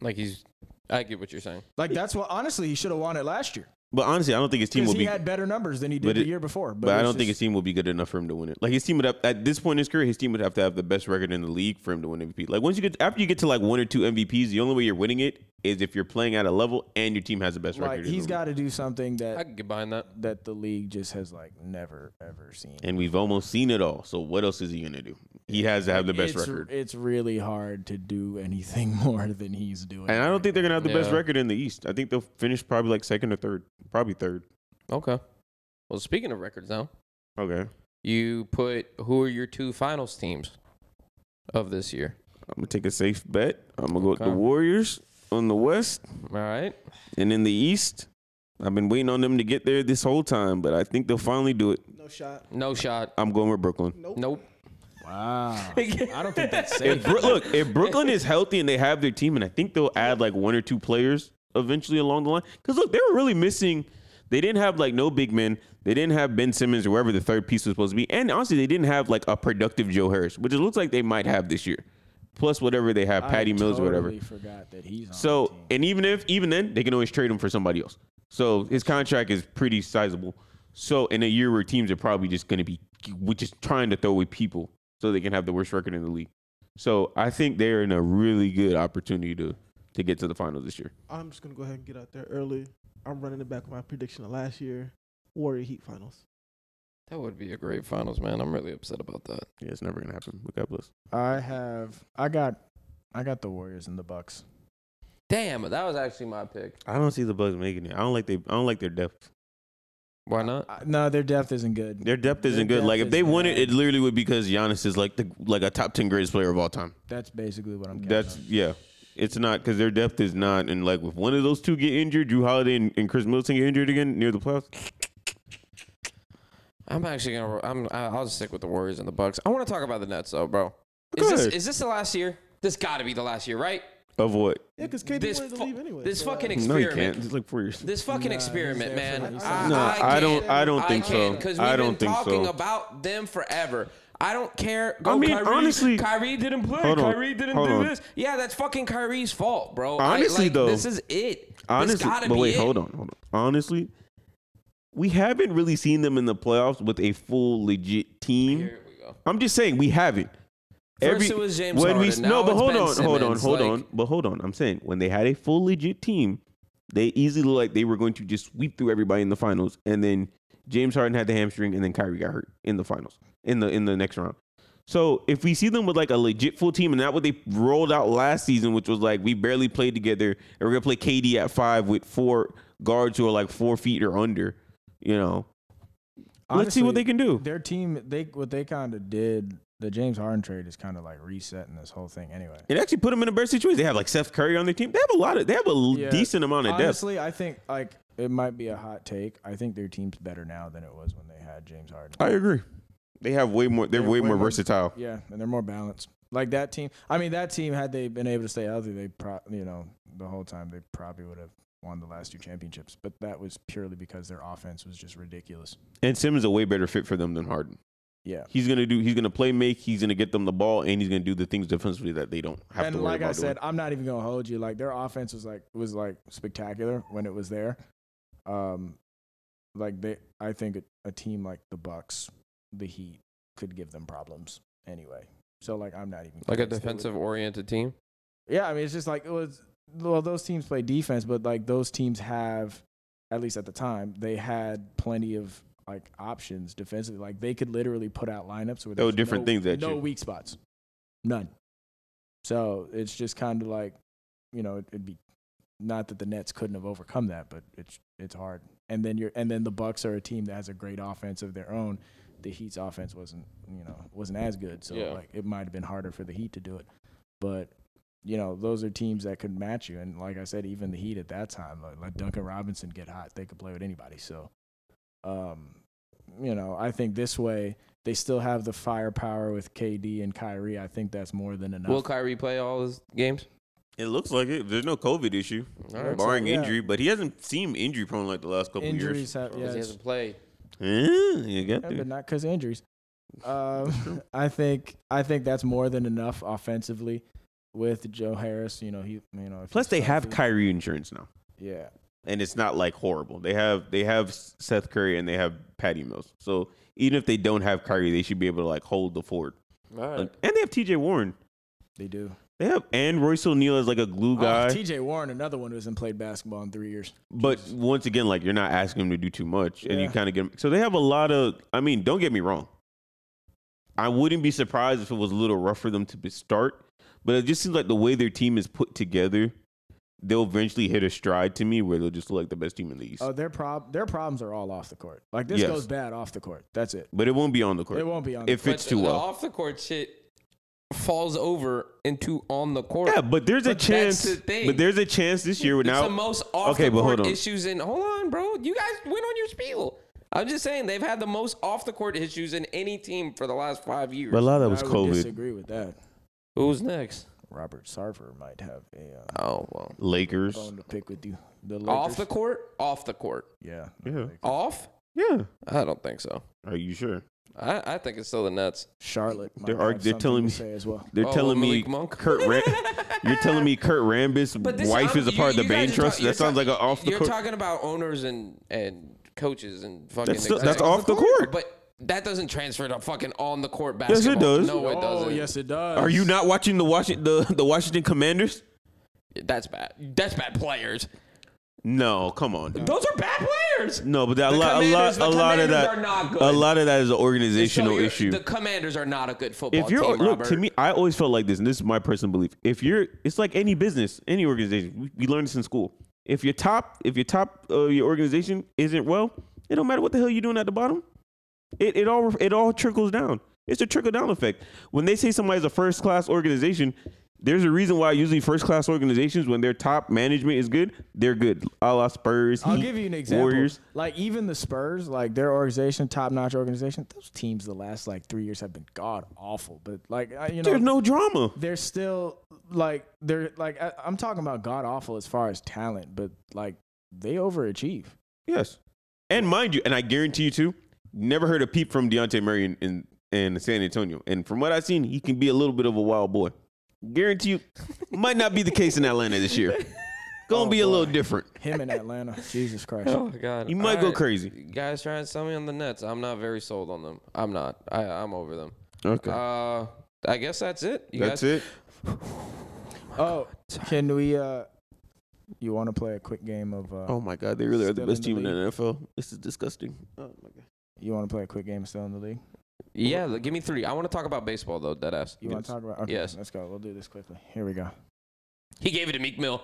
Speaker 5: Like he's. I get what you're saying.
Speaker 4: Like that's what honestly he should have won it last year
Speaker 3: But honestly, I don't think his team
Speaker 4: because
Speaker 3: will
Speaker 4: he
Speaker 3: be.
Speaker 4: had better numbers than he
Speaker 3: but
Speaker 4: did the
Speaker 3: it-
Speaker 4: year before. But,
Speaker 3: but I
Speaker 4: it's
Speaker 3: don't think his
Speaker 4: just-
Speaker 3: team will be good enough for him to win it. Like his team would have at this point in his career, his team would have to have the best record in the league for him to win MVP. Like once you get after you get to like one or two MVPs, the only way you're winning it is if you're playing at a level and your team has the best
Speaker 4: like
Speaker 3: record.
Speaker 4: he's
Speaker 3: in the league.
Speaker 4: got to do something that
Speaker 5: I can get behind that.
Speaker 4: that the league just has like never ever seen.
Speaker 3: and we've almost seen it all. So what else is he gonna do? He has to have the best
Speaker 4: it's,
Speaker 3: record.
Speaker 4: It's really hard to do anything more than he's doing.
Speaker 3: And I don't think they're gonna have the best
Speaker 5: Yeah.
Speaker 3: record in the East. I think they'll finish probably like second or third, probably third.
Speaker 5: Okay. Well, speaking of records now,
Speaker 3: Okay,
Speaker 5: you put who are your two finals teams of this year?
Speaker 3: I'm gonna take a safe bet. I'm gonna go with the
Speaker 5: Okay.
Speaker 3: Warriors on the West
Speaker 5: All right.
Speaker 3: and in the East. I've been waiting on them to get there this whole time, but I think they'll finally do it.
Speaker 6: No shot.
Speaker 5: No shot.
Speaker 3: I'm going with Brooklyn.
Speaker 6: Nope.
Speaker 5: Nope.
Speaker 4: Wow, I don't think that's safe.
Speaker 3: If Bro- look, if Brooklyn is healthy and they have their team, and I think they'll add like one or two players eventually along the line. Because look, they were really missing. They didn't have like no big men. They didn't have Ben Simmons or whoever the third piece was supposed to be. And honestly, they didn't have like a productive Joe Harris, which it looks like they might have this year. Plus whatever they have, Patty Mills or whatever.
Speaker 4: I totally forgot that he's on the
Speaker 3: So
Speaker 4: team.
Speaker 3: and even if even then they can always trade him for somebody else. So his contract is pretty sizable. So in a year where teams are probably just going to be we're just trying to throw away people so they can have the worst record in the league. So I think they're in a really good opportunity to to get to the finals this year.
Speaker 6: I'm just gonna go ahead and get out there early. I'm running it back with my prediction of last year. Warrior Heat finals.
Speaker 5: That would be a great finals, man. I'm really upset about that.
Speaker 3: Yeah, it's never going to happen. But God bless.
Speaker 4: I have, I got, I got the Warriors and the Bucks.
Speaker 5: Damn, that was actually my pick.
Speaker 3: I don't see the Bucks making it. I don't like they I don't like their depth.
Speaker 5: Why not?
Speaker 4: I, no, their depth isn't good.
Speaker 3: Their depth
Speaker 4: Their
Speaker 3: isn't good.
Speaker 4: depth
Speaker 3: Like if
Speaker 4: is
Speaker 3: they won it,
Speaker 4: bad.
Speaker 3: it literally would be because Giannis is like the like a top ten greatest player of all time.
Speaker 4: That's basically what I'm. counting
Speaker 3: That's
Speaker 4: on.
Speaker 3: yeah. It's not because their depth is not, and like if one of those two get injured, Drew Holiday and, and Chris Middleton get injured again near the playoffs.
Speaker 5: I'm actually gonna. I'm. I- I'll stick with the Warriors and the Bucks. I want to talk about the Nets, though, bro. Is this
Speaker 3: Good.
Speaker 5: is this the last year? This got to be the last year, right?
Speaker 3: Of what?
Speaker 6: Yeah, because KD
Speaker 5: This
Speaker 6: wanted to
Speaker 5: fu-
Speaker 6: leave anyway.
Speaker 5: this
Speaker 6: so-
Speaker 5: fucking ex-
Speaker 3: No, you
Speaker 5: Experiment.
Speaker 3: can't. It's like four years.
Speaker 5: This fucking
Speaker 4: Nah,
Speaker 5: experiment,
Speaker 4: he's there for
Speaker 5: man.
Speaker 4: the
Speaker 5: I,
Speaker 4: reason.
Speaker 3: No, I don't-
Speaker 5: can't-
Speaker 3: I don't think so.
Speaker 5: can't, 'cause
Speaker 3: I
Speaker 5: we've
Speaker 3: don't
Speaker 5: been
Speaker 3: think so.
Speaker 5: talking about them forever. I don't care. Go
Speaker 3: I mean,
Speaker 5: Kyrie.
Speaker 3: honestly-
Speaker 5: Kyrie didn't play.
Speaker 3: Hold on,
Speaker 5: Kyrie didn't
Speaker 3: hold
Speaker 5: do
Speaker 3: on.
Speaker 5: this. Yeah, that's fucking Kyrie's fault, bro. I-
Speaker 3: Honestly,
Speaker 5: like,
Speaker 3: though-
Speaker 5: this is it. this
Speaker 3: Honestly,
Speaker 5: gotta
Speaker 3: but
Speaker 5: be
Speaker 3: wait,
Speaker 5: it.
Speaker 3: hold on, hold on. Honestly, we haven't really seen them in the playoffs with a full legit team.
Speaker 5: Here we go.
Speaker 3: I'm just saying we haven't.
Speaker 5: First it was James Harden, now
Speaker 3: no, but
Speaker 5: it's
Speaker 3: hold on, hold
Speaker 5: Ben
Speaker 3: on,
Speaker 5: Simmons,
Speaker 3: hold
Speaker 5: like-
Speaker 3: on, but hold on. I'm saying when they had a full legit team, they easily looked like they were going to just sweep through everybody in the finals, and then James Harden had the hamstring, and then Kyrie got hurt in the finals in the in the next round. So if we see them with like a legit full team and not what they rolled out last season, which was like we barely played together, and we're gonna play KD at five with four guards who are like four feet or under, you know. Let's see what
Speaker 4: uh, Honestly,
Speaker 3: they can do.
Speaker 4: Their team, they what they kind of did the James Harden trade is kind of like resetting this whole thing anyway.
Speaker 3: It actually put them in a better situation. They have like Seth Curry on their team. They have a lot of. They have a l-
Speaker 4: Yeah.
Speaker 3: decent amount of depth.
Speaker 4: Honestly, I think like it might be a hot take. I think their team's better now than it was when they had James Harden.
Speaker 3: I agree. They have way more. They're
Speaker 4: They're
Speaker 3: way,
Speaker 4: way
Speaker 3: more
Speaker 4: more-
Speaker 3: versatile.
Speaker 4: Yeah, and they're more balanced. Like that team. I mean, that team had they been able to stay healthy, they pro- you know the whole time they probably would have won the last two championships. But that was purely because their offense was just ridiculous.
Speaker 3: And Simmons is a way better fit for them than Harden.
Speaker 4: Yeah.
Speaker 3: He's gonna do. He's gonna play make. He's gonna get them the ball, and he's gonna do the things defensively that they don't have to
Speaker 4: and
Speaker 3: worry
Speaker 4: like
Speaker 3: about.
Speaker 4: I said, I'm not even gonna hold you. Like their offense was like was like spectacular when it was there. Um, like they, I think a, a team like the Bucks, the Heat could give them problems anyway. So like I'm not even
Speaker 5: Like a
Speaker 4: convinced they would-
Speaker 5: defensive oriented team.
Speaker 4: Yeah, I mean it's just like it was. Well, those teams play defense, but like those teams have, at least at the time, they had plenty of like options defensively. Like they could literally put out lineups where
Speaker 3: Throw
Speaker 4: there's
Speaker 3: different
Speaker 4: no-
Speaker 3: things at
Speaker 4: no
Speaker 3: you.
Speaker 4: weak spots, none. So it's just kind of like, you know, it'd be not that the Nets couldn't have overcome that, but it's it's hard. And then you're and then the Bucks are a team that has a great offense of their own. The Heat's offense wasn't you know wasn't as good, so
Speaker 5: Yeah.
Speaker 4: like it might have been harder for the Heat to do it. But you know those are teams that could match you, and like I said, even the Heat at that time, like let Duncan Robinson get hot, they could play with anybody. So, um, you know, I think this way they still have the firepower with KD and Kyrie. I think that's more than enough.
Speaker 5: Will Kyrie play all his games?
Speaker 3: it looks like it. There's no COVID issue,
Speaker 5: All right.
Speaker 3: barring
Speaker 4: so, yeah.
Speaker 3: injury, but he hasn't seemed injury prone like the last couple
Speaker 4: injuries have
Speaker 5: Because
Speaker 4: yeah,
Speaker 5: he
Speaker 4: it's-
Speaker 5: hasn't played.
Speaker 3: years. Eh, you got
Speaker 4: Yeah,
Speaker 3: there.
Speaker 4: but not because of injuries. Um, I think I think that's more than enough offensively with Joe Harris. You know he, you know. If
Speaker 3: Plus,
Speaker 4: he's
Speaker 3: they have
Speaker 4: healthy-
Speaker 3: Kyrie insurance now,
Speaker 4: yeah,
Speaker 3: and it's not like horrible. They have they have Seth Curry and they have Patty Mills. So even if they don't have Kyrie, they should be able to like hold the fort.
Speaker 5: All right.
Speaker 3: Like, and they have T.J. Warren.
Speaker 4: they do.
Speaker 3: They have and Royce O'Neal as like a glue guy.
Speaker 4: Oh, T.J. Warren, another one who hasn't played basketball in three years.
Speaker 3: But once again, like you're not asking him to do too much, and you
Speaker 4: Yeah.
Speaker 3: kind of get him. So they have a lot of. I mean, don't get me wrong. I wouldn't be surprised if it was a little rough for them to be- start, but it just seems like the way their team is put together, they'll eventually hit a stride to me where they'll just look like the best team in the East.
Speaker 4: Oh, their prob their problems are all off the court. Like this
Speaker 3: Yes.
Speaker 4: goes bad off the court. That's it.
Speaker 3: but it won't be on the court.
Speaker 4: It won't be on.
Speaker 3: It fits
Speaker 5: But
Speaker 3: too
Speaker 5: the
Speaker 3: well.
Speaker 5: Off the court shit falls over into on the court.
Speaker 3: Yeah, but there's a
Speaker 5: But that's
Speaker 3: chance.
Speaker 5: the thing.
Speaker 3: But there's a chance this year.
Speaker 5: It's
Speaker 3: Now,
Speaker 5: the most off
Speaker 3: Okay,
Speaker 5: the
Speaker 3: but hold
Speaker 5: court
Speaker 3: on.
Speaker 5: issues in. Hold on, bro. You guys went on your spiel. I'm just saying they've had the most off the court issues in any team for the last five years.
Speaker 3: but a lot of that
Speaker 4: the
Speaker 3: was
Speaker 4: I would
Speaker 3: COVID.
Speaker 4: Disagree with that.
Speaker 5: Who's next?
Speaker 4: Robert Sarver might have a uh,
Speaker 5: Oh well.
Speaker 3: Lakers.
Speaker 4: bone to pick with you. The
Speaker 5: Off
Speaker 4: Lakers-
Speaker 5: the court. Off the court.
Speaker 4: yeah.
Speaker 3: Yeah.
Speaker 5: Off?
Speaker 3: Yeah.
Speaker 5: I don't think so.
Speaker 3: Are you sure?
Speaker 5: I, I think it's still the Nets.
Speaker 4: Charlotte. might
Speaker 3: There are-
Speaker 4: have
Speaker 3: they're
Speaker 4: something
Speaker 3: telling
Speaker 4: to
Speaker 3: me-
Speaker 4: say as well.
Speaker 3: They're
Speaker 5: Oh,
Speaker 3: telling me
Speaker 5: Malik Monk?
Speaker 3: Kurt Ram- You're telling me Kurt Rambis'
Speaker 5: But this-
Speaker 3: wife
Speaker 5: I'm-
Speaker 3: is a
Speaker 5: you-
Speaker 3: part of
Speaker 5: you
Speaker 3: the
Speaker 5: guys
Speaker 3: Bain
Speaker 5: are
Speaker 3: Trust?
Speaker 5: talk- you're
Speaker 3: that sounds
Speaker 5: ta-
Speaker 3: like an off the
Speaker 5: You're
Speaker 3: court.
Speaker 5: talking about owners and and coaches and fucking.
Speaker 3: That's still- that's
Speaker 5: executives.
Speaker 3: off the court.
Speaker 5: But that doesn't transfer to fucking on the court
Speaker 3: it
Speaker 5: basketball.
Speaker 3: does.
Speaker 5: No, it doesn't.
Speaker 4: Oh, yes, it does.
Speaker 3: Are you not watching the Washington the, the Washington Commanders?
Speaker 5: That's bad. That's bad players.
Speaker 3: No, come on. Dude.
Speaker 5: Those are bad players.
Speaker 3: No, but that, a
Speaker 5: The
Speaker 3: lot, a lot,
Speaker 5: Commanders-
Speaker 3: a
Speaker 5: the
Speaker 3: lot of
Speaker 5: Commanders
Speaker 3: that,
Speaker 5: are not good.
Speaker 3: a lot of that is an
Speaker 5: So
Speaker 3: organizational
Speaker 5: you're-
Speaker 3: issue.
Speaker 5: The Commanders are not a good football
Speaker 3: if you're
Speaker 5: team.
Speaker 3: look to
Speaker 5: Robert.
Speaker 3: me, I always felt like this, and this is my personal belief. If you're, it's like any business, any organization. We, we learned this in school. If your top, if your top, uh, your organization isn't well, it don't matter what the hell you're doing at the bottom. It it all it all trickles down. It's a trickle down effect. When they say somebody's a first class organization, there's a reason why usually first class organizations, when their top management is good, they're good. A la Spurs,
Speaker 4: I'll
Speaker 3: Heat,
Speaker 4: give you an example.
Speaker 3: Warriors.
Speaker 4: Like even the Spurs, like their organization, top notch organization. Those teams the last like three years have been god awful. But like I- you know,
Speaker 3: There's no drama.
Speaker 4: they're still like they're like I, I'm talking about god awful as far as talent, but like they overachieve.
Speaker 3: Yes. And mind you, and I guarantee you too, never heard a peep from Deontay Murray in, in, in San Antonio. And from what I've seen, he can be a little bit of a wild boy. Guarantee you, might not be the case in Atlanta this year.
Speaker 4: Oh,
Speaker 3: Gonna be a little
Speaker 4: boy.
Speaker 3: different.
Speaker 4: Him in Atlanta, Jesus Christ.
Speaker 5: Oh my god.
Speaker 3: You might go
Speaker 5: Alright,
Speaker 3: crazy.
Speaker 5: Guys trying to sell me on the Nets. I'm not very sold on them. I'm not. I, I'm over them.
Speaker 3: Okay.
Speaker 5: Uh I guess that's it. You
Speaker 3: That's
Speaker 5: guys,
Speaker 3: it.
Speaker 4: Oh, can we? uh You want to play a quick game of? uh
Speaker 3: Oh my God, they really are the
Speaker 4: Still
Speaker 3: best
Speaker 4: in the
Speaker 3: team in the NFL. This is disgusting.
Speaker 6: Oh my god.
Speaker 4: You want to play a quick game? of Still in the league?
Speaker 5: Yeah, look, give me three. I want to talk about baseball though, dead ass.
Speaker 4: You want to talk about? Okay,
Speaker 5: Yes.
Speaker 4: Let's go. We'll do this quickly. Here we go.
Speaker 5: He gave it to Meek Mill.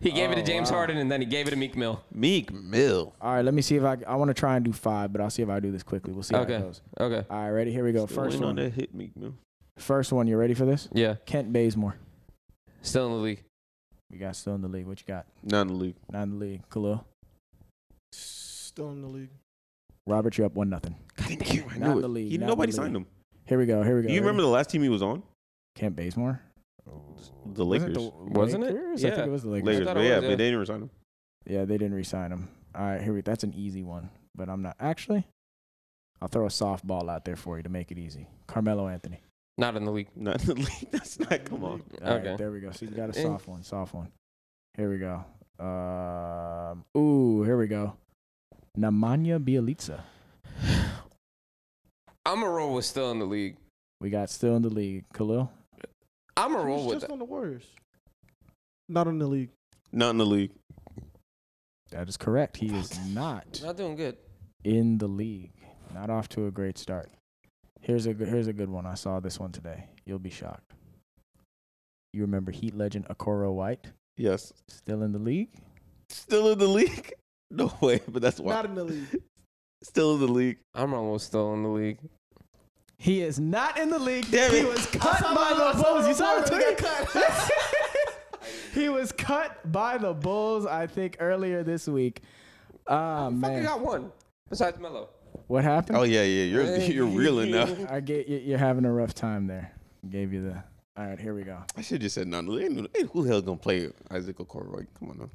Speaker 5: He gave
Speaker 3: Oh,
Speaker 5: it to James Harden and then he gave it to Meek Mill.
Speaker 3: Meek Mill.
Speaker 4: All right, let me see if I I want to try and do five, but I'll see if I do this quickly. We'll see how it
Speaker 5: Okay.
Speaker 4: goes.
Speaker 5: Okay.
Speaker 4: All right, ready? Here we go. First
Speaker 3: Still waiting on
Speaker 4: one.
Speaker 3: that hit Meek Mill.
Speaker 4: First one. You ready for this?
Speaker 5: Yeah.
Speaker 4: Kent Bazemore.
Speaker 5: Still in the league.
Speaker 4: We got still in the league. What you got?
Speaker 3: Not in the league.
Speaker 4: Not in the league. Khalil.
Speaker 6: Still in the league.
Speaker 4: Robert, you're up one nothing.
Speaker 3: Thank you. I
Speaker 4: Not
Speaker 3: knew
Speaker 4: in
Speaker 3: it.
Speaker 4: the league,
Speaker 3: He,
Speaker 4: not in
Speaker 3: nobody
Speaker 4: the
Speaker 3: signed him.
Speaker 4: Here we go. Here we go.
Speaker 3: Do you remember the last team he was on?
Speaker 4: Kent Bazemore?
Speaker 3: The
Speaker 4: Was
Speaker 3: Lakers.
Speaker 4: it the
Speaker 5: Wasn't it?
Speaker 4: Lakers? I think
Speaker 5: Yeah.
Speaker 4: it was the Lakers.
Speaker 3: Lakers.
Speaker 5: thought
Speaker 3: But
Speaker 5: it
Speaker 3: yeah,
Speaker 5: was, yeah.
Speaker 3: but they didn't resign him.
Speaker 4: Yeah, they didn't re-sign him. All right, here we. That's an easy one, but I'm not actually. I'll throw a softball out there for you to make it easy. Carmelo Anthony.
Speaker 5: Not in the league.
Speaker 3: Not in the league. That's not. Come on.
Speaker 4: All right,
Speaker 5: Okay.
Speaker 4: there we go. See, you got a
Speaker 5: Eh.
Speaker 4: soft one. Soft one. Here we go. Um, ooh, here we go. Nemanja Bielica.
Speaker 5: I'm a roll with still in the league.
Speaker 4: We got still in the league. Khalil.
Speaker 5: I'm
Speaker 6: He
Speaker 5: a
Speaker 6: was
Speaker 5: roll with
Speaker 6: just
Speaker 5: that.
Speaker 6: on the Warriors. Not in the league.
Speaker 3: Not in the league.
Speaker 4: That is correct. He is not
Speaker 5: Not doing good.
Speaker 4: in the league. Not off to a great start. Here's a good, here's a good one. I saw this one today. You'll be shocked. You remember Heat legend Okoro White?
Speaker 3: Yes.
Speaker 4: Still in the league?
Speaker 3: Still in the league. No way. But that's why.
Speaker 6: Not in the league.
Speaker 3: Still in the league.
Speaker 5: I'm almost still in the league.
Speaker 4: He is not in the league.
Speaker 3: Damn
Speaker 4: he
Speaker 3: it.
Speaker 4: was cut
Speaker 6: saw
Speaker 4: by
Speaker 6: that. I
Speaker 4: the
Speaker 6: saw
Speaker 4: Bulls.
Speaker 6: that.
Speaker 4: You saw the
Speaker 6: He got
Speaker 4: tweet? he was cut by the Bulls, I think, earlier this week. Ah
Speaker 5: Fucking
Speaker 4: man.
Speaker 5: got one. Besides Melo.
Speaker 4: What happened?
Speaker 3: Oh yeah, yeah. You're you're reeling now.
Speaker 4: I get you, you're having a rough time there. Gave you the. All right, here we go.
Speaker 3: I should have just said not in the league. I knew- hey, Who the hell gonna play Isaac Okoroy? Come on now.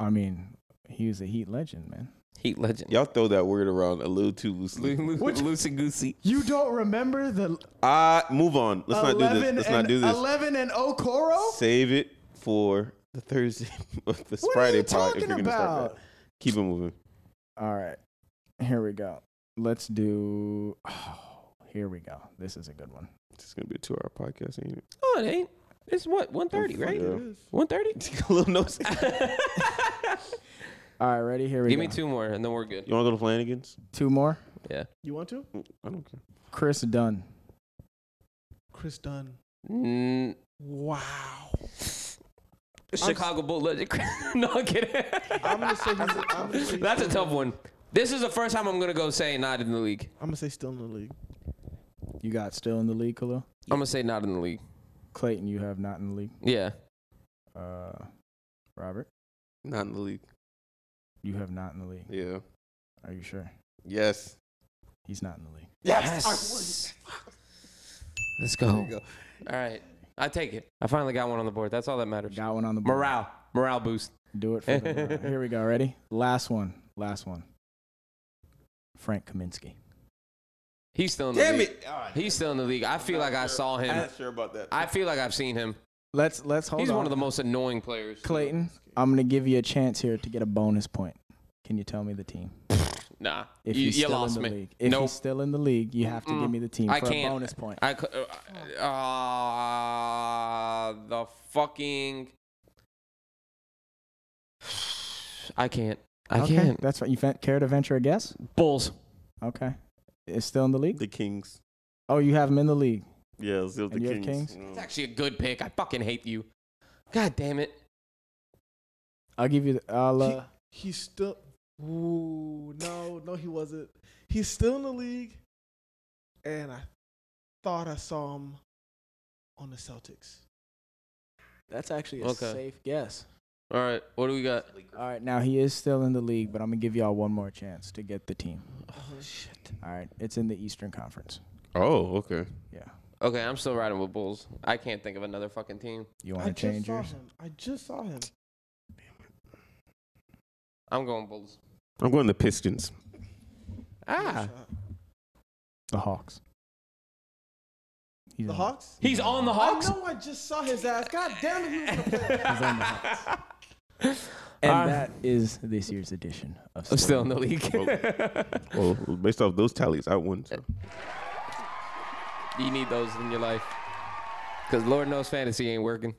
Speaker 4: I mean, he was a Heat legend, man.
Speaker 5: Heat legend.
Speaker 3: Y'all throw that word around a little too
Speaker 4: Mm-hmm.
Speaker 3: loosely.
Speaker 5: Lucy Goosey.
Speaker 4: You don't remember the
Speaker 3: Ah, move on. Let's not do this. Let's
Speaker 4: and
Speaker 3: not do this.
Speaker 4: Eleven and Okoro.
Speaker 3: Save it for the Thursday, the
Speaker 4: What are
Speaker 3: Friday
Speaker 4: you
Speaker 3: pod. If
Speaker 4: talking
Speaker 3: you're gonna start
Speaker 4: about?
Speaker 3: that, keep it moving.
Speaker 4: All right, here we go. Let's do. Oh, here we go. This is a good one.
Speaker 3: It's gonna be a two-hour podcast, ain't it?
Speaker 5: Oh, it ain't. It's what? 130,
Speaker 3: Oh, fuck
Speaker 5: right?
Speaker 3: yeah.
Speaker 6: It is.
Speaker 5: 130?
Speaker 3: Lil Nos-
Speaker 4: All right, ready? Here we
Speaker 5: Give
Speaker 4: go.
Speaker 5: me two more and then we're good.
Speaker 3: You want to go to Flanagan's?
Speaker 4: Two more.
Speaker 5: Yeah.
Speaker 6: You want to?
Speaker 3: I don't care.
Speaker 4: Chris Dunn.
Speaker 6: Chris Dunn.
Speaker 5: Mm,
Speaker 6: Wow.
Speaker 5: Chicago Bull legend. no, I'm kidding.
Speaker 6: I'm gonna say he's- I'm gonna say he's
Speaker 5: That's a
Speaker 6: still-
Speaker 5: tough one. This is the first time I'm gonna go say not in the league.
Speaker 6: I'm gonna say still in the league.
Speaker 4: You got still in the league, Khalil.
Speaker 5: I'm gonna say not in the league.
Speaker 4: Clayton, you have not in the league.
Speaker 5: Yeah.
Speaker 4: Uh, Robert,
Speaker 3: Not in the league.
Speaker 4: you have not in the league.
Speaker 3: Yeah.
Speaker 4: Are you sure?
Speaker 3: Yes.
Speaker 4: He's not in the league.
Speaker 5: Yes. Let's
Speaker 6: Oh.
Speaker 5: go.
Speaker 3: There you go.
Speaker 5: All right. I take it. I finally got one on the board. That's all that matters.
Speaker 4: Got one on the board.
Speaker 5: Morale. Morale boost.
Speaker 4: Do it for the morale. Here we go. Ready? Last one. Last one. Frank Kaminsky.
Speaker 5: He's still in the
Speaker 3: Damn
Speaker 5: league.
Speaker 3: it. All right.
Speaker 5: He's still in the league. I feel like I saw
Speaker 3: I'm
Speaker 5: him.
Speaker 3: not sure about that.
Speaker 5: I feel like I've seen him.
Speaker 4: Let's let's hold
Speaker 5: He's
Speaker 4: on.
Speaker 5: one of the most annoying players.
Speaker 4: Clayton, I'm gonna give you a chance here to get a bonus point. Can you tell me the team?
Speaker 5: Nah.
Speaker 4: If
Speaker 5: you
Speaker 4: he's
Speaker 5: you
Speaker 4: still
Speaker 5: lost
Speaker 4: in the
Speaker 5: me.
Speaker 4: league, if
Speaker 5: Nope.
Speaker 4: he's still in the league, you have to give
Speaker 5: Mm-mm.
Speaker 4: me the team
Speaker 5: I
Speaker 4: for
Speaker 5: can't.
Speaker 4: a bonus point.
Speaker 5: I cou- uh, uh, the fucking. I can't. I
Speaker 4: okay,
Speaker 5: can't.
Speaker 4: That's what you ven- care to venture a guess?
Speaker 5: Bulls.
Speaker 4: Okay, is still in the league?
Speaker 3: the Kings.
Speaker 4: Oh, you have him in the league.
Speaker 3: Yeah, it's still the
Speaker 4: And you have
Speaker 3: Kings.
Speaker 4: Kings?
Speaker 5: It's actually a good pick. I fucking hate you. God damn it.
Speaker 4: I'll give you. The, I'll, uh,
Speaker 6: He's still. Ooh, no, no, he wasn't. He's still in the league, and I thought I saw him on the Celtics.
Speaker 4: that's actually
Speaker 5: a Okay.
Speaker 4: safe guess.
Speaker 5: All right. What do we got?
Speaker 4: All right, now he is still in the league, but I'm gonna give y'all one more chance to get the team.
Speaker 5: Oh, shit.
Speaker 4: All right, it's in the Eastern Conference.
Speaker 3: Oh, okay.
Speaker 4: Yeah,
Speaker 5: Okay, I'm still riding with Bulls. I can't think of another fucking team.
Speaker 4: you
Speaker 6: I
Speaker 4: want to
Speaker 6: just
Speaker 4: change
Speaker 6: saw
Speaker 4: yours?
Speaker 6: him. I just saw him.
Speaker 5: I'm going Bulls.
Speaker 3: I'm going the Pistons.
Speaker 5: Ah.
Speaker 4: The Hawks. He's
Speaker 6: The
Speaker 4: on-
Speaker 6: Hawks?
Speaker 5: He's on the Hawks?
Speaker 6: I know I just saw his ass. God damn it, he was in the playoffs.
Speaker 4: He's on the Hawks. And
Speaker 5: Uh,
Speaker 4: that is this year's edition of
Speaker 5: I'm still in the league.
Speaker 3: Well, based off those tallies, I won. So.
Speaker 5: You need those in your life. Because Lord knows fantasy ain't working.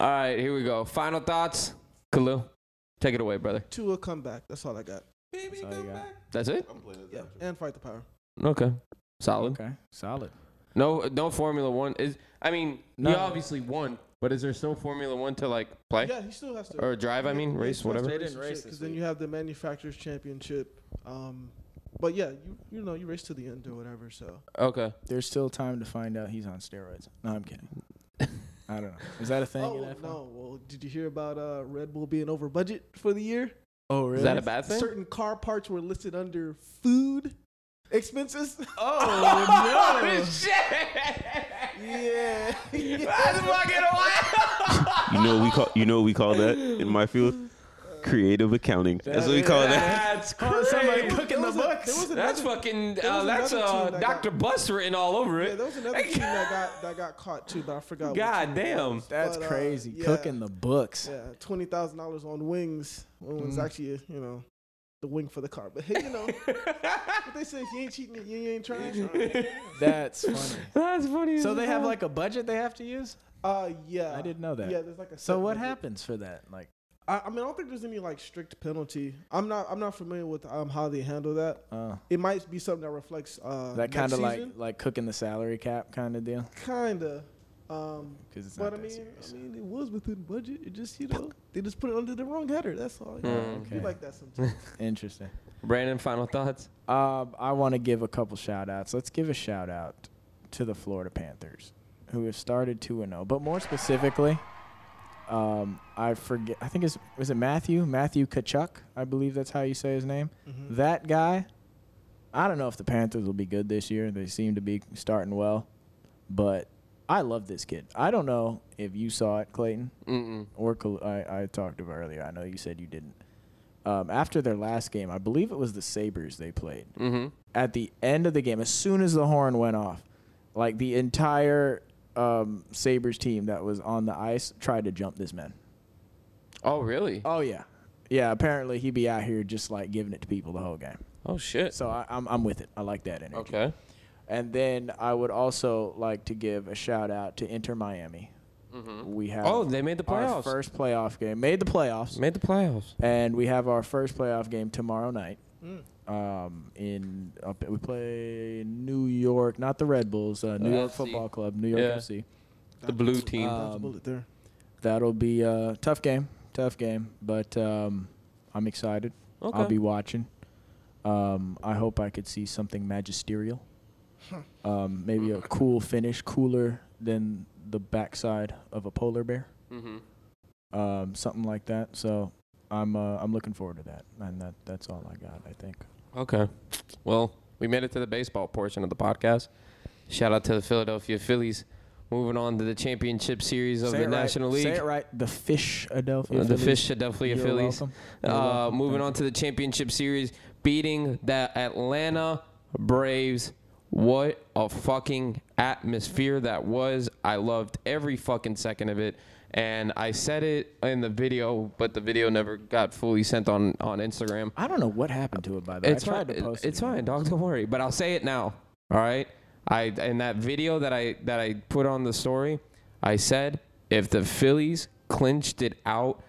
Speaker 5: All right, here we go. Final thoughts. Kalu, take it away, brother.
Speaker 6: Two will come back. That's all I got.
Speaker 4: That's all you got.
Speaker 5: That's it?
Speaker 6: Yeah. And fight the power.
Speaker 5: Okay. Solid.
Speaker 4: Okay, solid.
Speaker 5: No, no Formula One is. I mean, he
Speaker 4: No.
Speaker 5: obviously won, but is there still Formula One to like play
Speaker 6: Yeah, he still has to.
Speaker 5: or drive? I
Speaker 6: Yeah,
Speaker 5: mean,
Speaker 6: yeah,
Speaker 5: race,
Speaker 6: he still has to race
Speaker 5: whatever.
Speaker 7: They
Speaker 6: and
Speaker 7: didn't
Speaker 6: shit,
Speaker 7: race this
Speaker 6: then you
Speaker 7: week.
Speaker 6: have the manufacturers championship. Um, but yeah, you you know you race to the end or whatever. So
Speaker 5: Okay.
Speaker 4: There's still time to find out he's on steroids. No, I'm kidding. I don't know. Is that a thing?
Speaker 6: oh
Speaker 4: in F1?
Speaker 6: no, well did you hear about uh, Red Bull being over budget for the year?
Speaker 4: Oh, really?
Speaker 5: Is that a bad thing?
Speaker 6: Certain car parts were listed under food expenses.
Speaker 5: Oh no! shit!
Speaker 6: yeah,
Speaker 5: That's fucking wild.
Speaker 3: You know what we call you know what we call that in my field? Creative accounting. That's what we call that.
Speaker 5: That's
Speaker 4: Oh, somebody
Speaker 5: crazy.
Speaker 4: cooking
Speaker 6: There was
Speaker 4: the
Speaker 6: a- there
Speaker 4: books.
Speaker 6: was
Speaker 5: That's
Speaker 6: another-
Speaker 5: fucking.
Speaker 6: there
Speaker 5: Uh,
Speaker 6: was
Speaker 5: that's
Speaker 6: another
Speaker 5: uh,
Speaker 6: team that got-
Speaker 5: Dr. Bus written all over
Speaker 6: Yeah,
Speaker 5: it.
Speaker 6: there was another team that got that got caught too, but I forgot.
Speaker 5: God
Speaker 6: what team it
Speaker 5: damn.
Speaker 6: was.
Speaker 4: That's
Speaker 6: But, uh,
Speaker 4: crazy.
Speaker 6: yeah,
Speaker 4: Cooking the books.
Speaker 6: Yeah, twenty thousand dollars on wings. When it's
Speaker 4: Mm.
Speaker 6: actually you know the wing for the car, but hey, you know what they say: if you ain't cheating, you ain't trying.
Speaker 4: That's funny.
Speaker 5: That's funny.
Speaker 4: So
Speaker 5: as
Speaker 4: they have
Speaker 5: hell.
Speaker 4: like a budget they have to use.
Speaker 6: Uh, yeah,
Speaker 4: I didn't know that.
Speaker 6: Yeah, there's like a.
Speaker 4: So
Speaker 6: set
Speaker 4: what
Speaker 6: budget.
Speaker 4: happens for that? Like,
Speaker 6: I, I mean, I don't think there's any like strict penalty. I'm not. I'm not familiar with um how they handle that.
Speaker 4: uh,
Speaker 6: It might be something that reflects uh
Speaker 4: that kind of like like cooking the salary cap kind of deal.
Speaker 6: kind of. Um,
Speaker 4: Because it's not
Speaker 6: but I
Speaker 4: that
Speaker 6: mean,
Speaker 4: serious.
Speaker 6: I mean, it was within budget. It just you know they just put it under the wrong header. That's all. You know?
Speaker 5: Mm.
Speaker 6: We
Speaker 4: Okay.
Speaker 6: like that sometimes.
Speaker 4: Interesting.
Speaker 5: Brandon, final thoughts.
Speaker 4: Um, I want to give a couple shout outs. Let's give a shout out to the Florida Panthers, who have started 2 and 0. But more specifically, um, I forget. I think it's was it Matthew Matthew Kachuk. I believe that's how you say his name.
Speaker 6: Mm-hmm.
Speaker 4: That guy. I don't know if the Panthers will be good this year. They seem to be starting well, but I love this kid. I don't know if you saw it, Clayton
Speaker 5: Mm-mm.
Speaker 4: or Col- I, I talked about earlier. I know you said you didn't. Um, after their last game, I believe it was the Sabers they played.
Speaker 5: Mm-hmm.
Speaker 4: At the end of the game, as soon as the horn went off, like the entire um, Sabers team that was on the ice tried to jump this man.
Speaker 5: Oh really?
Speaker 4: Oh yeah, yeah. Apparently he be out here just like giving it to people the whole game.
Speaker 5: Oh shit.
Speaker 4: So I, I'm I'm with it. I like that energy.
Speaker 5: Okay.
Speaker 4: And then I would also like to give a shout out to Inter Miami. We have
Speaker 5: Oh, they made the
Speaker 4: our
Speaker 5: playoffs.
Speaker 4: first playoff game. Made the playoffs.
Speaker 5: Made the playoffs.
Speaker 4: and we have our first playoff game tomorrow night.
Speaker 5: Mm.
Speaker 4: Um, in up, we play New York, not the Red Bulls, uh, New York
Speaker 5: FC.
Speaker 4: Football Club, New York
Speaker 5: Yeah.
Speaker 4: FC.
Speaker 5: The blue team.
Speaker 6: Dodge a bullet there.
Speaker 4: That'll be a tough game, tough game, but um, I'm excited. I'll
Speaker 5: Okay.
Speaker 4: be watching. Um, I hope I could see something magisterial. Um, maybe a cool finish, cooler than the backside of a polar bear.
Speaker 5: Mhm.
Speaker 4: Um, something like that. So I'm uh, I'm looking forward to that, and that that's all I got. I think.
Speaker 5: Okay. Well, we made it to the baseball portion of the podcast. Shout out to the Philadelphia Phillies. Moving on to the championship series of the
Speaker 4: it
Speaker 5: National
Speaker 4: right.
Speaker 5: League.
Speaker 4: Say it right. The fish Adelphia.
Speaker 5: Uh, the fish Philadelphia
Speaker 4: You're
Speaker 5: Phillies.
Speaker 4: welcome. You're
Speaker 5: Uh,
Speaker 4: welcome.
Speaker 5: moving on to the championship series, beating the Atlanta Braves. What a fucking atmosphere that was. I loved every fucking second of it. And I said it in the video, but the video never got fully sent on, on Instagram.
Speaker 4: I don't know what happened to it by the way.
Speaker 5: It's
Speaker 4: I tried
Speaker 5: fine.
Speaker 4: to post it.
Speaker 5: It's fine, dog. Don't worry. But I'll say it now. All right. I in that video that I that I put on the story, I said if the Phillies clinched it out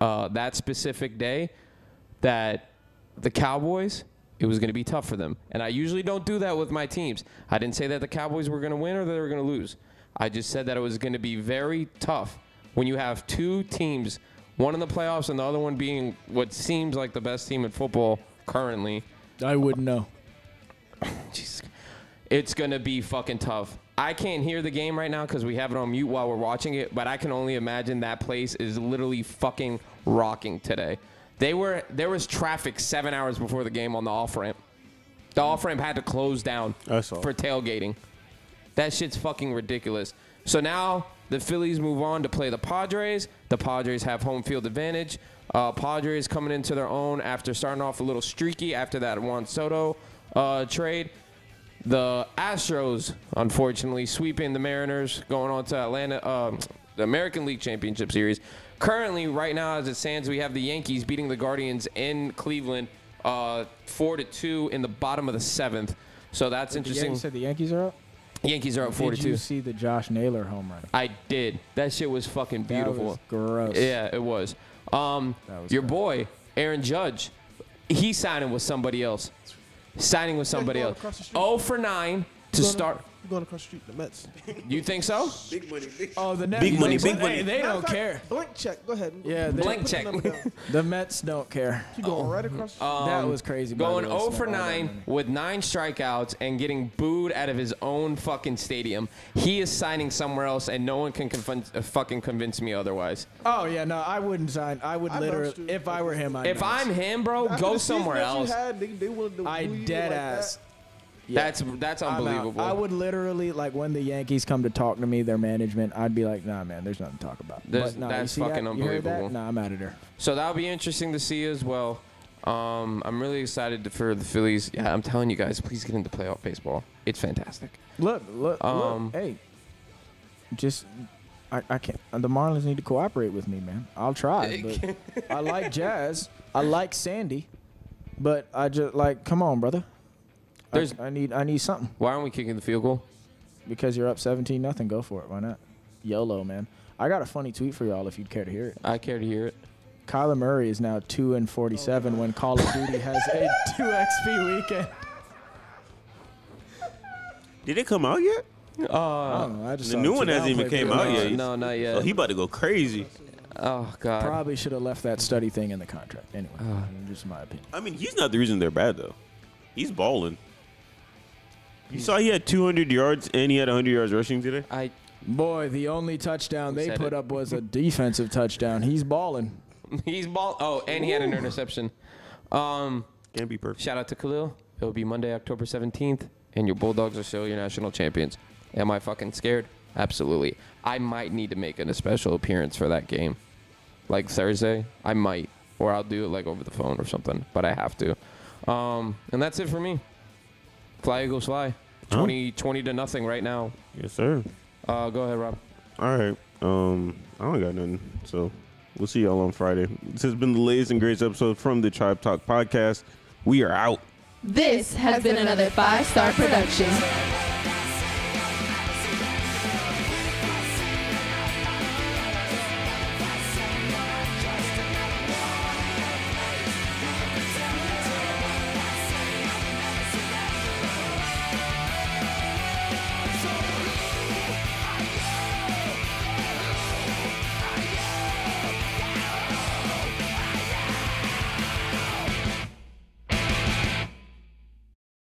Speaker 5: uh, that specific day, that the Cowboys it was going to be tough for them. And I usually don't do that with my teams. I didn't say that the Cowboys were going to win or they were going to lose. I just said that it was going to be very tough when you have two teams, one in the playoffs and the other one being what seems like the best team in football currently.
Speaker 4: I wouldn't know.
Speaker 5: Jesus. It's going to be fucking tough. I can't hear the game right now because we have it on mute while we're watching it, but I can only imagine that place is literally fucking rocking today. They were there was traffic seven hours before the game on the off ramp. The off ramp had to close down
Speaker 3: I saw.
Speaker 5: for tailgating. That shit's fucking ridiculous. So now the Phillies move on to play the Padres. The Padres have home field advantage. Uh, Padres coming into their own after starting off a little streaky after that Juan Soto uh, trade. The Astros, unfortunately, sweeping the Mariners, going on to Atlanta, um, the American League Championship Series. Currently, right now, as it stands, we have the Yankees beating the Guardians in Cleveland, uh, four to two in the bottom of the seventh. So that's interesting.
Speaker 4: You said the Yankees are up.
Speaker 5: Yankees are up
Speaker 4: Did you
Speaker 5: 42.
Speaker 4: see the Josh Naylor home run?
Speaker 5: I did. That shit was fucking beautiful.
Speaker 4: That was gross.
Speaker 5: Yeah, it was. Um,
Speaker 4: That was
Speaker 5: your
Speaker 4: bad.
Speaker 5: boy Aaron Judge, he signing with somebody else. Signing with somebody
Speaker 6: going
Speaker 5: else.
Speaker 6: across the street.
Speaker 5: 0 for 9 to
Speaker 6: Going
Speaker 5: start.
Speaker 6: You're going across the street, to the Mets.
Speaker 5: You think so?
Speaker 2: Big money, big
Speaker 4: Oh, the Nets.
Speaker 3: Big money,
Speaker 4: they-
Speaker 3: big money.
Speaker 4: They
Speaker 6: Matter
Speaker 4: don't
Speaker 6: of fact,
Speaker 4: care.
Speaker 6: Blank check. Go ahead.
Speaker 4: Yeah, they-
Speaker 5: Blank
Speaker 6: Put the
Speaker 5: check.
Speaker 6: number down.
Speaker 4: The Mets don't care.
Speaker 6: You going right across the
Speaker 5: Um,
Speaker 4: That was crazy, by the
Speaker 5: Going
Speaker 4: way,
Speaker 5: 0 for
Speaker 4: Smith.
Speaker 5: 9 with nine strikeouts and getting booed out of his own fucking stadium. He is signing somewhere else, and no one can convince, uh, fucking convince me otherwise.
Speaker 4: Oh yeah, no, I wouldn't sign. I would
Speaker 6: I
Speaker 4: literally,
Speaker 6: bounced you.
Speaker 4: if I were him, I'd
Speaker 5: If
Speaker 4: bounce.
Speaker 5: I'm him, bro,
Speaker 6: After
Speaker 5: go
Speaker 6: the season
Speaker 5: somewhere
Speaker 6: that you
Speaker 5: else.
Speaker 6: had, they, they wanted to
Speaker 4: I
Speaker 6: boo you
Speaker 4: dead
Speaker 6: like
Speaker 4: ass.
Speaker 6: That.
Speaker 5: That's that's
Speaker 4: I'm out.
Speaker 5: unbelievable.
Speaker 4: I would literally like when the Yankees come to talk to me, their management. I'd be like, Nah, man, there's nothing to talk about.
Speaker 5: There's-
Speaker 4: But, nah,
Speaker 5: that's
Speaker 4: you see
Speaker 5: fucking
Speaker 4: that? You heard that?
Speaker 5: unbelievable.
Speaker 4: Nah, I'm out of there.
Speaker 5: So that'll be interesting to see as well. Um, I'm really excited for the Phillies. Yeah, I'm telling you guys, please get into playoff baseball. It's fantastic.
Speaker 4: Look, look,
Speaker 5: Um,
Speaker 4: look. Hey, just I, I can't. The Marlins need to cooperate with me, man. I'll try. But I like Jazz. I like Sandy, but I just like, come on, brother. I-
Speaker 5: There's-
Speaker 4: I, need, I need something
Speaker 5: Why aren't we kicking the field goal?
Speaker 4: because you're up 17 nothing. Go for it. Why not? YOLO, man. I got a funny tweet for y'all if you'd care to hear it.
Speaker 5: I care to hear it.
Speaker 4: Kyler Murray is now two and 47 when Call of Duty has a two XP weekend.
Speaker 3: Did it come out yet?
Speaker 4: I
Speaker 5: Uh,
Speaker 4: don't know. Oh, I just
Speaker 3: The
Speaker 4: saw
Speaker 3: new
Speaker 4: a
Speaker 3: one
Speaker 4: tweet. I
Speaker 3: hasn't
Speaker 4: don't
Speaker 3: even
Speaker 4: play
Speaker 3: came
Speaker 4: video
Speaker 3: out
Speaker 4: games.
Speaker 3: yet.
Speaker 5: no, not yet.
Speaker 3: Oh, he about to go crazy.
Speaker 5: oh God.
Speaker 4: Probably should have left that study thing in the contract. Anyway, just my opinion.
Speaker 3: I mean, he's not the reason they're bad though. He's balling. You saw he had 200 yards and he had 100 yards rushing today.
Speaker 5: I
Speaker 4: Boy, the only touchdown
Speaker 5: Who
Speaker 4: they
Speaker 5: said
Speaker 4: put
Speaker 5: it?
Speaker 4: up was a defensive touchdown. He's balling.
Speaker 5: he's ball. Oh, and he had an interception. Um,
Speaker 3: Can't be perfect.
Speaker 5: shout out to Khalil. It'll be Monday, October 17th, and your Bulldogs are still your national champions. Am I fucking scared? Absolutely. I might need to make an, a special appearance for that game, like Thursday. I might, or I'll do it like over the phone or something. But I have to. Um, and that's it for me. Fly Eagles fly. 20, 20 to nothing right now.
Speaker 3: Yes, sir.
Speaker 5: Uh, go ahead, Rob.
Speaker 3: All right. Um, I don't got nothing. So we'll see y'all on Friday. This has been the latest and greatest episode from the Tribe Talk podcast. We are out.
Speaker 1: This has been another five star production.
Speaker 2: Hey,